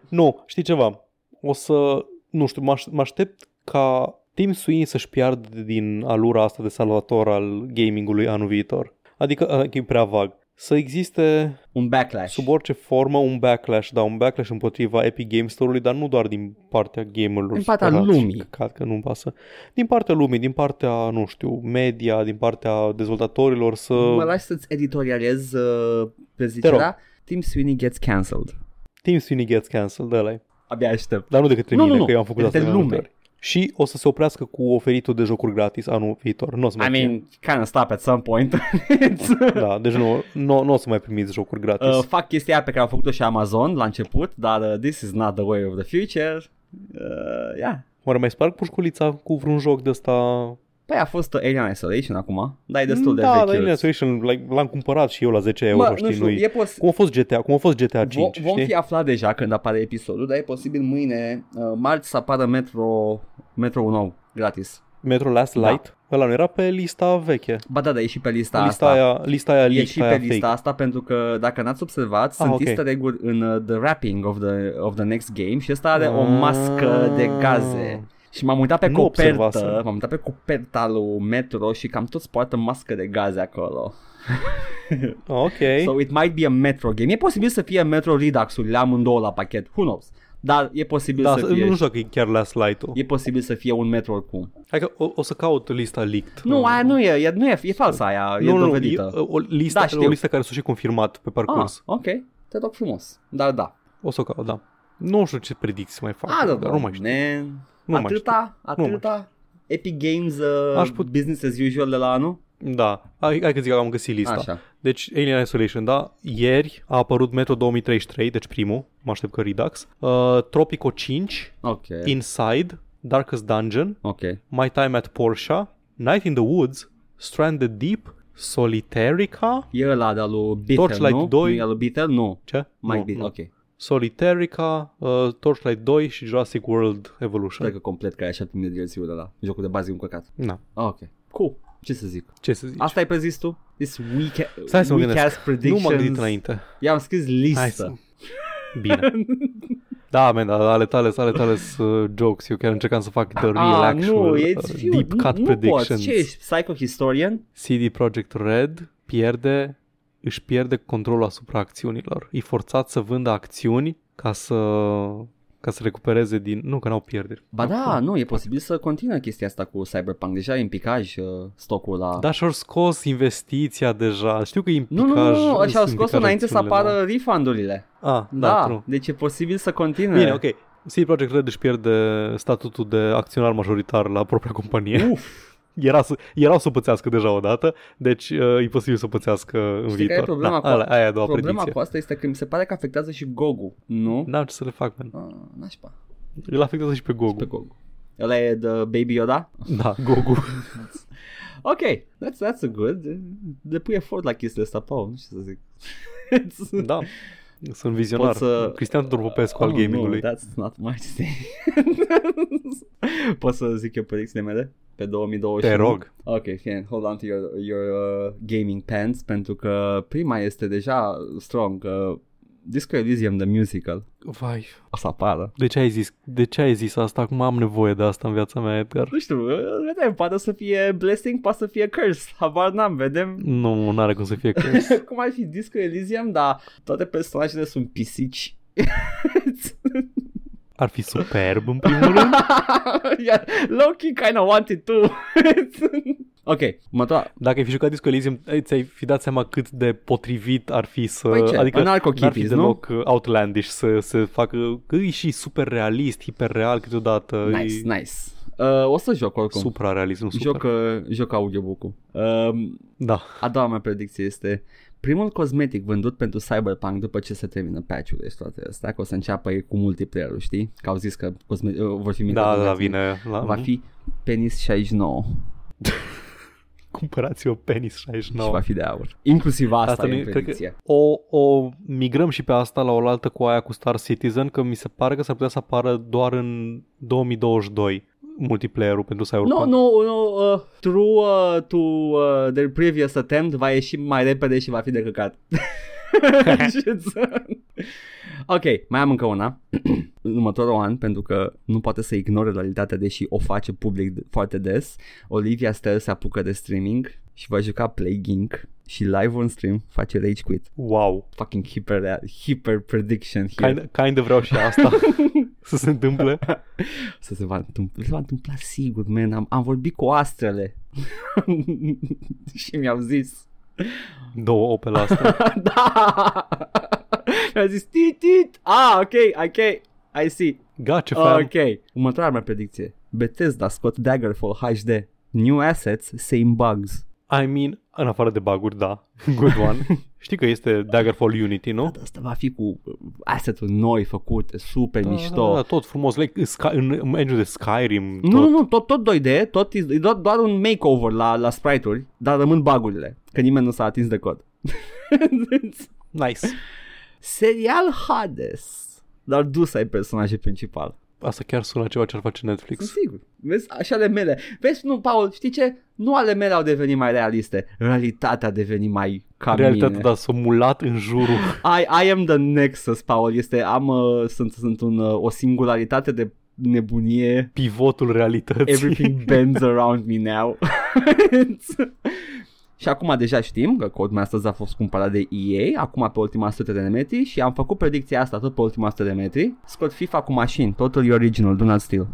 B: Nu, știi ceva? O să, nu știu, mă aș- mă aștept ca Tim Sweeney să-și piardă din alura asta de salvator al gamingului anul viitor. Adică, adică e prea vag. Să existe
C: Un backlash.
B: sub orice formă un backlash, da, un backlash împotriva Epic Games Store-ului, dar nu doar din partea gamerilor.
C: Din partea
B: supărați și
C: lumii.
B: Căcat că nu-mi pasă. Din partea lumii, din partea, nu știu, media, din partea dezvoltatorilor să...
C: Mă lași să-ți editorialez uh, prezicerea. Tim Sweeney gets cancelled.
B: Tim Sweeney gets cancelled, ăla
C: Abia aștept.
B: Dar nu de către
C: Nu,
B: mine,
C: nu, nu.
B: că eu am făcut
C: De
B: asta de
C: lume.
B: multe ori. Și o să se oprească cu oferitul de jocuri gratis anul viitor. Nu o să mai
C: I mean, kind of stop at some point. [LAUGHS]
B: fie. Da, deci nu, nu, nu o să mai primiți jocuri gratis.
C: uh,
B: Uh,
C: fac chestia aia pe care au făcut-o și Amazon la început, dar uh, this is not the way of the future. Uh, yeah.
B: Oare mai sparg pușculița cu vreun joc de ăsta
C: Păi a fost Alien Isolation acum, dar e destul de
B: da,
C: vechi.
B: Da, Alien Isolation like, l-am cumpărat și eu la 10 euro,
C: Mă,
B: știi,
C: nu știu,
B: nu-i-
C: e pos-
B: Cum a fost GTA, cum a fost GTA 5,
C: Vom, vom
B: știi?
C: fi aflat deja când apare episodul, dar e posibil mâine, uh, marți, să apară Metro, Metro nou, gratis.
B: Metro Last
C: Da.
B: Light, ăla nu era pe lista veche.
C: Ba da, dar e și pe lista,
B: lista
C: asta.
B: aia, lista aia,
C: e
B: lista
C: și
B: aia
C: pe
B: fake.
C: lista asta pentru că, dacă n-ați observat, ah, sunt
B: ok.
C: okay. easter egg-uri în uh, The Wrapping of the, of the Next Game și ăsta are o
B: Ah.
C: mască de gaze. Și m-am uitat pe
B: Nu
C: copertă,
B: observasem.
C: m-am uitat pe coperta lui Metro și cam toți poartă mască de gaze acolo.
B: Ah, Ok.
C: So it might be a Metro game. E posibil să fie Metro Redux-ul, le amândouă la pachet, who knows. Dar e posibil
B: da,
C: să
B: să-
C: fie
B: nu
C: și-
B: știu dacă e chiar Last Light-ul.
C: E posibil să fie un metro oricum.
B: Hai că o, o să caut lista leaked.
C: Nu, aia nu e, e, nu e, e falsă aia, e dovedită.
B: e o listă,
C: Da,
B: da,
C: știu.
B: o listă care s-a și confirmat pe
C: ah,
B: parcurs.
C: ok, te rog frumos. Dar da.
B: O să o caut, da. Nu știu ce predicții mai fac,
C: Ah, da,
B: dar nu mai știu.
C: Man.
B: Nu mai
C: atâta,
B: știu.
C: atâta. Epic Games uh,
B: Aș put-
C: business as usual de la anul?
B: Da, hai, hai că zic că am găsit lista.
C: Așa.
B: Deci Alien Isolation, da, ieri a apărut Metro 2033, deci primul, mă aștept că Redux, uh, Tropico 5,
C: Ok.
B: Inside, Darkest Dungeon,
C: Ok.
B: My Time at Porsche, Night in the Woods, Stranded Deep, Solitarica,
C: E ăla de lui Beatle,
B: Torchlight
C: nu?
B: 2.
C: Nu e al lui Beatle? Nu.
B: ce?
C: Mai
B: Nu,
C: Beatle,
B: nu.
C: ok.
B: Solitarica, uh, Torchlight 2 și Jurassic World Evolution.
C: Cred că complet că e așa primit DLC-ul de la jocul de bază e un căcat.
B: Na,
C: Ah, ok. Cool. Ce să zic?
B: ce să zici?
C: Asta ai prezis tu? This weak,
B: Deci- Stai să mă
C: weak
B: gândesc.
C: ass
B: nu
C: predictions.
B: m-am gândit înainte.
C: I-am scris
B: Hai
C: listă.
B: să... Bine. Da, men, dar ale tale, ale tale sunt uh, jokes. Eu chiar încercam să fac the real
C: Ah,
B: actual
C: nu,
B: uh,
C: it's few,
B: deep cut
C: nu,
B: predictions.
C: Nu poți. Ce ești? Psycho Historian?
B: CD Projekt Red pierde, își pierde controlul asupra acțiunilor. E forțat să vândă acțiuni ca să ca să recupereze din... Nu, că n-au pierderi.
C: Ba da, nu, e posibil să continue chestia asta cu Cyberpunk. Deja e în picaj uh, stocul la...
B: Dar și-au scos investiția deja. Știu că e în
C: nu, nu,
B: picaj-
C: nu, nu, așa au
B: sunt
C: scos
B: picaj
C: înainte să
B: acțiunile,
C: apară refundurile.
B: Da. Ah,
C: Da,
B: da, true.
C: deci e posibil să continue.
B: Bine, ok. CD Projekt Red își pierde statutul de acționar majoritar la propria companie.
C: Uf,
B: [LAUGHS] Era să, erau să pățească deja odată, deci uh, e posibil să pățească în
C: Știi
B: viitor.
C: care e problema
B: da,
C: cu-
B: ala, aia e a doua
C: problema
B: predicție.
C: cu asta este că mi se pare că afectează și Gogu, nu?
B: N-am ce să le fac, man.
C: Ah, nașpa,
B: Îl afectează și pe Gogu.
C: pe Gogu. Ăla e de Baby
B: [LAUGHS]
C: Yoda?
B: Da,
C: [LAUGHS]
B: Gogu.
C: Ok, that's, that's a good. Depui efort la chestia asta, Paul, nu știu să zic.
B: da. Sunt vizionar.
C: Pot să-
B: Cristian Tudor Popescu al
C: Oh,
B: gamingului.
C: No, that's not my thing. Pot să zic eu predicțiile mele? Pe 2021?
B: Te rog.
C: Ok, fine. Hold on to your, your uh, gaming pants pentru că prima este deja strong. Uh, Disco Elysium The Musical.
B: Vai.
C: O să apară.
B: De ce ai zis, de ce ai zis asta? Acum am nevoie de asta în viața mea, Edgar.
C: Nu știu, uh, vedem, poate să fie blessing, poate să fie curse, habar n-am, vedem [LAUGHS]
B: Nu, n-are cum să fie că...
C: cum ar fi Disco Elysium, dar toate personajele sunt pisici. [LAUGHS]
B: Ar fi superb, în primul rând.
C: yeah, Loki kinda wanted to. [LAUGHS] ok, următoarea.
B: Dacă ai fi jucat Disco Elysium, ai- ți-ai fi dat seama cât de potrivit ar fi să...
C: Păi ce?
B: Adică n-ar fi
C: Anarcho-hippies, nu?
B: deloc uh, outlandish să, să facă... Că e și super realist, hiperreal câteodată.
C: Nice,
B: e
C: nice. Uh, o să joc oricum.
B: Supra-realist, nu Păi- super.
C: Joc, uh, joc audiobook-ul. Um,
B: Da.
C: a doua mea predicție este primul cosmetic vândut pentru Cyberpunk după ce se termină patch-ul și toate astea, că o să înceapă ei cu multiplayer-ul, știi? Că au zis că cosme- uh, vor fi
B: Da, da,
C: microtranzacții.
B: da, vine. La...
C: Va fi penis 69
B: [LAUGHS] Cumpărați-o penis
C: no. și va
B: 69.
C: fi de aur. Inclusiv asta,
B: Asta
C: asta
B: nu
C: e
B: e- cred că-
C: predicția.
B: O, o migrăm și pe asta la oaltă cu aia cu Star Citizen, că mi se pare că s-ar putea să apară doar în 2022 multiplayer-ul pentru Cyberpunk.
C: Nu, nu, nu, uh, true uh, to uh, their previous attempt va ieși mai repede și va fi de căcat. [LAUGHS] ok, mai am încă una. [CLEARS THROAT] în următorul an, pentru că nu poate să ignore realitatea, deși o face public de- foarte des, Olivia Stell se apucă de streaming și va juca Plague Inc. și live on stream face rage quit.
B: Wow.
C: Fucking hyper, hyper prediction here.
B: Kind, kind of vreau și asta [LAUGHS] să se întâmple.
C: Să se va întâmpla, se va întâmpla sigur, man. Am, am vorbit cu astrele [LAUGHS] și mi-au zis. [LAUGHS]
B: Două Opel astea.
C: da! mi-au zis, tit, tit. Ah, ok, ok, I see.
B: Ga, ce fan.
C: Ok. Următoarea mea predicție. Bethesda scot Daggerfall HD. New assets, same bugs. [LAUGHS]
B: I mean, în afară de baguri, da. Good one. Știi că este Daggerfall Unity, nu?
C: Da, dar asta va fi cu uh, asset-uri noi făcute, super da, mișto.
B: Da, da, tot frumos, like, Sky, în engine de Skyrim.
C: Nu, nu,
B: tot.
C: nu, tot, tot 2D, tot, e doar, doar un makeover la, la sprite-uri, dar rămân bagurile, că nimeni nu s-a atins de cod. [LAUGHS] Deci,
B: Nice.
C: Serial Hades, dar tu să ai personajul principal.
B: Asta chiar sună ceva ce ar face
C: Sunt
B: Netflix.
C: sigur. Vezi, așa ale mele. Vezi, nu, Paul, știi ce? Nu ale mele au devenit mai realiste. Realitatea a devenit mai ca
B: Realitatea,
C: mine.
B: dar s-a mulat în jurul.
C: I, I am the nexus, Paul. Este, am, uh, sunt, sunt un, uh, o singularitate de nebunie
B: pivotul
C: [LAUGHS]
B: realității.
C: Everything bends around me now. [LAUGHS] și acum deja știm că Codemasters a fost cumpărat de EA, acum pe ultima 100 de metri și am făcut predicția asta tot pe ultima 100 de metri. Scot FIFA cu mașini, totul e original, do not [LAUGHS] steal.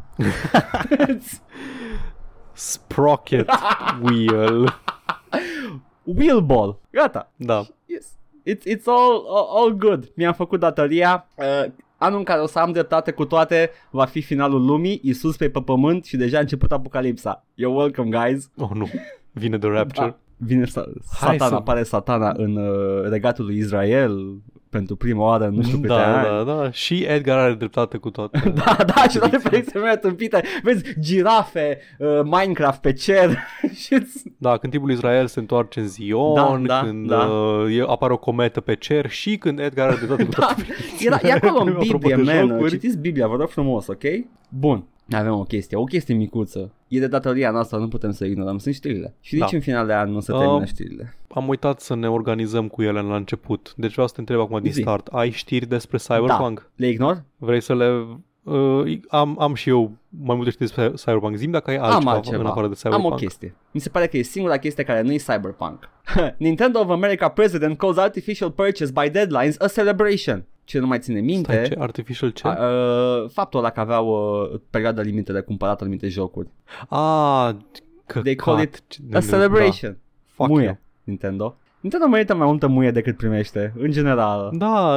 B: Sprocket wheel.
C: Wheelball, gata.
B: [LAUGHS] Da.
C: Yes. It's, it's all, all, all good. Mi-am făcut datoria. Uh, anul în care o să am dreptate cu toate va fi finalul lumii, Isus pe pe pământ și deja a început apocalipsa. You're welcome, guys.
B: Oh, nu. Vine de Rapture.
C: Da. Vine sa-
B: Hai
C: satana,
B: să-
C: apare satana în uh, regatul lui Israel pentru prima oară, nu
B: [LAUGHS]
C: știu câte
B: da,
C: ani.
B: da, da. Și Edgar are dreptate cu toate.
C: [LAUGHS] Da, da, și toate proiectele mele tâmpite. Vezi, girafe, uh, Minecraft pe cer. [LAUGHS] și
B: Da, când tipul Israel se întoarce în Zion,
C: Da, da,
B: când
C: da.
B: uh, e- apare o cometă pe cer și când Edgar are dreptate cu
C: da,
B: toate.
C: era, e acolo în
B: Apropo
C: Biblie,
B: de
C: man.
B: jocuri.
C: Citiți Biblia, vă rog frumos, ok? Bun. Avem o chestie, o chestie micuță. E de datoria noastră, nu putem să ignorăm. Sunt știrile. Și nici
B: Da.
C: în final de an nu se
B: Um,
C: termină știrile.
B: Am uitat să ne organizăm cu ele la început. Deci vreau să te întreb acum din
C: Zi.
B: start. Ai știri despre Cyberpunk?
C: Da. Le ignor?
B: Vrei să le... Uh, am, am și eu mai multe știri despre Cyberpunk. Zim dacă ai altceva,
C: Am altceva.
B: în afară de
C: Am
B: Cyberpunk.
C: o chestie. Mi se pare că e singura chestie care nu e Cyberpunk. [LAUGHS] Nintendo of America president calls artificial purchase by deadlines a celebration. Ce nu mai ține minte...
B: Stai, ce? Artificial ce?
C: A, a, faptul ăla că aveau uh, perioada limită de cumpărat anumite jocuri.
B: Ah, căcat.
C: They call it
B: Ce-
C: A
B: da.
C: celebration.
B: Fuck
C: muie,
B: you.
C: Nintendo. Nintendo merită mai multă muie decât primește, în general.
B: Da.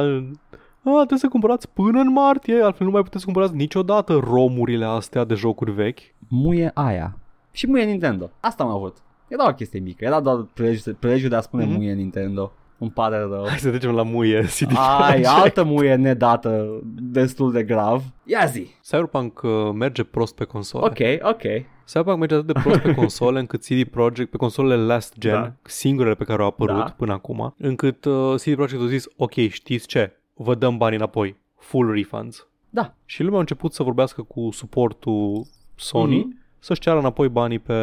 B: A, trebuie să cumpărați până în martie, altfel nu mai puteți să cumpărați niciodată romurile astea de jocuri vechi.
C: Muie aia. Și muie Nintendo. Asta am avut. Era o chestie mică, era doar prelejul, prelejul de a spune
B: Mhm.
C: muie Nintendo. Îmi pare rău.
B: Hai să trecem la muie, [LAUGHS] CD
C: Ai,
B: Projekt.
C: altă muie nedată destul de grav. Ia zi!
B: Cyberpunk uh, merge prost pe console.
C: Ok, ok.
B: Cyberpunk merge atât de prost pe console încât CD Projekt, pe consolele last gen,
C: Da.
B: singurele pe care au apărut
C: Da.
B: până acum, încât uh, CD Projekt a zis, ok, știți ce, vă dăm bani înapoi, full refunds.
C: Da.
B: Și lumea a început să vorbească cu suportul Sony
C: Mhm.
B: să-și ceară înapoi banii pe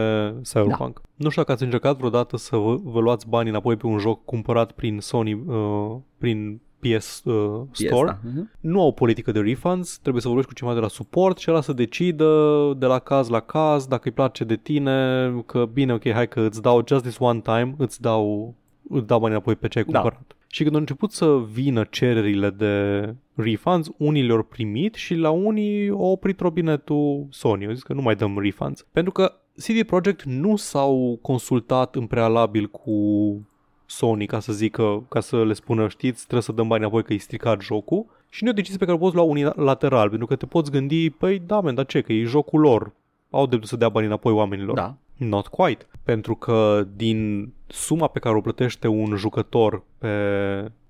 B: Cyberpunk. Nu știu dacă ați încercat vreodată să vă, vă luați banii înapoi pe un joc cumpărat prin Sony, uh, prin PS uh, Store.
C: Yes, da. Mhm.
B: Nu au politică de refunds, trebuie să vorbești cu cineva de la suport și ăla să decidă de la caz la caz dacă îi place de tine, că bine, ok, hai că îți dau just this one time, îți dau, îți dau banii înapoi pe ce ai
C: Da.
B: cumpărat. Și când au început să vină cererile de refunds, unii le-au primit și la unii au oprit robinetul Sony, au zis că nu mai dăm refunds. Pentru că CD Projekt nu s-au consultat în prealabil cu Sony ca să zică, ca să le spună, știți, trebuie să dăm bani înapoi că e stricat jocul și nu e o decizie pe care o poți lua unilateral, pentru că te poți gândi, păi da, men, dar ce, că e jocul lor, au dreptul să dea bani înapoi oamenilor.
C: da.
B: Not quite, pentru că din suma pe care o plătește un jucător pe,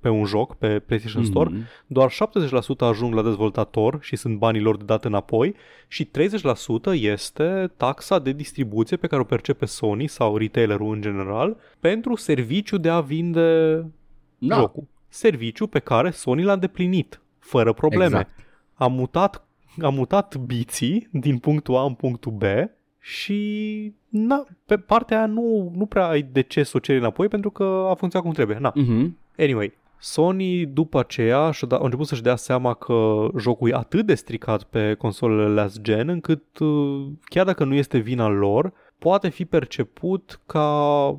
B: pe un joc, pe PlayStation Store,
C: Mhm.
B: doar 70% ajung la dezvoltator și sunt banii lor de dat înapoi și 30% este taxa de distribuție pe care o percepe Sony sau retailerul în general pentru serviciu de a vinde
C: Da.
B: jocul. Serviciu pe care Sony l-a îndeplinit fără probleme.
C: Exact.
B: A mutat, a mutat biții din punctul A în punctul B și na, pe partea aia nu, nu prea ai de ce să o ceri înapoi pentru că a funcționat cum trebuie. Na.
C: Mhm.
B: Anyway, Sony după aceea și-a da- a început să-și dea seama că jocul e atât de stricat pe consolele last gen încât uh, chiar dacă nu este vina lor, poate fi perceput ca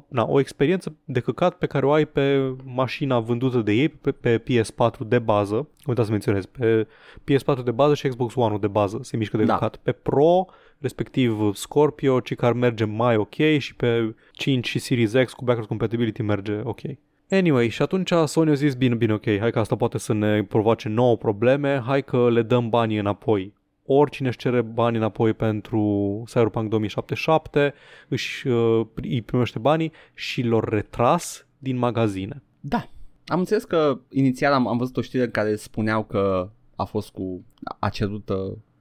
B: na, o experiență de căcat pe care o ai pe mașina vândută de ei, pe, pe PS4 de bază, am uitat să menționez, pe PS4 de bază și Xbox One-ul de bază se mișcă de
C: Da.
B: căcat. Pe Pro, respectiv Scorpio, ci care merge mai ok și pe 5 și Series X cu backwards compatibility merge ok. Anyway, și atunci Sony a zis, bine, bine, ok, hai că asta poate să ne provoace nouă probleme, hai că le dăm banii înapoi. Oricine își cere bani înapoi pentru Cyberpunk 2077 își, uh, pri- îi primește banii și lor retras din magazine.
C: Da. Am înțeles că inițial am, am văzut o știre în care spuneau că a fost cu, a cerut uh,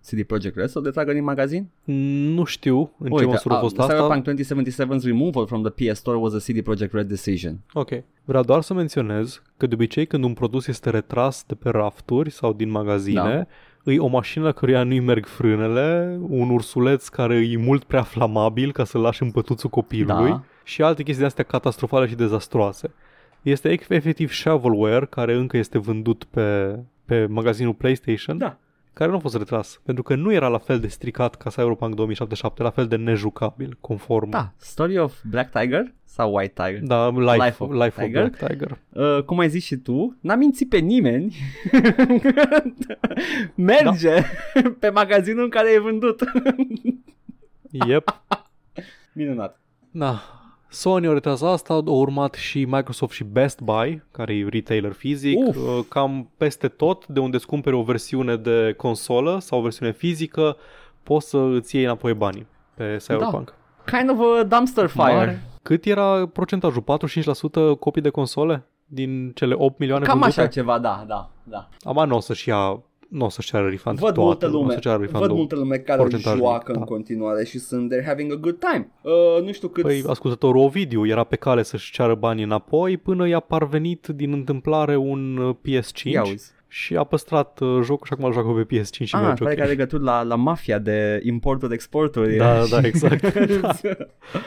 C: CD Projekt Red să le tragă din magazin? uh,
B: Nu știu în ce măsură a fost asta.
C: Cyberpunk 2077's removal from the PS Store was a CD Projekt Red decision.
B: Ok. Vreau doar să menționez că de obicei când un produs este retras de pe rafturi sau din magazine, da. e o mașină la căruia nu-i merg frânele, un ursuleț care e mult prea flamabil ca să-l lași în pătuțul copilului
C: Da.
B: și alte chestii de astea catastrofale și dezastroase. Este ec- efectiv shovelware care încă este vândut pe, pe magazinul PlayStation.
C: Da.
B: care nu a fost retras, pentru că nu era la fel de stricat ca Cyberpunk 2077, la fel de nejucabil, conform.
C: Da, Story of Black Tiger sau White Tiger?
B: Da, Life,
C: Life
B: Life
C: of
B: of, Life of
C: Tiger.
B: Black Tiger.
C: Uh, cum ai zis și tu, n-am mințit pe nimeni. [LAUGHS] Merge da. pe magazinul în care e vândut.
B: Yep.
C: Minunat.
B: Da. Sony a retras asta, au urmat și Microsoft și Best Buy, care e retailer fizic,
C: Uf.
B: uh, cam peste tot, de unde îți cumperi o versiune de consolă sau o versiune fizică, poți să îți iei înapoi banii pe Cyberpunk. Da.
C: Kind of a dumpster Da, fire.
B: Mare. Cât era procentajul? 45% copii de console din cele 8 milioane
C: Cam
B: vândute?
C: așa ceva, da, da, da.
B: Ama nu o să-și ia nu o să-și ceară refund
C: Văd
B: toată,
C: multă
B: nu o
C: lume,
B: să ceară refund
C: văd multă lume care îl
B: Procentaj
C: joacă
B: mic,
C: în
B: da.
C: continuare și sunt they're having a good time. Uh, nu știu cât
B: Păi ascultătorul Ovidiu era pe cale să-și ceară banii înapoi până i-a parvenit din întâmplare un uh, PS5
C: Ia uzi.
B: și a păstrat uh, jocul și acum îl joacă pe PS5 și
C: Ah,
B: merge
C: pare
B: ok.
C: că are legături la, la mafia de importuri-exporturi.
B: Da,
C: [LAUGHS]
B: da, exact. da.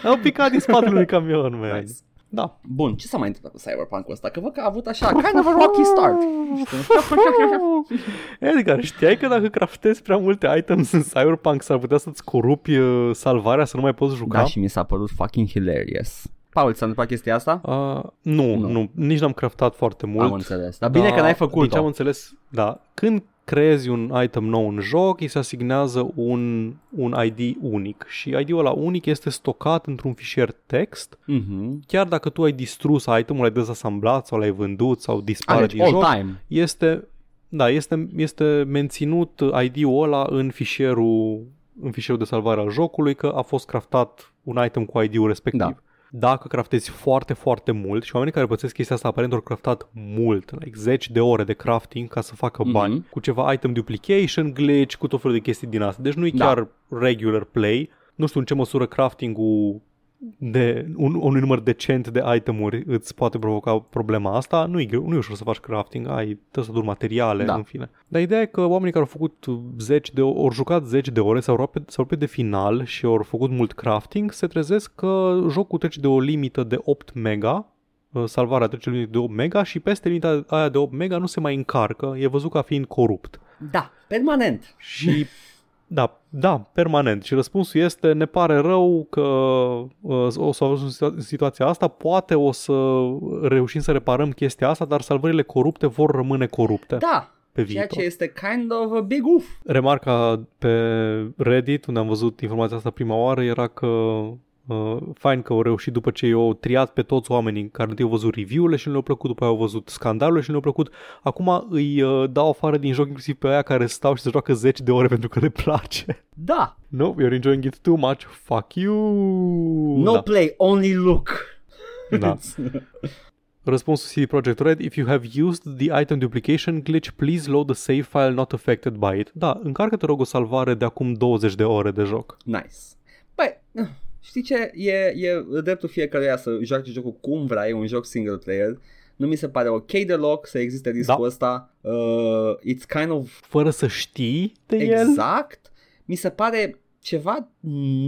B: Au picat din spatele unui camion, man.
C: Nice.
B: Da.
C: Bun, ce s-a mai întâmplat cu Cyberpunk-ul ăsta? Că văd că a avut
B: [LAUGHS]
C: așa, kind of a rocky start. Știi?
B: Edgar, știai că dacă craftezi prea multe items în Cyberpunk s-ar putea să-ți corupi uh, salvarea să nu mai poți juca?
C: Da, și mi s-a părut fucking hilarious. Paul, ți-a întâmplat chestia asta?
B: Uh, nu,
C: Nu.
B: nu, nu, nici n-am craftat foarte mult.
C: Am înțeles. Dar bine că n-ai
B: Deci am
C: făcut-o.
B: înțeles, da. Când creezi un item nou în joc, îi se asignează un, un ID unic și ID-ul ăla unic este stocat într-un fișier text.
C: Mhm.
B: Chiar dacă tu ai distrus itemul, l-ai dezasamblat sau l-ai vândut sau
C: A,
B: dispare
C: deci
B: din joc,
C: all time.
B: este, da, este, este menținut ID-ul ăla în fișierul, în fișierul de salvare al jocului că a fost craftat un item cu ID-ul respectiv.
C: Da.
B: Da. Dacă craftezi foarte, foarte mult și oamenii care pățesc chestia asta aparent au craftat mult, like 10 de ore de crafting ca să facă
C: Mhm.
B: bani cu ceva item duplication, glitch, cu tot felul de chestii din asta. Deci nu e
C: Da.
B: chiar regular play. Nu știu în ce măsură crafting-ul de un, un număr decent de itemuri îți poate provoca problema asta, nu e greu, nu e ușor să faci crafting, ai trebuie să duri materiale,
C: Da.
B: da. în fine. Dar ideea e că oamenii care au făcut 10 de ori, jucat 10 de ore, s-au apropiat, s-au apropiat de final și au făcut mult crafting, se trezesc că jocul trece de o limită de 8 mega, uh, salvarea trece de o limită de 8 mega și peste limita aia de 8 mega nu se mai încarcă, e văzut ca fiind corupt.
C: Da, permanent.
B: Și da, da, permanent. Și răspunsul este ne pare rău că uh, o să aveți în situa- în situația asta, poate o să reușim să reparăm chestia asta, dar salvările corupte vor rămâne corupte
C: Da,
B: pe
C: ceea
B: viitor.
C: ce este kind of a big oof.
B: Remarca pe Reddit, unde am văzut informația asta prima oară, era că uh, fain că au reușit după ce i-au triat pe toți oamenii care întâi au văzut review-urile și nu le-au plăcut, după aia au văzut scandalurile și nu le-au plăcut. Acum îi uh, dau afară din joc inclusiv pe aia care stau și se joacă 10 de ore pentru că le place.
C: Da,
B: No, you're enjoying it too much. Fuck you.
C: no
B: da.
C: play, only look.
B: da. Răspunsul CD Projekt Red, if you have used the item duplication glitch, please load the save file not affected by it. Da, încarcă te rog o salvare de acum 20 de ore de joc.
C: [LAUGHS] nice. Băi, știi ce? E, e dreptul fiecăruia să joace jocul cum vrea, e un joc single player. Nu mi se pare ok deloc să existe riscul
B: Da.
C: ăsta. Uh, it's kind of
B: Fără să știi de el?
C: Exact. Mi se pare ceva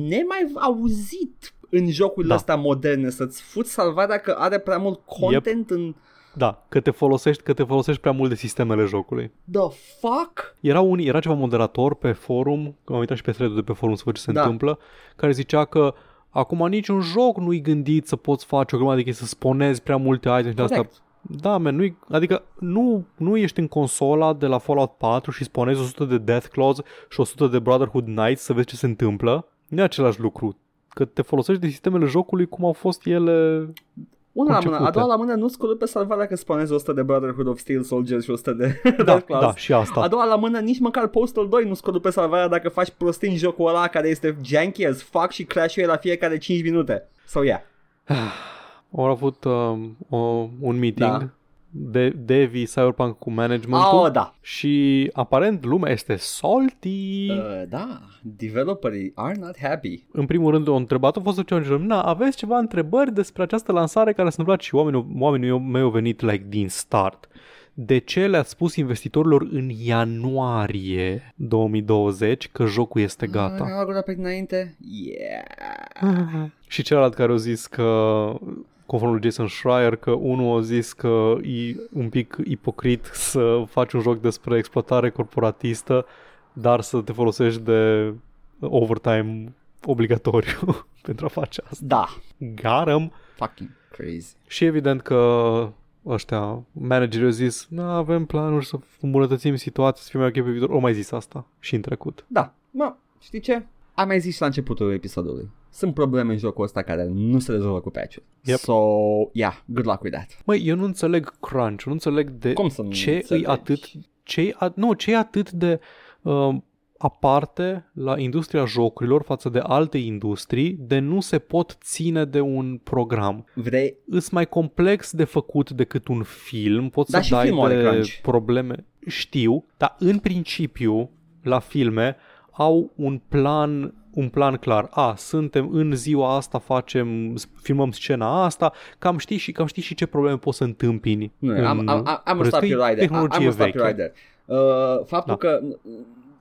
C: nemai auzit în jocul da.
B: Da.
C: ăsta moderne să-ți fuți salvarea că are prea mult content yep. în
B: Da, că te folosești, că te folosești prea mult de sistemele jocului.
C: the fuck?
B: Era, un, era ceva moderator pe forum, că m-am uitat și pe thread de pe forum să văd ce se
C: Da.
B: întâmplă, care zicea că acum niciun joc nu-i gândit să poți face o grămadă de chestii, să sponezi prea multe item și de asta.
C: Corect.
B: Da, man, nu adică nu, nu ești în consola de la Fallout 4 și sponezi 100 de Death Claws și 100 de Brotherhood Knights să vezi ce se întâmplă. Nu e același lucru. Că te folosești de sistemele jocului cum au fost ele...
C: Una la mână,
B: Concepute.
C: a doua la mână nu-ți pe salvarea că spanezi 100 de Brotherhood of Steel Soldiers și 100 de
B: Da,
C: Dark Claws.
B: da, și asta.
C: A doua la mână nici măcar Postal 2 nu-ți pe salvarea dacă faci prostii în jocul ăla care este janky as fuck și crash la fiecare 5 minute. Sau so, yeah.
B: Au avut um, o, un meeting
C: Da.
B: da. de, Devi, Cyberpunk cu managementul
C: Oh, da.
B: și aparent lumea este salty. Uh.
C: Uh, da, developerii are not happy.
B: În primul rând o întrebat, a fost o challenge Lumina, aveți ceva întrebări despre această lansare care s-a întâmplat și oamenii, oamenii mei au venit like din start. De ce le-ați spus investitorilor în ianuarie 2020 că jocul este gata?
C: Ah, gura pe dinainte? Yeah.
B: Și celălalt care a zis că conform lui Jason Schreier, că unul a zis că e un pic ipocrit să faci un joc despre exploatare corporatistă, dar să te folosești de overtime obligatoriu [LAUGHS] pentru a face asta.
C: Da.
B: Garam!
C: Fucking crazy.
B: Și evident că ăștia, managerii au zis, nu avem planuri să îmbunătățim situația, să fim mai ok pe viitor. O mai zis asta și în trecut.
C: Da, mă, știi ce? Am mai zis și la începutul episodului. Sunt probleme în jocul ăsta care nu se rezolvă cu patch-ul.
B: Yep.
C: So, yeah, good luck with that.
B: Măi, eu nu înțeleg crunch, nu înțeleg de
C: Cum să nu
B: ce
C: înțelegi?
B: e atât ce a, nu, ce e atât de uh, aparte la industria jocurilor față de alte industrii de nu se pot ține de un program.
C: Vrei?
B: Îs mai complex de făcut decât un film, poți
C: Dar
B: să
C: și
B: dai
C: filmul are
B: de
C: crunch.
B: probleme. Știu, dar în principiu la filme au un plan un plan clar. A, suntem în ziua asta, facem, filmăm scena asta, cam știi și, cam știi și ce probleme poți să întâmpini.
C: Nu,
B: în-
C: am, am, am, am un stop
B: că e
C: you right there. Am
B: tehnologie
C: un stop you
B: veche.
C: right there. Uh, faptul
B: Da.
C: că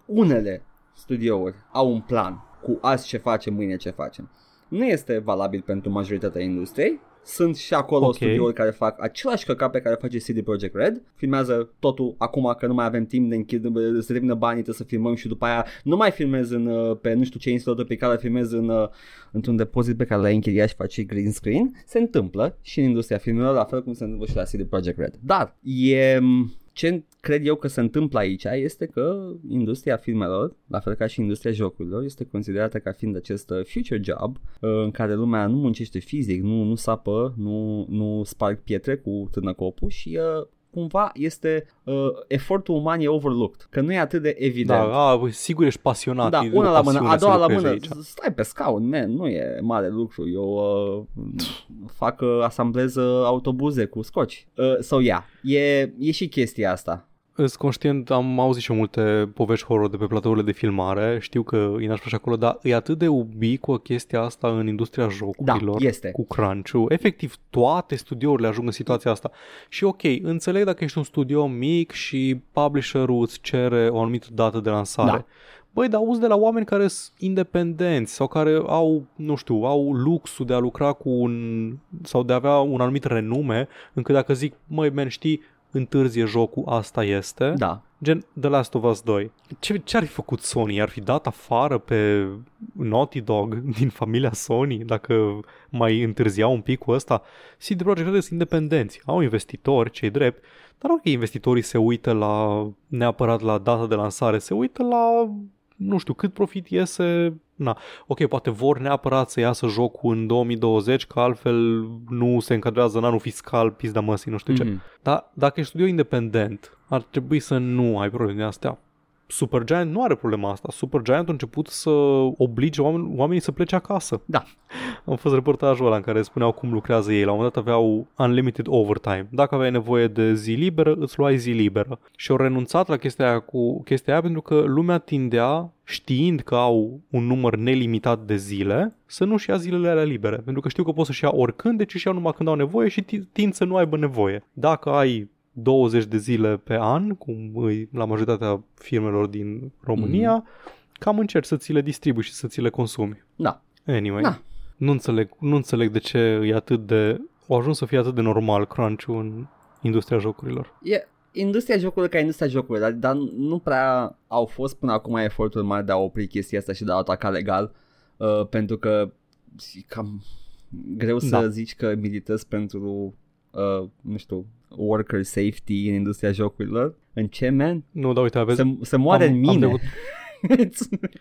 C: unele studiouri au un plan cu azi ce facem, mâine ce facem. Nu este valabil pentru majoritatea industriei. Sunt și acolo
B: Ok.
C: okay. studiouri care fac același căcat pe care face CD Projekt Red. Filmează totul acum că nu mai avem timp, ne închid, se termină banii, trebuie să filmăm și după aia nu mai filmez în, uh, pe nu știu ce instrumentă pe care filmez în, uh, într-un depozit pe care l-ai închiriat și faci green screen. Se întâmplă și în industria filmelor, la fel cum se întâmplă și la CD Projekt Red. Dar e... mm, Ce cred eu că se întâmplă aici este că industria filmelor, la fel ca și industria jocurilor, este considerată ca fiind acest uh, future job uh, în care lumea nu muncește fizic, nu, nu sapă, nu, nu sparg pietre cu târnăcopul și uh, cumva este uh, efortul uman e overlooked, că nu e atât de evident.
B: Da, a, bă, sigur ești pasionat.
C: Da,
B: e
C: una
B: o
C: la mână,
B: pasiune
C: a
B: să
C: doua la
B: lucrezi
C: mână.
B: aici.
C: Stai pe scaun, man, nu e mare lucru. Eu uh, fac uh, asamblez uh, autobuze cu scoci. Uh, sau ia, e, e și chestia asta.
B: Sunt conștient, am auzit și eu multe povești horror de pe platourile de filmare, știu că e nașpa și acolo, dar e atât de ubicuă chestia asta în industria
C: Da,
B: jocurilor.
C: este.
B: cu crunch-ul. Efectiv, toate studiourile ajung în situația asta. Și ok, înțeleg dacă ești un studio mic și publisherul îți cere o anumită dată de lansare.
C: Da.
B: Băi, dar auzi de la oameni care sunt independenți sau care au, nu știu, au luxul de a lucra cu un... sau de a avea un anumit renume, încât dacă zic, măi, men, știi, întârzie jocul, asta este.
C: Da.
B: Gen The Last of Us 2. Ce, ce ar fi făcut Sony? Ar fi dat afară pe Naughty Dog [LAUGHS] din familia Sony dacă mai întârziau un pic cu ăsta? CD Projekt Red sunt independenți, au investitori, cei drept, dar ok, investitorii se uită la neapărat la data de lansare, se uită la nu știu cât profit iese, na, ok, poate vor neapărat să iasă jocul în 2020, că altfel nu se încadrează în anul fiscal, pizda măsii, nu știu ce.
C: Mhm.
B: Dar dacă ești studio independent, ar trebui să nu ai probleme de astea. Supergiant nu are problema asta. Supergiant a început să oblige oameni, oamenii să plece acasă.
C: Da.
B: Am fost reportajul ăla în care spuneau cum lucrează ei. La un moment dat aveau unlimited overtime. Dacă aveai nevoie de zi liberă, îți luai zi liberă. Și au renunțat la chestia aia, cu, chestia aia pentru că lumea tindea, știind că au un număr nelimitat de zile, să nu-și ia zilele alea libere. Pentru că știu că pot să-și ia oricând, deci își iau numai când au nevoie și ti- tind să nu aibă nevoie. Dacă ai 20 de zile pe an, cum îi la majoritatea firmelor din România, cam încerci să ți le distribui și să ți le consumi.
C: Da.
B: Anyway,
C: Da.
B: nu, înțeleg, nu înțeleg de ce e atât de... Au ajuns să fie atât de normal crunch în industria jocurilor.
C: E industria jocurilor ca industria jocurilor, dar, dar nu prea au fost până acum eforturi mari de a opri chestia asta și de a ataca legal, uh, pentru că e cam greu să
B: Da.
C: zici că militezi pentru, uh, nu știu, worker safety în industria jocurilor. În ce, man?
B: Nu, dar uite, aveți...
C: Se, se moare
B: am-
C: în
B: am
C: mine. [LAUGHS]
B: trecut-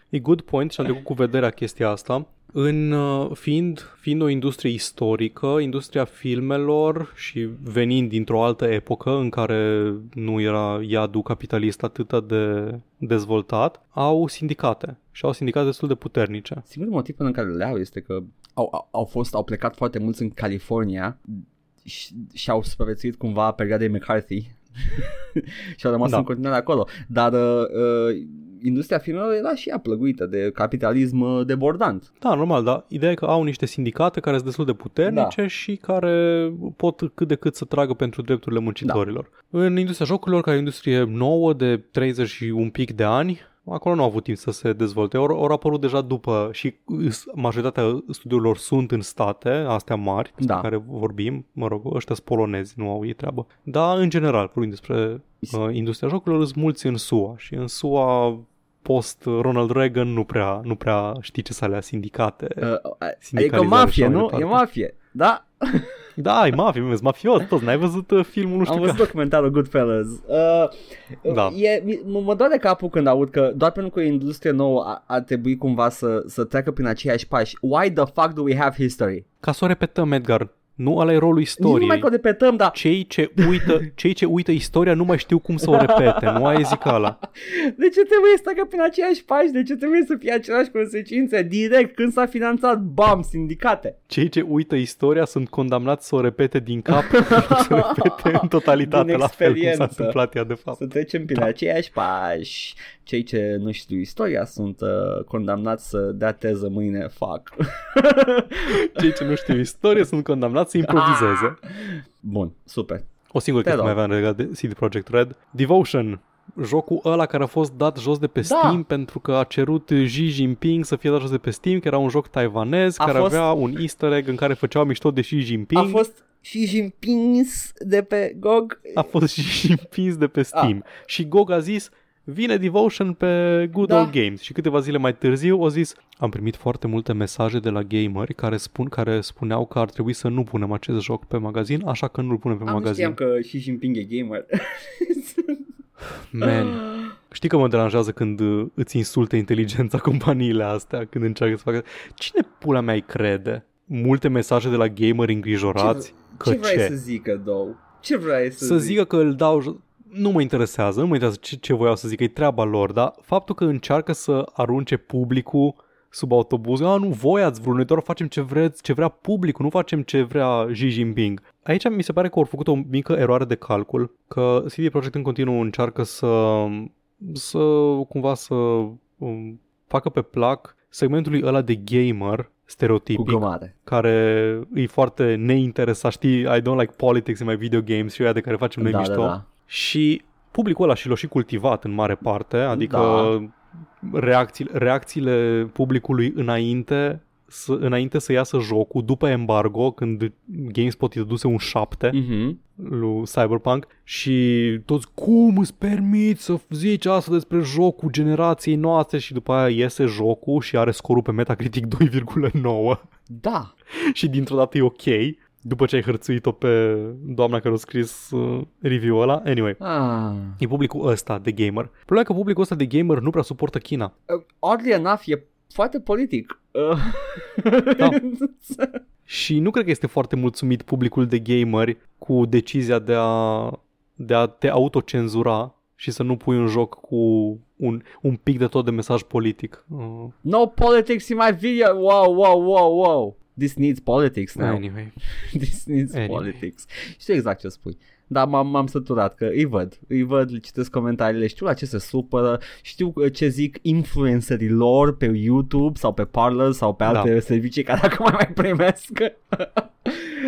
B: E good point și am trecut cu vederea chestia asta. În, uh, fiind, fiind o industrie istorică, industria filmelor și venind dintr-o altă epocă în care nu era iadul capitalist atât de dezvoltat, au sindicate și au sindicate destul de puternice.
C: Singurul motiv până în care le au este că au, au, au fost, au plecat foarte mulți în California și- și-au supraviețuit cumva perioadei McCarthy [LAUGHS] și au rămas da.
B: Da.
C: în continuare acolo. Dar uh, uh, industria filmelor era și ea plăguită de capitalism uh, debordant.
B: Da, normal, dar ideea e că au niște sindicate care sunt destul de puternice da. și care pot cât de cât să tragă pentru drepturile muncitorilor. Da. În industria jocurilor, care e o industrie nouă de 30 și un pic de ani, acolo nu au avut timp să se dezvolte. Au, au apărut deja după și îs- majoritatea studiilor sunt în state, astea mari, despre
C: Da.
B: care vorbim, mă rog, ăștia sunt polonezi, nu au ei treabă. Dar, în general, vorbim despre uh, industria jocurilor, sunt mulți în SUA și în SUA post Ronald Reagan nu prea, nu prea știi ce să alea sindicate.
C: Uh, adică
B: Sindicalizare Da. și
C: mafie,
B: așa mai
C: nu? E
B: departe.
C: mafie. Da,
B: Da, e mafie, e mafios toți, n-ai văzut uh, filmul nu știu
C: Am văzut
B: care.
C: documentarul Goodfellas. Uh,
B: Da.
C: e, mi- mă, mă doare capul când aud că doar pentru că e industrie nouă a- ar trebui cumva să, să treacă prin aceiași pași. Why the fuck do we have history?
B: Ca să o repetăm, Edgar, nu ăla e rolul
C: Nici Nu mai
B: istoriei.
C: că o repetăm, dar
B: Cei ce, uită, cei ce uită istoria nu mai știu cum să o repete, nu ai zic ala.
C: de ce trebuie să treacă prin aceiași pași? De ce trebuie să fie aceleași consecințe? Direct când s-a finanțat, bam, sindicate.
B: Cei ce uită istoria sunt condamnați să o repete din
C: [LAUGHS]
B: cap, să o repete în totalitate,
C: Din
B: la fel cum s-a
C: experiență.
B: întâmplat ea de fapt.
C: Să trecem prin aceiași pași. Cei ce nu știu istoria sunt uh, condamnați să dea teză mâine, fac.
B: Cei ce nu știu istorie sunt condamnați să
C: Ah.
B: improvizeze.
C: Bun, super.
B: O singură
C: Te
B: chestie mai
C: rog.
B: aveam legat de CD Projekt Red. Devotion. Jocul ăla care a fost dat jos de pe
C: Da.
B: Steam pentru că a cerut Xi Jinping să fie dat jos de pe Steam, că era un joc taiwanez
C: A
B: care
C: fost-
B: avea un easter egg în care făceau mișto de Xi Jinping.
C: A fost și Jinpings de pe GOG.
B: a fost Xi Jinping de pe Steam. Și GOG a zis Vine Devotion pe Good
C: Da.
B: Old Games și câteva zile mai târziu au zis am primit foarte multe mesaje de la gameri care spun care spuneau că ar trebui să nu punem acest joc pe magazin, așa că nu-l punem pe
C: Am nu
B: magazin.
C: știam că și Jinping e gamer. [LAUGHS]
B: Man. Știi că mă deranjează când uh, îți insultă inteligența [LAUGHS] companiile astea, când încearcă să facă... Cine pula mea îi crede? Multe mesaje de la gameri îngrijorați?
C: ce
B: că ce?
C: vrei să zică, două? Ce vrei să,
B: Să
C: zic?
B: zică că îl dau... jo- Nu mă interesează, nu mă interesează ce, ce voiau să zică, e treaba lor, dar faptul că încearcă să arunce publicul sub autobuz, a, nu voi ați vrut, noi doar facem ce vreți, ce vrea publicul, nu facem ce vrea Xi Jinping. Aici mi se pare că au făcut o mică eroare de calcul, că CD Projekt în continuu încearcă să, să cumva să um, facă pe plac segmentului ăla de gamer
C: Cu
B: stereotipic
C: gomare.
B: care e foarte neinteresat, știi, I don't like politics in my video games și eu de care facem noi
C: da,
B: mișto.
C: da, da.
B: Și publicul ăla și l-a și cultivat în mare parte, adică
C: Da.
B: reacțiile, reacțiile publicului înainte să, înainte să iasă jocul, după embargo, când GameSpot i dăduse un 7
C: Mm-hmm.
B: lui Cyberpunk și toți cum îți permiți să zici asta despre jocul generației noastre și după aia iese jocul și are scorul pe Metacritic [LAUGHS] 2,9
C: Da.
B: și dintr-o dată e ok după ce ai hărțuit-o pe doamna care a scris uh, review-ul ăla. Anyway,
C: Ah.
B: e publicul ăsta de gamer. Problema e că publicul ăsta de gamer nu prea suportă China.
C: Uh, Oddly enough, e foarte politic. [LAUGHS] Uh.
B: Da. Și nu cred că este foarte mulțumit publicul de gameri cu decizia de a, de a te autocenzura și să nu pui un joc cu un, un pic de tot de mesaj politic. Uh,
C: no politics in my video. Wow, wow, wow, wow. This needs politics now.
B: anyway.
C: [LAUGHS] This needs
B: Anyway.
C: politics. Știu exact ce spui. Dar m-am, m-am săturat că îi văd, îi văd, le citesc comentariile, știu la ce se supără, știu uh, ce zic influencerii lor pe YouTube sau pe Parler sau pe
B: Da.
C: alte da. servicii care acum mai primesc. [LAUGHS]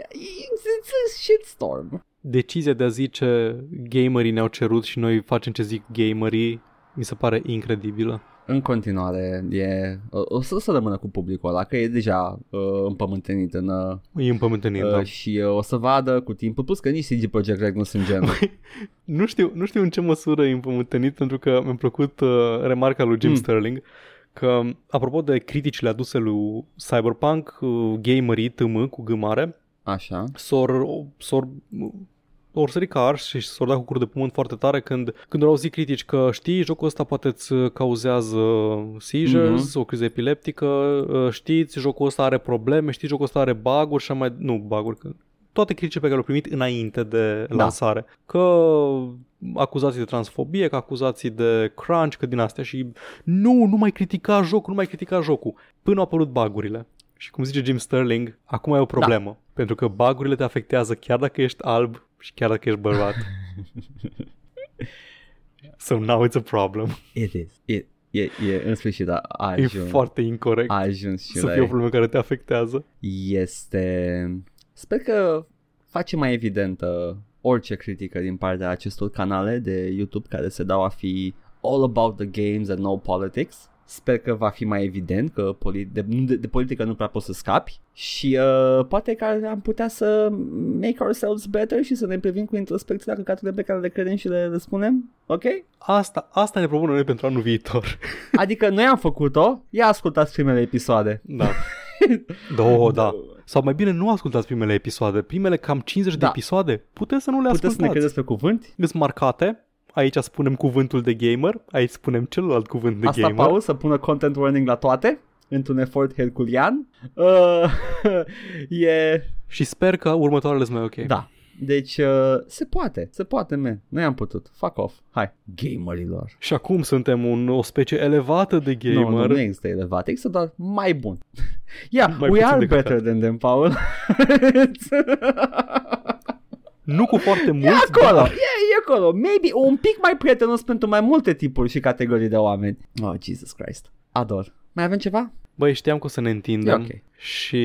C: It's a shitstorm.
B: Decizia de a zice gamerii ne-au cerut și noi facem ce zic gamerii mi se pare incredibilă.
C: În continuare, e, o, o să, o să rămână cu publicul ăla, că e deja uh, împământenit în, uh,
B: E împământenit, da.
C: uh, și uh, o să vadă cu timpul, plus că nici CG Projekt Red nu sunt genul.
B: [LAUGHS] Nu știu, nu știu în ce măsură e împământenit, pentru că mi-a plăcut uh, remarca lui Jim
C: Mm.
B: mm. Sterling că, apropo de criticile aduse lui Cyberpunk, uh, gamerii tâmă cu gâmare,
C: Așa.
B: s-or, s-or, uh, or sări ca arși și s-or da cu cur de pământ foarte tare când, când au auzit critici că știi, jocul ăsta poate îți cauzează seizures, mm-hmm. o criză epileptică, uh, știți, jocul ăsta are probleme, știi, jocul ăsta are bug-uri și așa mai... Nu, bug-uri, că toate criticile pe care le-au primit înainte de
C: Da.
B: lansare. Că acuzații de transfobie, că acuzații de crunch, că din astea și nu, nu mai critica jocul, nu mai critica jocul. Până au apărut bagurile. Și cum zice Jim Sterling, acum e o problemă. Da. Pentru că bagurile te afectează chiar dacă ești alb și chiar dacă ești bărbat. so now it's a problem.
C: It is. It, e, e, în sfârșit, a, a
B: E
C: ajuns.
B: foarte incorrect
C: a ajuns și
B: să
C: la
B: fie o
C: ei.
B: problemă care te afectează.
C: Este... Sper că face mai evidentă orice critică din partea acestor canale de YouTube care se dau a fi all about the games and no politics. Sper că va fi mai evident că poli- de, de, de politică nu prea poți să scapi și uh, poate că am putea să make ourselves better și să ne privim cu introspecția căcaturile pe care le credem și le răspunem, ok?
B: Asta, asta ne propunem noi pentru anul viitor.
C: Adică noi am făcut-o, ia ascultați primele episoade.
B: Da. da, da. Sau mai bine nu ascultați primele episoade. Primele cam 50 de
C: Da.
B: episoade puteți să nu le
C: Puteți să ne
B: ascultați.
C: credeți pe cuvânt?
B: Sunt marcate. Aici spunem cuvântul de gamer, aici spunem celălalt cuvânt de
C: Asta
B: gamer.
C: Paul să pună content warning la toate într-un efort herculian. Uh, [LAUGHS] e...
B: Și sper că următoarele sunt mai ok.
C: Da. Deci uh, se poate, se poate, man. Noi am putut. Fuck off. Hai, gamerilor.
B: Și acum suntem un, o specie elevată de gamer.
C: Nu, nu, nu există elevat, există doar mai bun. [LAUGHS] Yeah, we
B: Mai puțin
C: are
B: decât
C: better than them, Paul. [LAUGHS]
B: Nu cu foarte mult,
C: e acolo,
B: dar
C: e, e acolo. Maybe un pic mai prietenos pentru mai multe tipuri și categorii de oameni. Oh, Jesus Christ. Ador. Mai avem ceva?
B: băi, știam că o să ne întindem
C: E ok.
B: și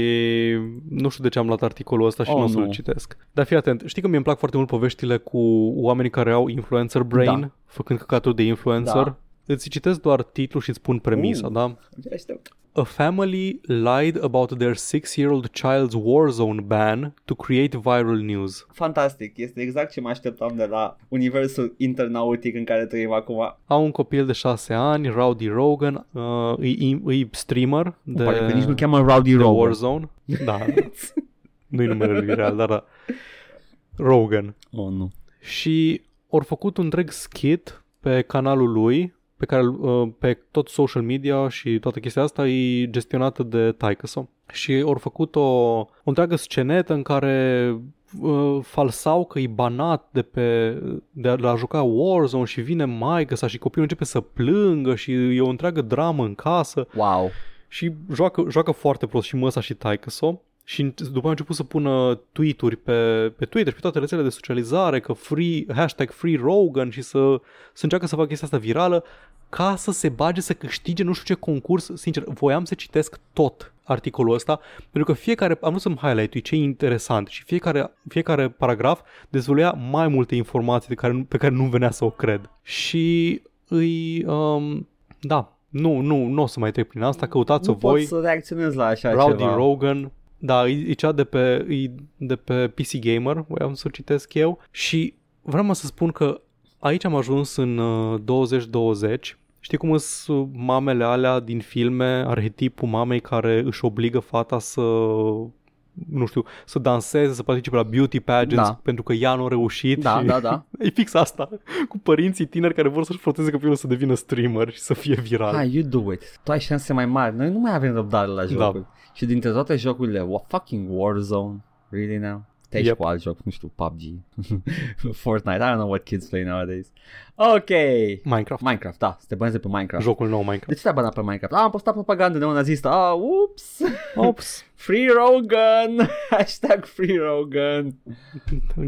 B: nu știu de ce am luat articolul ăsta și
C: Oh,
B: nu o să-l
C: nu.
B: citesc. Dar fii atent, știi că mi-e îmi plac foarte mult poveștile cu oamenii care au influencer brain,
C: Da.
B: făcând căcaturi de influencer?
C: Da.
B: Îți citesc doar titlul și îți spun premisa,
C: Uh.
B: da?
C: Aștept.
B: A family lied about their six-year-old child's Warzone ban to create viral news.
C: Fantastic, este exact ce mă așteptam de la universul internautic în care trăim acum.
B: Au un copil de șase ani, Rowdy Rogan, uh, îi, îi streamer de...
C: De... Pare că nici nu cheamă Rowdy
B: The
C: Rover.
B: Warzone? [LAUGHS] Da. Nu-i numele lui real, dar da. Rogan.
C: Oh, nu.
B: Și ori făcut un întreg skit pe canalul lui, pe care uh, pe tot social media și toată chestia asta e gestionată de taică Și ori făcut o, o întreagă scenetă în care uh, falsau că e banat de pe de a, de a juca Warzone și vine maică sa și copilul începe să plângă și e o întreagă dramă în casă
C: Wow.
B: și joacă, joacă foarte prost și măsa și taică so și în- după aia a început să pună tweet-uri pe, pe Twitter și pe toate rețelele de socializare că free, hashtag free Rogan și să, să încearcă să facă chestia asta virală ca să se bage să câștige nu știu ce concurs, sincer, voiam să citesc tot articolul ăsta, pentru că fiecare, am vrut să-mi highlight ce e interesant și fiecare, fiecare paragraf dezvăluia mai multe informații de care, nu- pe care nu venea să o cred. Și îi, um, da, nu, nu, nu o să mai trec prin asta, căutați-o
C: Nu
B: voi.
C: pot să reacționez la așa
B: Rowdy
C: ceva.
B: Rogan, da, e, e cea de pe, e de pe PC Gamer, voiam să o citesc eu și vreau mă să spun că aici am ajuns în uh, 2020. Știi cum sunt uh, mamele alea din filme, arhetipul mamei care își obligă fata să nu știu, să danseze, să participe la beauty pageants
C: Da.
B: pentru că ea nu a reușit.
C: Da,
B: și...
C: da, da.
B: E fix asta, cu părinții tineri care vor să-și forțeze copilul să devină streamer și să fie viral.
C: Hai, you do it. Tu ai șanse mai mari. Noi nu mai avem răbdare la jocuri. Și dintre toate jocurile, wa- fucking Warzone, really now? Te yep.
B: Yep.
C: cu alt joc, nu știu, PUBG, [LAUGHS] Fortnite, I don't know what kids play nowadays. Ok.
B: Minecraft.
C: Minecraft, da, să te bănezi pe Minecraft.
B: Jocul nou Minecraft.
C: [LAUGHS] De ce te-ai banat pe Minecraft? Ah, am postat propagandă neonazistă. Ah, ups.
B: Ops.
C: Free Rogan. [LAUGHS] Hashtag Free Rogan.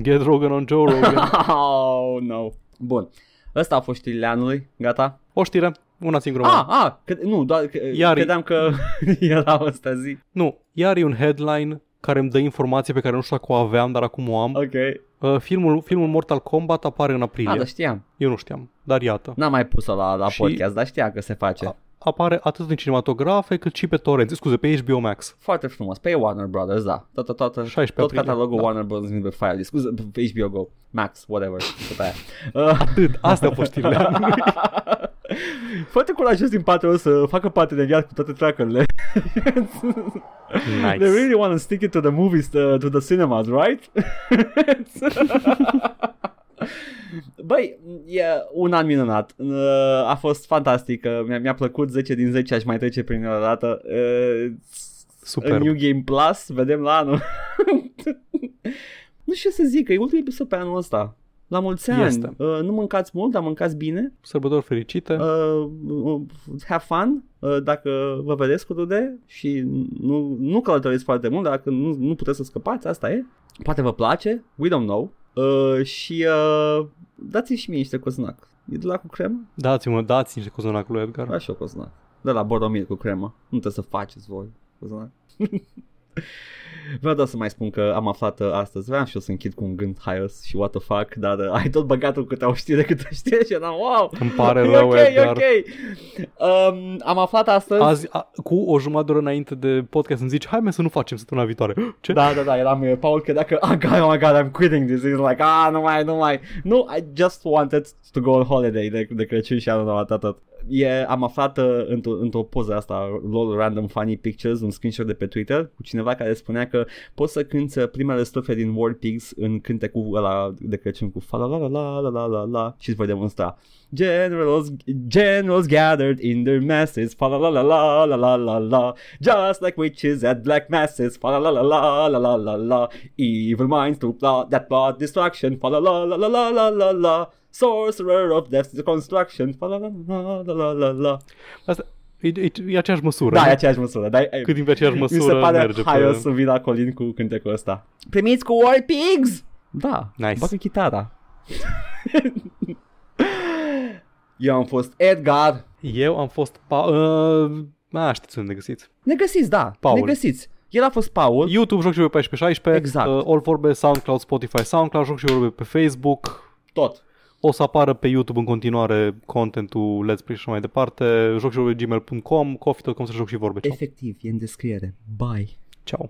B: Get Rogan on Joe
C: [LAUGHS]
B: Rogan.
C: Oh, no. Bun. Ăsta a fost știrile anului. Gata?
B: O știre, una singură.
C: Ah,
B: Ah.
C: ah, cred, nu, doar că,
B: Iar-
C: credeam că [LAUGHS] era ăsta zi.
B: Nu, iar e un headline care îmi dă informație pe care nu știu dacă o aveam, dar acum o am.
C: Ok.
B: Uh, filmul, filmul Mortal Kombat apare în aprilie.
C: Ah, dar știam.
B: Eu nu știam, dar iată.
C: N-am mai pus-o la, la
B: Și- Ah.
C: podcast, dar știam că se face.
B: A- Apare atât în cinematografe cât și pe torrent. Scuze, pe HBO Max.
C: Foarte frumos. Pe Warner Brothers, da. Tot, tot, tot, tot
B: 16 aprilie,
C: catalogul
B: da.
C: Warner Brothers vine pe Fire. Scuze, pe HBO Go. Max, whatever. Tot aia. [LAUGHS] Uh,
B: Atât, astea au fost știrile
C: [LAUGHS]
B: anului.
C: Foarte curajos din Patreon să facă parteneriat cu toate tracările. They
B: Nice.
C: really want to stick it to the movies, to, to the cinemas, right? [LAUGHS] Băi, e un an minunat. Uh, A fost fantastic. uh, Mi-a, mi-a plăcut 10 din 10, aș mai trece prin el o dată. Uh,
B: Superb.
C: New Game [LAUGHS] Plus, vedem la anul. nu știu ce să zic, că e ultimul episod pe anul ăsta. La mulți ani.
B: Este.
C: Uh, nu mâncați mult, dar mâncați bine.
B: Sărbători fericite.
C: Uh, uh, have fun uh, dacă vă vedeți cu rude și nu, nu călătoriți foarte mult, dacă nu, nu puteți să scăpați, asta e. Poate vă place, we don't know. Uh, și uh, dați-mi și mie niște coznac. E de la cu cremă?
B: Dați-mă, dați niște cozonac lui
C: [LAUGHS]
B: Edgar.
C: Da, și eu coznac. De la Boromir cu cremă. Nu trebuie să faceți voi coznac. [LAUGHS] Vreau doar să mai spun că am aflat uh, astăzi, vreau și eu să închid cu un gând haios și what the fuck, dar uh, ai tot băgatul câte o știre, câte o știre și eu am, wow,
B: Îmi pare
C: e
B: rău,
C: ok, e
B: Edgar.
C: ok. Um, am aflat astăzi.
B: Azi, a, cu o jumătate de oră înainte de podcast îmi zici, hai mai să nu facem săptămâna viitoare. Ce?
C: Da, da, da, eram eu, Paul credea că, oh god, oh my god, I'm quitting this. He's like, ah, nu mai, nu mai. No, I just wanted to go on holiday de, de Crăciun și anul nou, atât, atât. E, am aflat uh, într-o, într-o poză asta, lol, random funny pictures, un screenshot de pe Twitter cu cineva care spunea că poți să cânti uh, primele strofe din War Pigs în cântecul ăla de Crăciun cu fa la la la la la la la la și îți voi demonstra. Generals, generals gathered in their masses, fa la la la la la la la la Just like witches at black masses, fa la la la la la la la la. Evil minds to plot that plot destruction, fa la la la la la la la la. Sorcerer of death's deconstruction, fa la la la la la la la.
B: Asta, e, e, e aceeași măsură.
C: Da, e
B: nu?
C: aceeași măsură, dar
B: Cât din pe aceeași
C: mi se
B: măsură
C: pare
B: merge
C: haios
B: pe...
C: să vii la Colin cu cântecul ăsta. Primiți cu War Pigs! Da,
B: Nice.
C: bagă chitara. [LAUGHS] Eu am fost Edgar.
B: Eu am fost... Pa... Uh, a, știți unde ne găsiți.
C: Ne găsiți, da,
B: Paul.
C: ne găsiți. El a fost Paul.
B: YouTube, Joc și Vorbe 1416.
C: Exact.
B: Uh, All Vorbe, SoundCloud, Spotify, SoundCloud, Joc și Vorbe pe Facebook.
C: Tot.
B: O să apară pe YouTube în continuare contentul Let's Play și așa mai departe. Joc și vorbe gmail.com, coffee.com să joc și vorbe. Ciao.
C: Efectiv, e în descriere. Bye.
B: Ciao.